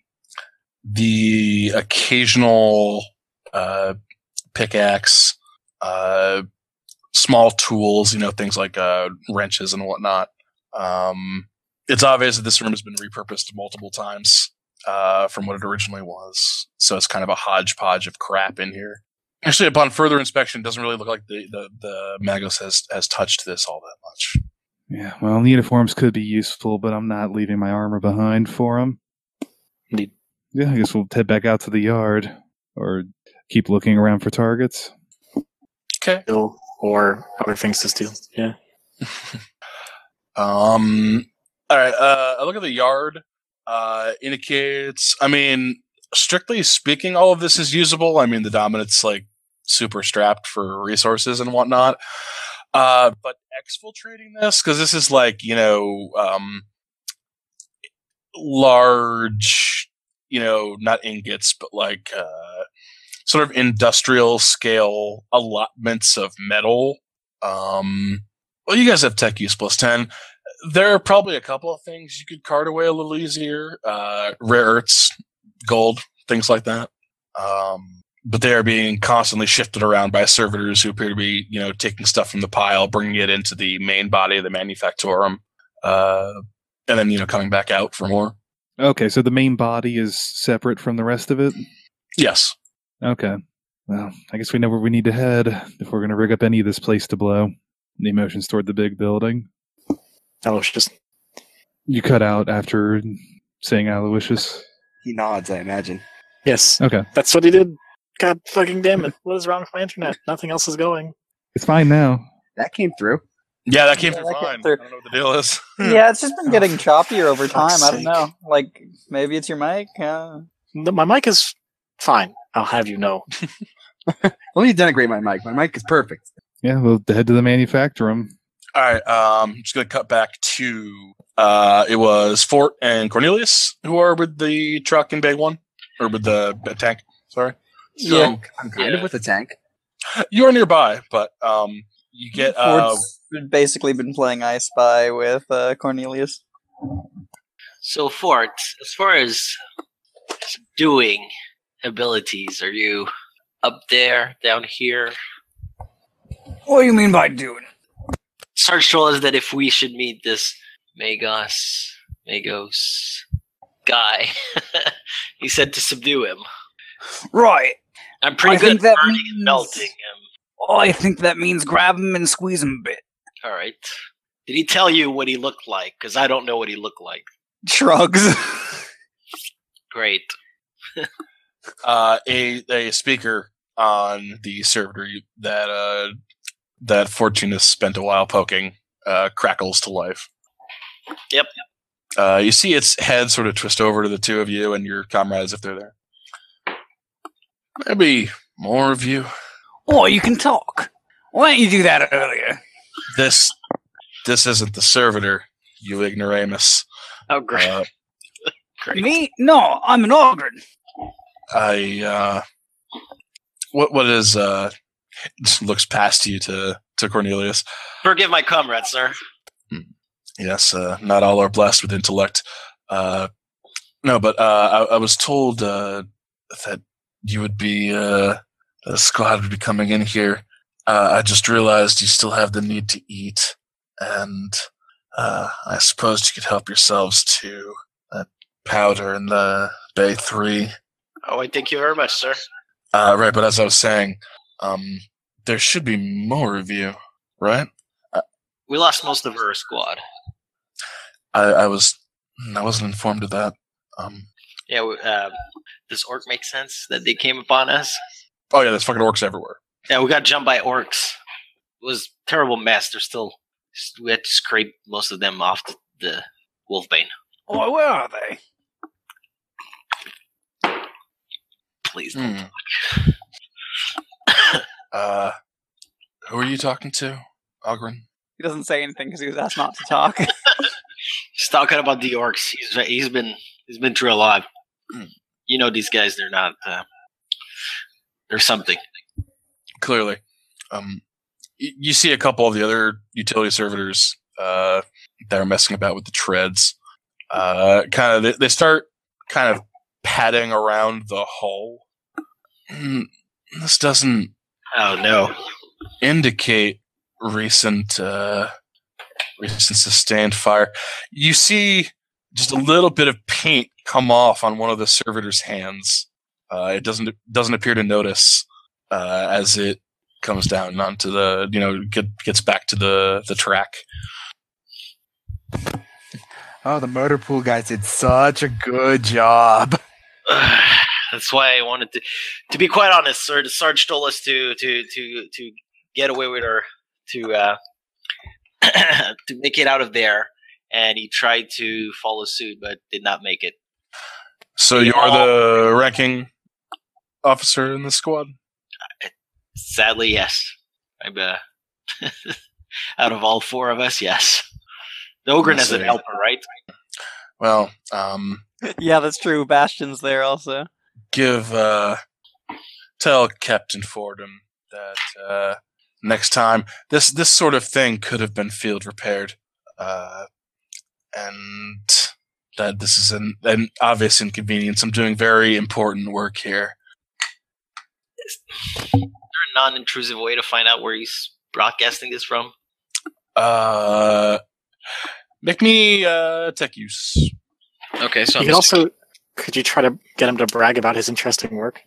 Speaker 1: the occasional uh, pickaxe, uh, small tools, you know, things like uh, wrenches and whatnot. Um, it's obvious that this room has been repurposed multiple times uh, from what it originally was. So it's kind of a hodgepodge of crap in here. Actually, upon further inspection, it doesn't really look like the the, the Magos has has touched this all that much.
Speaker 3: Yeah. Well, the uniforms could be useful, but I'm not leaving my armor behind for them.
Speaker 4: Indeed.
Speaker 3: Yeah. I guess we'll head back out to the yard or keep looking around for targets.
Speaker 1: Okay.
Speaker 4: Bill or other things to steal. Yeah.
Speaker 1: Um. All right. Uh, I look at the yard. Uh, indicates. I mean, strictly speaking, all of this is usable. I mean, the dominant's like super strapped for resources and whatnot. Uh, but exfiltrating this because this is like you know, um, large, you know, not ingots, but like uh, sort of industrial scale allotments of metal. Um, well, you guys have tech use plus ten there are probably a couple of things you could cart away a little easier uh, rare earths gold things like that um, but they are being constantly shifted around by servitors who appear to be you know taking stuff from the pile bringing it into the main body of the manufactorum uh, and then you know coming back out for more
Speaker 3: Okay. So the main body is separate from the rest of it.
Speaker 1: yes
Speaker 3: Okay. Well, I guess we know where we need to head if we're going to rig up any of this place to blow. The motions toward the big building.
Speaker 4: Aloysius.
Speaker 3: You cut out after saying Aloysius.
Speaker 5: He nods, I imagine.
Speaker 4: Yes.
Speaker 3: Okay.
Speaker 4: That's what he did. God fucking damn it. What is wrong with my internet? Nothing else is going.
Speaker 3: It's fine now.
Speaker 5: That came through.
Speaker 1: yeah that came
Speaker 2: Yeah,
Speaker 1: through
Speaker 2: that came
Speaker 1: fine
Speaker 2: through.
Speaker 1: i don't know what the deal is
Speaker 2: yeah, it's just been getting choppier over time.
Speaker 4: Hmm. fuck's
Speaker 2: I don't
Speaker 4: sake.
Speaker 2: know. Like maybe it's your mic. Uh,
Speaker 4: No, my mic is fine. I'll have you know.
Speaker 5: Let me denigrate my mic. My mic is perfect.
Speaker 3: Yeah, we'll head to the manufacturer.
Speaker 1: all right um I'm just gonna cut back to uh it was fort and cornelius who are with the truck and big one or with the the tank sorry
Speaker 5: So
Speaker 2: Yeah.
Speaker 5: I'm kind
Speaker 6: Yeah.
Speaker 5: of with a tank.
Speaker 1: you're nearby, but um, you get uh,
Speaker 2: Ford's basically been playing I Spy with uh, Cornelius.
Speaker 6: So, Fort, as far as doing abilities, are you up there, down here?
Speaker 8: What do you mean by doing?
Speaker 6: Sarge told us that if we should meet this Magos, Magos guy, he said to subdue him.
Speaker 8: Right.
Speaker 6: I'm pretty
Speaker 8: I
Speaker 6: good
Speaker 8: think
Speaker 6: at
Speaker 8: that
Speaker 6: burning and
Speaker 8: means-
Speaker 6: melting him.
Speaker 8: I think that means grab him and squeeze him a bit.
Speaker 6: All right. Did he tell you what he looked like? Because I don't know what he looked like.
Speaker 2: Shrugs.
Speaker 6: Great.
Speaker 1: uh, a a speaker on the servitor you- that uh, that Fortunus spent a while poking uh, crackles to life.
Speaker 6: Yep.
Speaker 1: Uh, you see its head sort of twist over to the two of you and your comrades if they're there. Maybe more of you.
Speaker 8: Oh, you can talk. Why didn't you do that earlier?
Speaker 1: This this isn't the servitor, you ignoramus.
Speaker 6: Oh, great.
Speaker 1: Uh,
Speaker 6: great.
Speaker 8: Me? No, I'm an Ogren.
Speaker 1: I uh what what is uh just looks past you to to Cornelius.
Speaker 6: Forgive my comrade, sir.
Speaker 1: Yes, uh not all are blessed with intellect. Uh no, but uh I, I was told uh that you would be uh that a squad would be coming in here. Uh I just realized you still have the need to eat and Uh, I suppose you could help yourselves to that powder in the Bay 3.
Speaker 9: Oh, I thank you very much, sir.
Speaker 1: Uh, right, but as I was saying, um, there should be more of you, right?
Speaker 6: We lost most of our squad.
Speaker 1: I, I was hmm, I wasn't informed of that. Um,
Speaker 6: Yeah. We, uh, does orc make sense that they came upon us?
Speaker 1: oh yeah, there's fucking orcs everywhere.
Speaker 6: Yeah, we got jumped by orcs. It was terrible mess. They're still we had to scrape most of them off the, the wolfbane.
Speaker 8: Oh, where are they?
Speaker 6: Please.
Speaker 1: Hmm. uh, who are you talking to, Ogren?
Speaker 2: He doesn't say anything because he was asked not to talk.
Speaker 6: Just talking about the orcs. He's he's been he's been through a lot.
Speaker 1: Mm.
Speaker 6: You know these guys. They're not. Uh, they're something.
Speaker 1: Clearly, um, y- you see a couple of the other utility servitors uh, that are messing about with the treads. Uh, kind of, they, they start kind of padding around the hull. Hmm, this doesn't
Speaker 6: Oh no.
Speaker 1: indicate recent uh, recent sustained fire. You see just a little bit of paint come off on one of the servitor's hands. Uh, it doesn't doesn't appear to notice uh, as it comes down onto the you know get, gets back to the the track.
Speaker 5: Oh, the murder pool guys did such a good job.
Speaker 6: That's why I wanted to. To be quite honest, sir, the Sarge told us to to to to get away with her, to uh, to make it out of there, and he tried to follow suit, but did not make it.
Speaker 1: So you are the ranking officer in the squad.
Speaker 6: Sadly, yes. I'm uh, out of all four of us, yes. The ogre
Speaker 1: Let's
Speaker 6: has an
Speaker 1: see.
Speaker 6: helper, right?
Speaker 1: Well, um,
Speaker 2: yeah, that's true. Bastion's there also.
Speaker 1: give uh tell Captain Fordham that uh next time this this sort of thing could have been field repaired uh and that this is an, an obvious inconvenience. I'm doing very important work here.
Speaker 6: Is there a non-intrusive way to find out where he's broadcasting this from?
Speaker 1: Uh make me uh tech use.
Speaker 6: Okay, so
Speaker 4: You
Speaker 6: I'm
Speaker 4: could
Speaker 6: just-
Speaker 4: also could you try to get him to brag about his interesting work?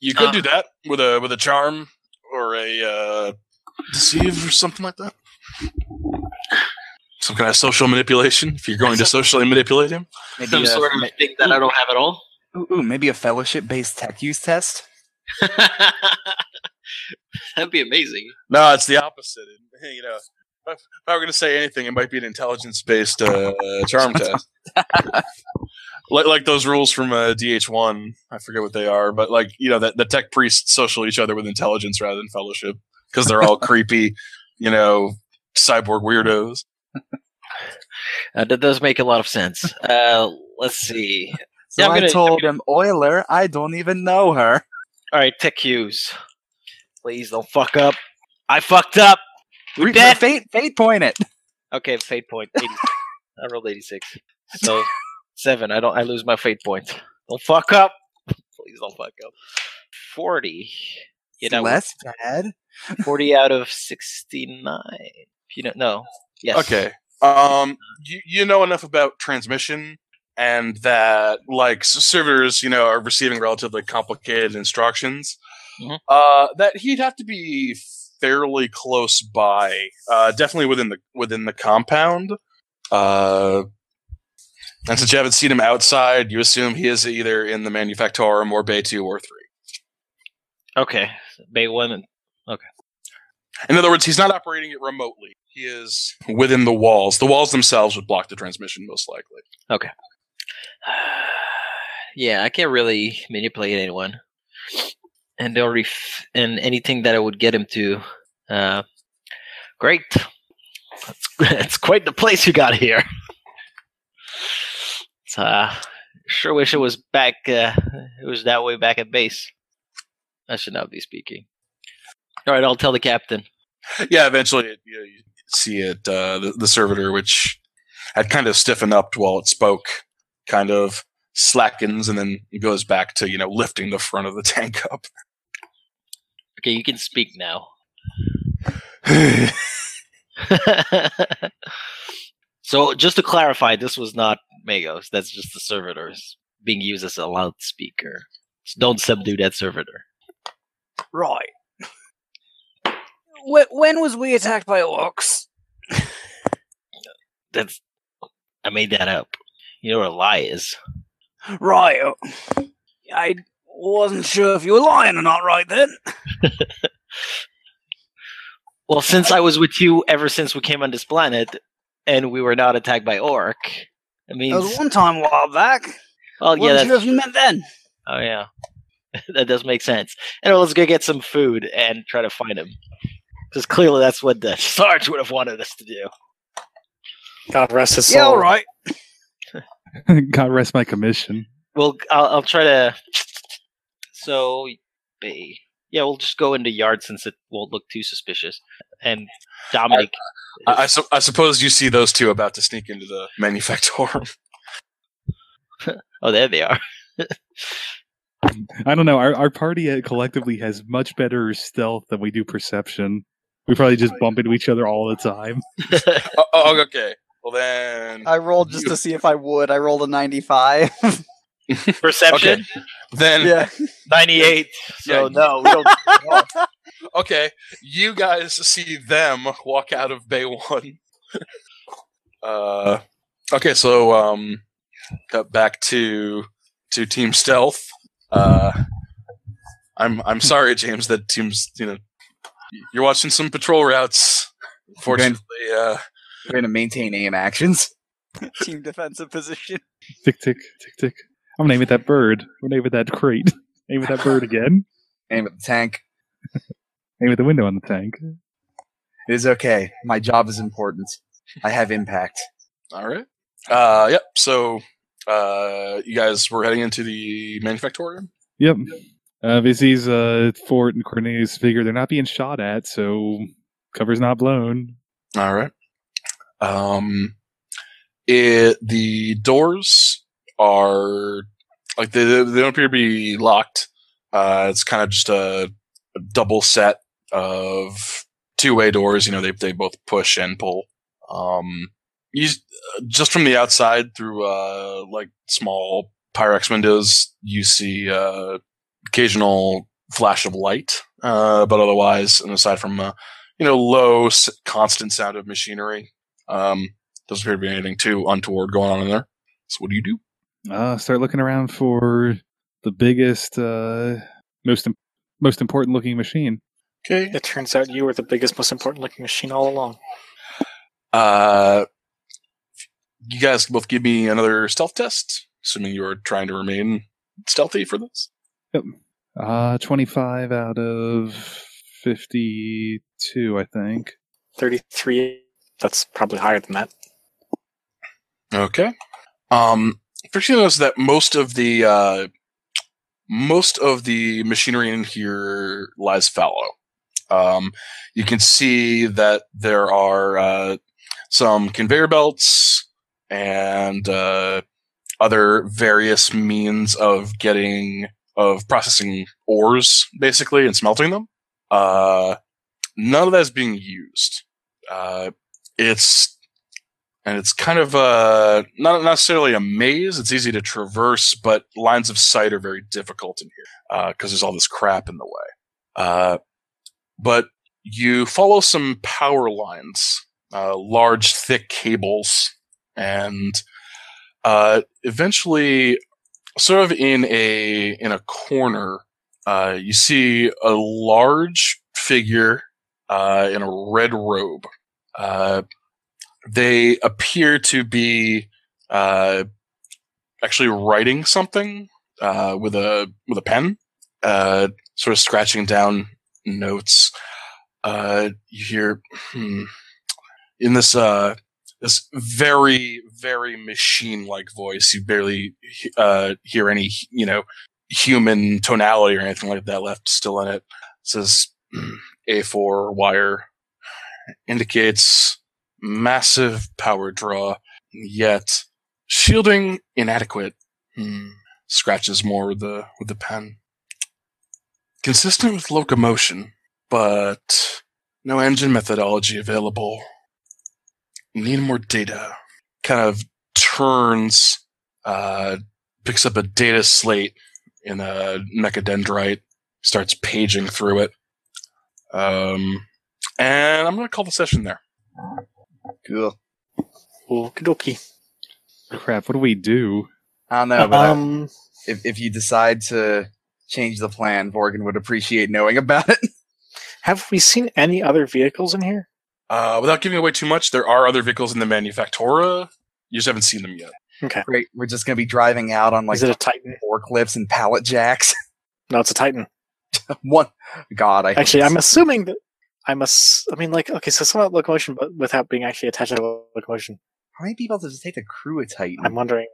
Speaker 1: You could
Speaker 6: Uh.
Speaker 1: do that with a with a charm or a uh deceive or something like that. Some kind of social manipulation if you're going to socially manipulate him.
Speaker 5: Maybe
Speaker 6: some
Speaker 5: a,
Speaker 7: uh,
Speaker 6: sort of thing that I don't have at all.
Speaker 5: ooh, ooh, maybe a fellowship-based tech use test.
Speaker 6: That'd be amazing.
Speaker 1: No, it's the opposite. You know, if I were going to say anything, it might be an intelligence-based uh, charm test, like like those rules from uh, DH one. I forget what they are, but like you know, that the tech priests social each other with intelligence rather than fellowship because they're all creepy, you know, cyborg weirdos.
Speaker 7: Uh, that does make a lot of sense. Uh, let's see.
Speaker 5: So
Speaker 7: Yeah, I'm
Speaker 5: I
Speaker 7: gonna-
Speaker 5: told him, Euler, I don't even know her.
Speaker 7: All right, tech cues. Please don't fuck up. I fucked up. We dead.
Speaker 5: Fate, fate point it.
Speaker 7: Okay, fate point. 86. I rolled eighty-six. So seven. I don't. I lose my fate point. Don't fuck up. Please don't fuck up. Forty. You know,
Speaker 5: Less bad.
Speaker 7: forty out of sixty-nine. You know, no. Yes.
Speaker 1: Okay, um, you you know enough about transmission and that like s- servers, you know, are receiving relatively complicated instructions.
Speaker 7: Mhm.
Speaker 1: Uh, that he'd have to be fairly close by, uh, definitely within the within the compound. Uh, and since you haven't seen him outside, you assume he is either in the manufactorum or Bay Two or Three.
Speaker 7: Okay. Bay one. and-
Speaker 1: In other words, he's not operating it remotely. He is within the walls. The walls themselves would block the transmission, most likely.
Speaker 7: yeah, I can't really manipulate anyone, and they'll ref- and anything that I would get him to. Uh, great. That's, that's quite the place you got here. It's, uh, sure wish it was back. Uh, it was that way back at base. I should not be speaking. All right, I'll tell the captain.
Speaker 1: yeah, eventually it, you, know, you see it. Uh, the, the servitor, which had kind of stiffened up while it spoke, kind of slackens and then goes back to you know lifting the front of the tank up.
Speaker 7: Okay, you can speak now. so just to clarify, this was not Magos. That's just the servitors being used as a loudspeaker. So don't subdue that servitor.
Speaker 8: Right. Wh- when was we attacked by orcs?
Speaker 7: That's I made that up. You know what a lie is.
Speaker 8: Right. uh, I wasn't sure if you were lying or not right then.
Speaker 7: Well, since I was with you ever since we came on this planet, and we were not attacked by orc, it
Speaker 8: There was
Speaker 7: means
Speaker 8: one time a while back.
Speaker 7: well, yeah,
Speaker 8: wasn't
Speaker 7: that's
Speaker 8: sure if you meant then.
Speaker 7: Oh yeah, that does make sense. And let's go get some food and try to find him, because clearly that's what the Sarge would have wanted us to do.
Speaker 4: God rest his soul.
Speaker 8: Yeah, all right.
Speaker 3: God rest my commission.
Speaker 7: Well, I'll, I'll try to. So, ba- yeah, we'll just go into yard since it won't look too suspicious. And Dominic,
Speaker 1: I, I, su- I suppose you see those two about to sneak into the manufactorum.
Speaker 7: oh, there they are.
Speaker 3: I don't know. Our, our party uh, collectively has much better stealth than we do perception. We probably just bump into each other all the time.
Speaker 1: oh, oh, okay. Well then,
Speaker 2: I rolled just to see if I would. I rolled a 95.
Speaker 6: Perception
Speaker 1: then
Speaker 2: yeah.
Speaker 6: ninety-eight. So
Speaker 1: Yeah.
Speaker 6: no, we don't.
Speaker 1: okay. You guys see them walk out of Bay One. uh, okay, so um, cut back to to Team Stealth. Uh, I'm I'm sorry, James, that teams you know you're watching some patrol routes. Fortunately, uh,
Speaker 5: We're going to maintain aim actions.
Speaker 2: Team defensive position.
Speaker 3: Tick tick tick tick. I'm gonna name it that bird. I'm gonna name it that crate. name it that bird again.
Speaker 5: Aim at the tank.
Speaker 3: Name it the window on the tank.
Speaker 5: It is okay. My job is important. I have impact.
Speaker 1: all right. Uh, yep. So uh, you guys were heading into the manufactorium.
Speaker 3: Yep. Uh, Vizzy's uh, fort and Cornelius figure they're not being shot at, so cover's not blown.
Speaker 1: All right. Um, it, the doors are like they they don't appear to be locked. Uh, it's kind of just a, a double set of two way doors. You know, they they both push and pull. Um, you just from the outside through uh like small Pyrex windows, you see uh occasional flash of light. Uh, but otherwise, and aside from uh, you know, low, s- constant sound of machinery. Um, doesn't appear to be anything too untoward going on in there. So, what do you do?
Speaker 3: Uh, start looking around for the biggest, uh, most im- most important looking machine.
Speaker 1: Okay.
Speaker 4: It turns out you were the biggest, most important looking machine all along.
Speaker 1: Uh, you guys both give me another stealth test, assuming you are trying to remain stealthy for this.
Speaker 3: Uh, 25 out of 52, I think.
Speaker 4: 33. That's probably higher than that.
Speaker 1: Okay. Um, first you notice that most of the uh, most of the machinery in here lies fallow. Um, you can see that there are uh, some conveyor belts and uh, other various means of getting of processing ores, basically, and smelting them. Uh, none of that is being used. Uh, it's and it's kind of uh, not necessarily a maze. It's easy to traverse, but lines of sight are very difficult in here because there's all this crap in the way. Uh, but you follow some power lines, uh, large, thick cables, and uh, eventually, sort of in a in a corner, uh, you see a large figure uh, in a red robe. Uh, they appear to be uh, actually writing something uh, with a with a pen, uh, sort of scratching down notes. Uh, you hear hmm, in this uh, this very very machine like voice. You barely uh, hear any you know human tonality or anything like that left still in it. it says hmm, A4 wire indicates massive power draw, yet shielding inadequate. Hmm. Scratches more with the with the pen. Consistent with locomotion, but no engine methodology available. need more data. Kind of turns, uh, picks up a data slate in a mechadendrite, starts paging through it. Um, and I'm going to call the session there.
Speaker 5: Cool.
Speaker 4: Okie dokie.
Speaker 3: Crap, what do we do?
Speaker 5: I don't know, but I-
Speaker 4: um,
Speaker 5: if if you decide to change the plan, Vorgan would appreciate knowing about it.
Speaker 4: have we seen any other vehicles in here?
Speaker 1: Uh, without giving away too much, there are other vehicles in the manufactura. You just haven't seen them yet.
Speaker 4: Okay.
Speaker 5: Great. We're just gonna be driving out on like
Speaker 4: Is it a Titan?
Speaker 5: forklifts and pallet jacks.
Speaker 4: No, it's a Titan.
Speaker 5: One God, I hope
Speaker 4: Actually, I'm
Speaker 5: it's-
Speaker 4: assuming that I must. I mean, like, okay, so somewhat locomotion, but without being actually attached to a locomotion.
Speaker 5: how many people does it take to crew a Titan?
Speaker 4: I'm wondering.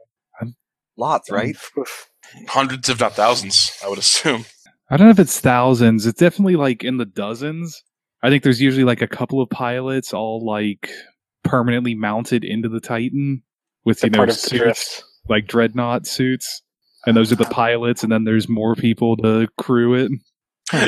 Speaker 5: Lots, Mm-hmm. right?
Speaker 4: Oof.
Speaker 1: Hundreds, if not thousands, I would assume.
Speaker 3: I don't know if it's thousands. It's definitely like in the dozens. I think there's usually like a couple of pilots all like permanently mounted into the Titan with
Speaker 4: They're
Speaker 3: you know
Speaker 4: part of the
Speaker 3: suits,
Speaker 4: drift.
Speaker 3: like dreadnought suits. And those are the pilots, and then there's more people to crew it.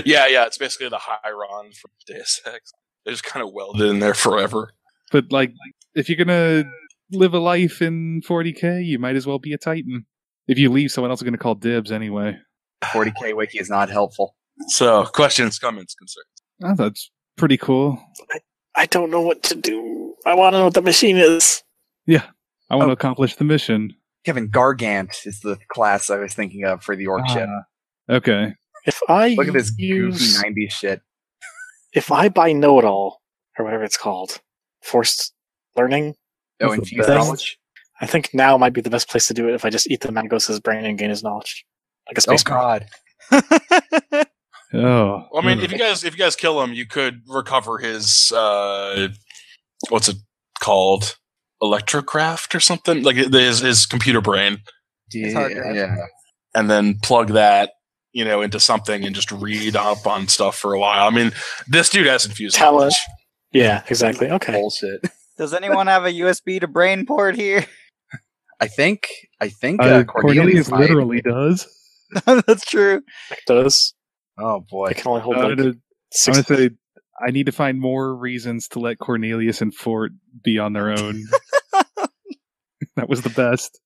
Speaker 1: yeah, yeah, it's basically the Hiron from Deus Ex. They're just kind of welded in there forever.
Speaker 3: But like, if you're gonna live a life in 40k, you might as well be a Titan. If you leave, someone else is gonna call dibs anyway.
Speaker 5: 40k wiki is not helpful.
Speaker 1: So, questions, comments, concerns.
Speaker 3: Oh, that's pretty cool.
Speaker 4: I don't know what to do. I want to know what the machine is.
Speaker 3: I want
Speaker 5: Oh.
Speaker 3: to accomplish the mission.
Speaker 5: Kevin Gargant is the class I was thinking of for the orc ship.
Speaker 4: Uh,
Speaker 3: Okay.
Speaker 4: If I
Speaker 5: Look at this
Speaker 4: use,
Speaker 5: goofy 90s shit.
Speaker 4: if I buy know it all or whatever it's called, forced learning.
Speaker 5: Oh,
Speaker 3: That's the
Speaker 5: infused
Speaker 4: best.
Speaker 5: knowledge.
Speaker 4: I think now might be the best place to do it if I just eat the mangos's brain and gain his knowledge, like a
Speaker 5: Oh
Speaker 4: space crab.
Speaker 5: God!
Speaker 3: Oh.
Speaker 1: Well, I mean, if you guys if you guys kill him, you could recover his uh, what's it called, electrocraft or something like his his computer brain,
Speaker 2: It's hard drive.
Speaker 5: yeah.
Speaker 1: and then plug that you know into something and just read up on stuff for a while. I mean, this dude has infused
Speaker 4: Tell
Speaker 1: knowledge.
Speaker 4: Yeah, exactly. Okay.
Speaker 5: bullshit.
Speaker 2: Does anyone have a USB to brain port here?
Speaker 5: I think I think
Speaker 3: Uh,
Speaker 5: uh,
Speaker 3: Cornelius
Speaker 5: Cornelius, might-
Speaker 3: literally does.
Speaker 2: That's true.
Speaker 4: It does.
Speaker 5: Oh boy!
Speaker 4: I can only hold
Speaker 3: I'm
Speaker 4: like
Speaker 3: gonna, I'm
Speaker 4: six.
Speaker 3: gonna say I need to find more reasons to let Cornelius and Fort be on their own. that was the best.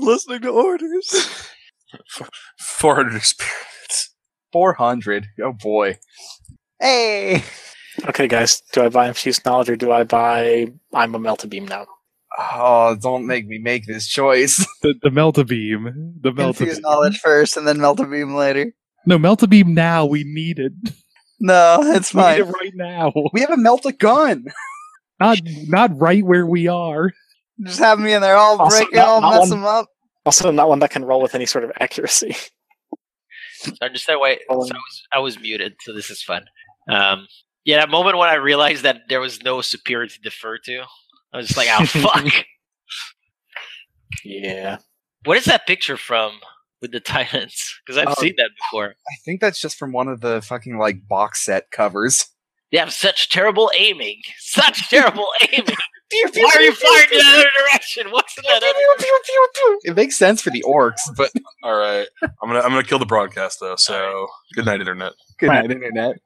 Speaker 2: listening to orders.
Speaker 1: Four hundred experience.
Speaker 5: Four hundred. Oh boy!
Speaker 2: Hey,
Speaker 4: Okay, guys, do I buy infused knowledge or do I buy I'm a melted beam now?
Speaker 5: Oh, don't make me make this choice.
Speaker 3: The, the Meltabeam. The
Speaker 2: infuse
Speaker 3: Meltabeam.
Speaker 2: knowledge first, and then melt a beam later.
Speaker 3: No, Meltabeam now. We need it.
Speaker 2: No, it's
Speaker 3: We need it
Speaker 2: fine.
Speaker 3: right now.
Speaker 5: we have a melt a gun.
Speaker 3: Not not right where we are.
Speaker 2: Just have me in there. I'll
Speaker 4: Also,
Speaker 2: break it.
Speaker 4: not-
Speaker 2: I'll
Speaker 4: not
Speaker 2: mess
Speaker 4: one-
Speaker 2: them up.
Speaker 4: Also, not one that can roll with any sort of accuracy.
Speaker 7: I just that way. So I
Speaker 4: Oh.
Speaker 7: was, I was muted, so this is fun. Um, yeah, that moment when I realized that there was no superior to defer to, I was just like, "Oh fuck!"
Speaker 4: Yeah.
Speaker 7: What is that picture from with the Titans? Because I've
Speaker 5: Oh.
Speaker 7: seen that before.
Speaker 5: I think that's just from one of the fucking like box set covers.
Speaker 7: They have such terrible aiming, such terrible aiming. Why are you firing in that other direction? What's in that other?
Speaker 5: It makes sense for the orcs, but
Speaker 1: All right, I'm gonna I'm gonna kill the broadcast though. So good night, internet.
Speaker 5: good night, internet.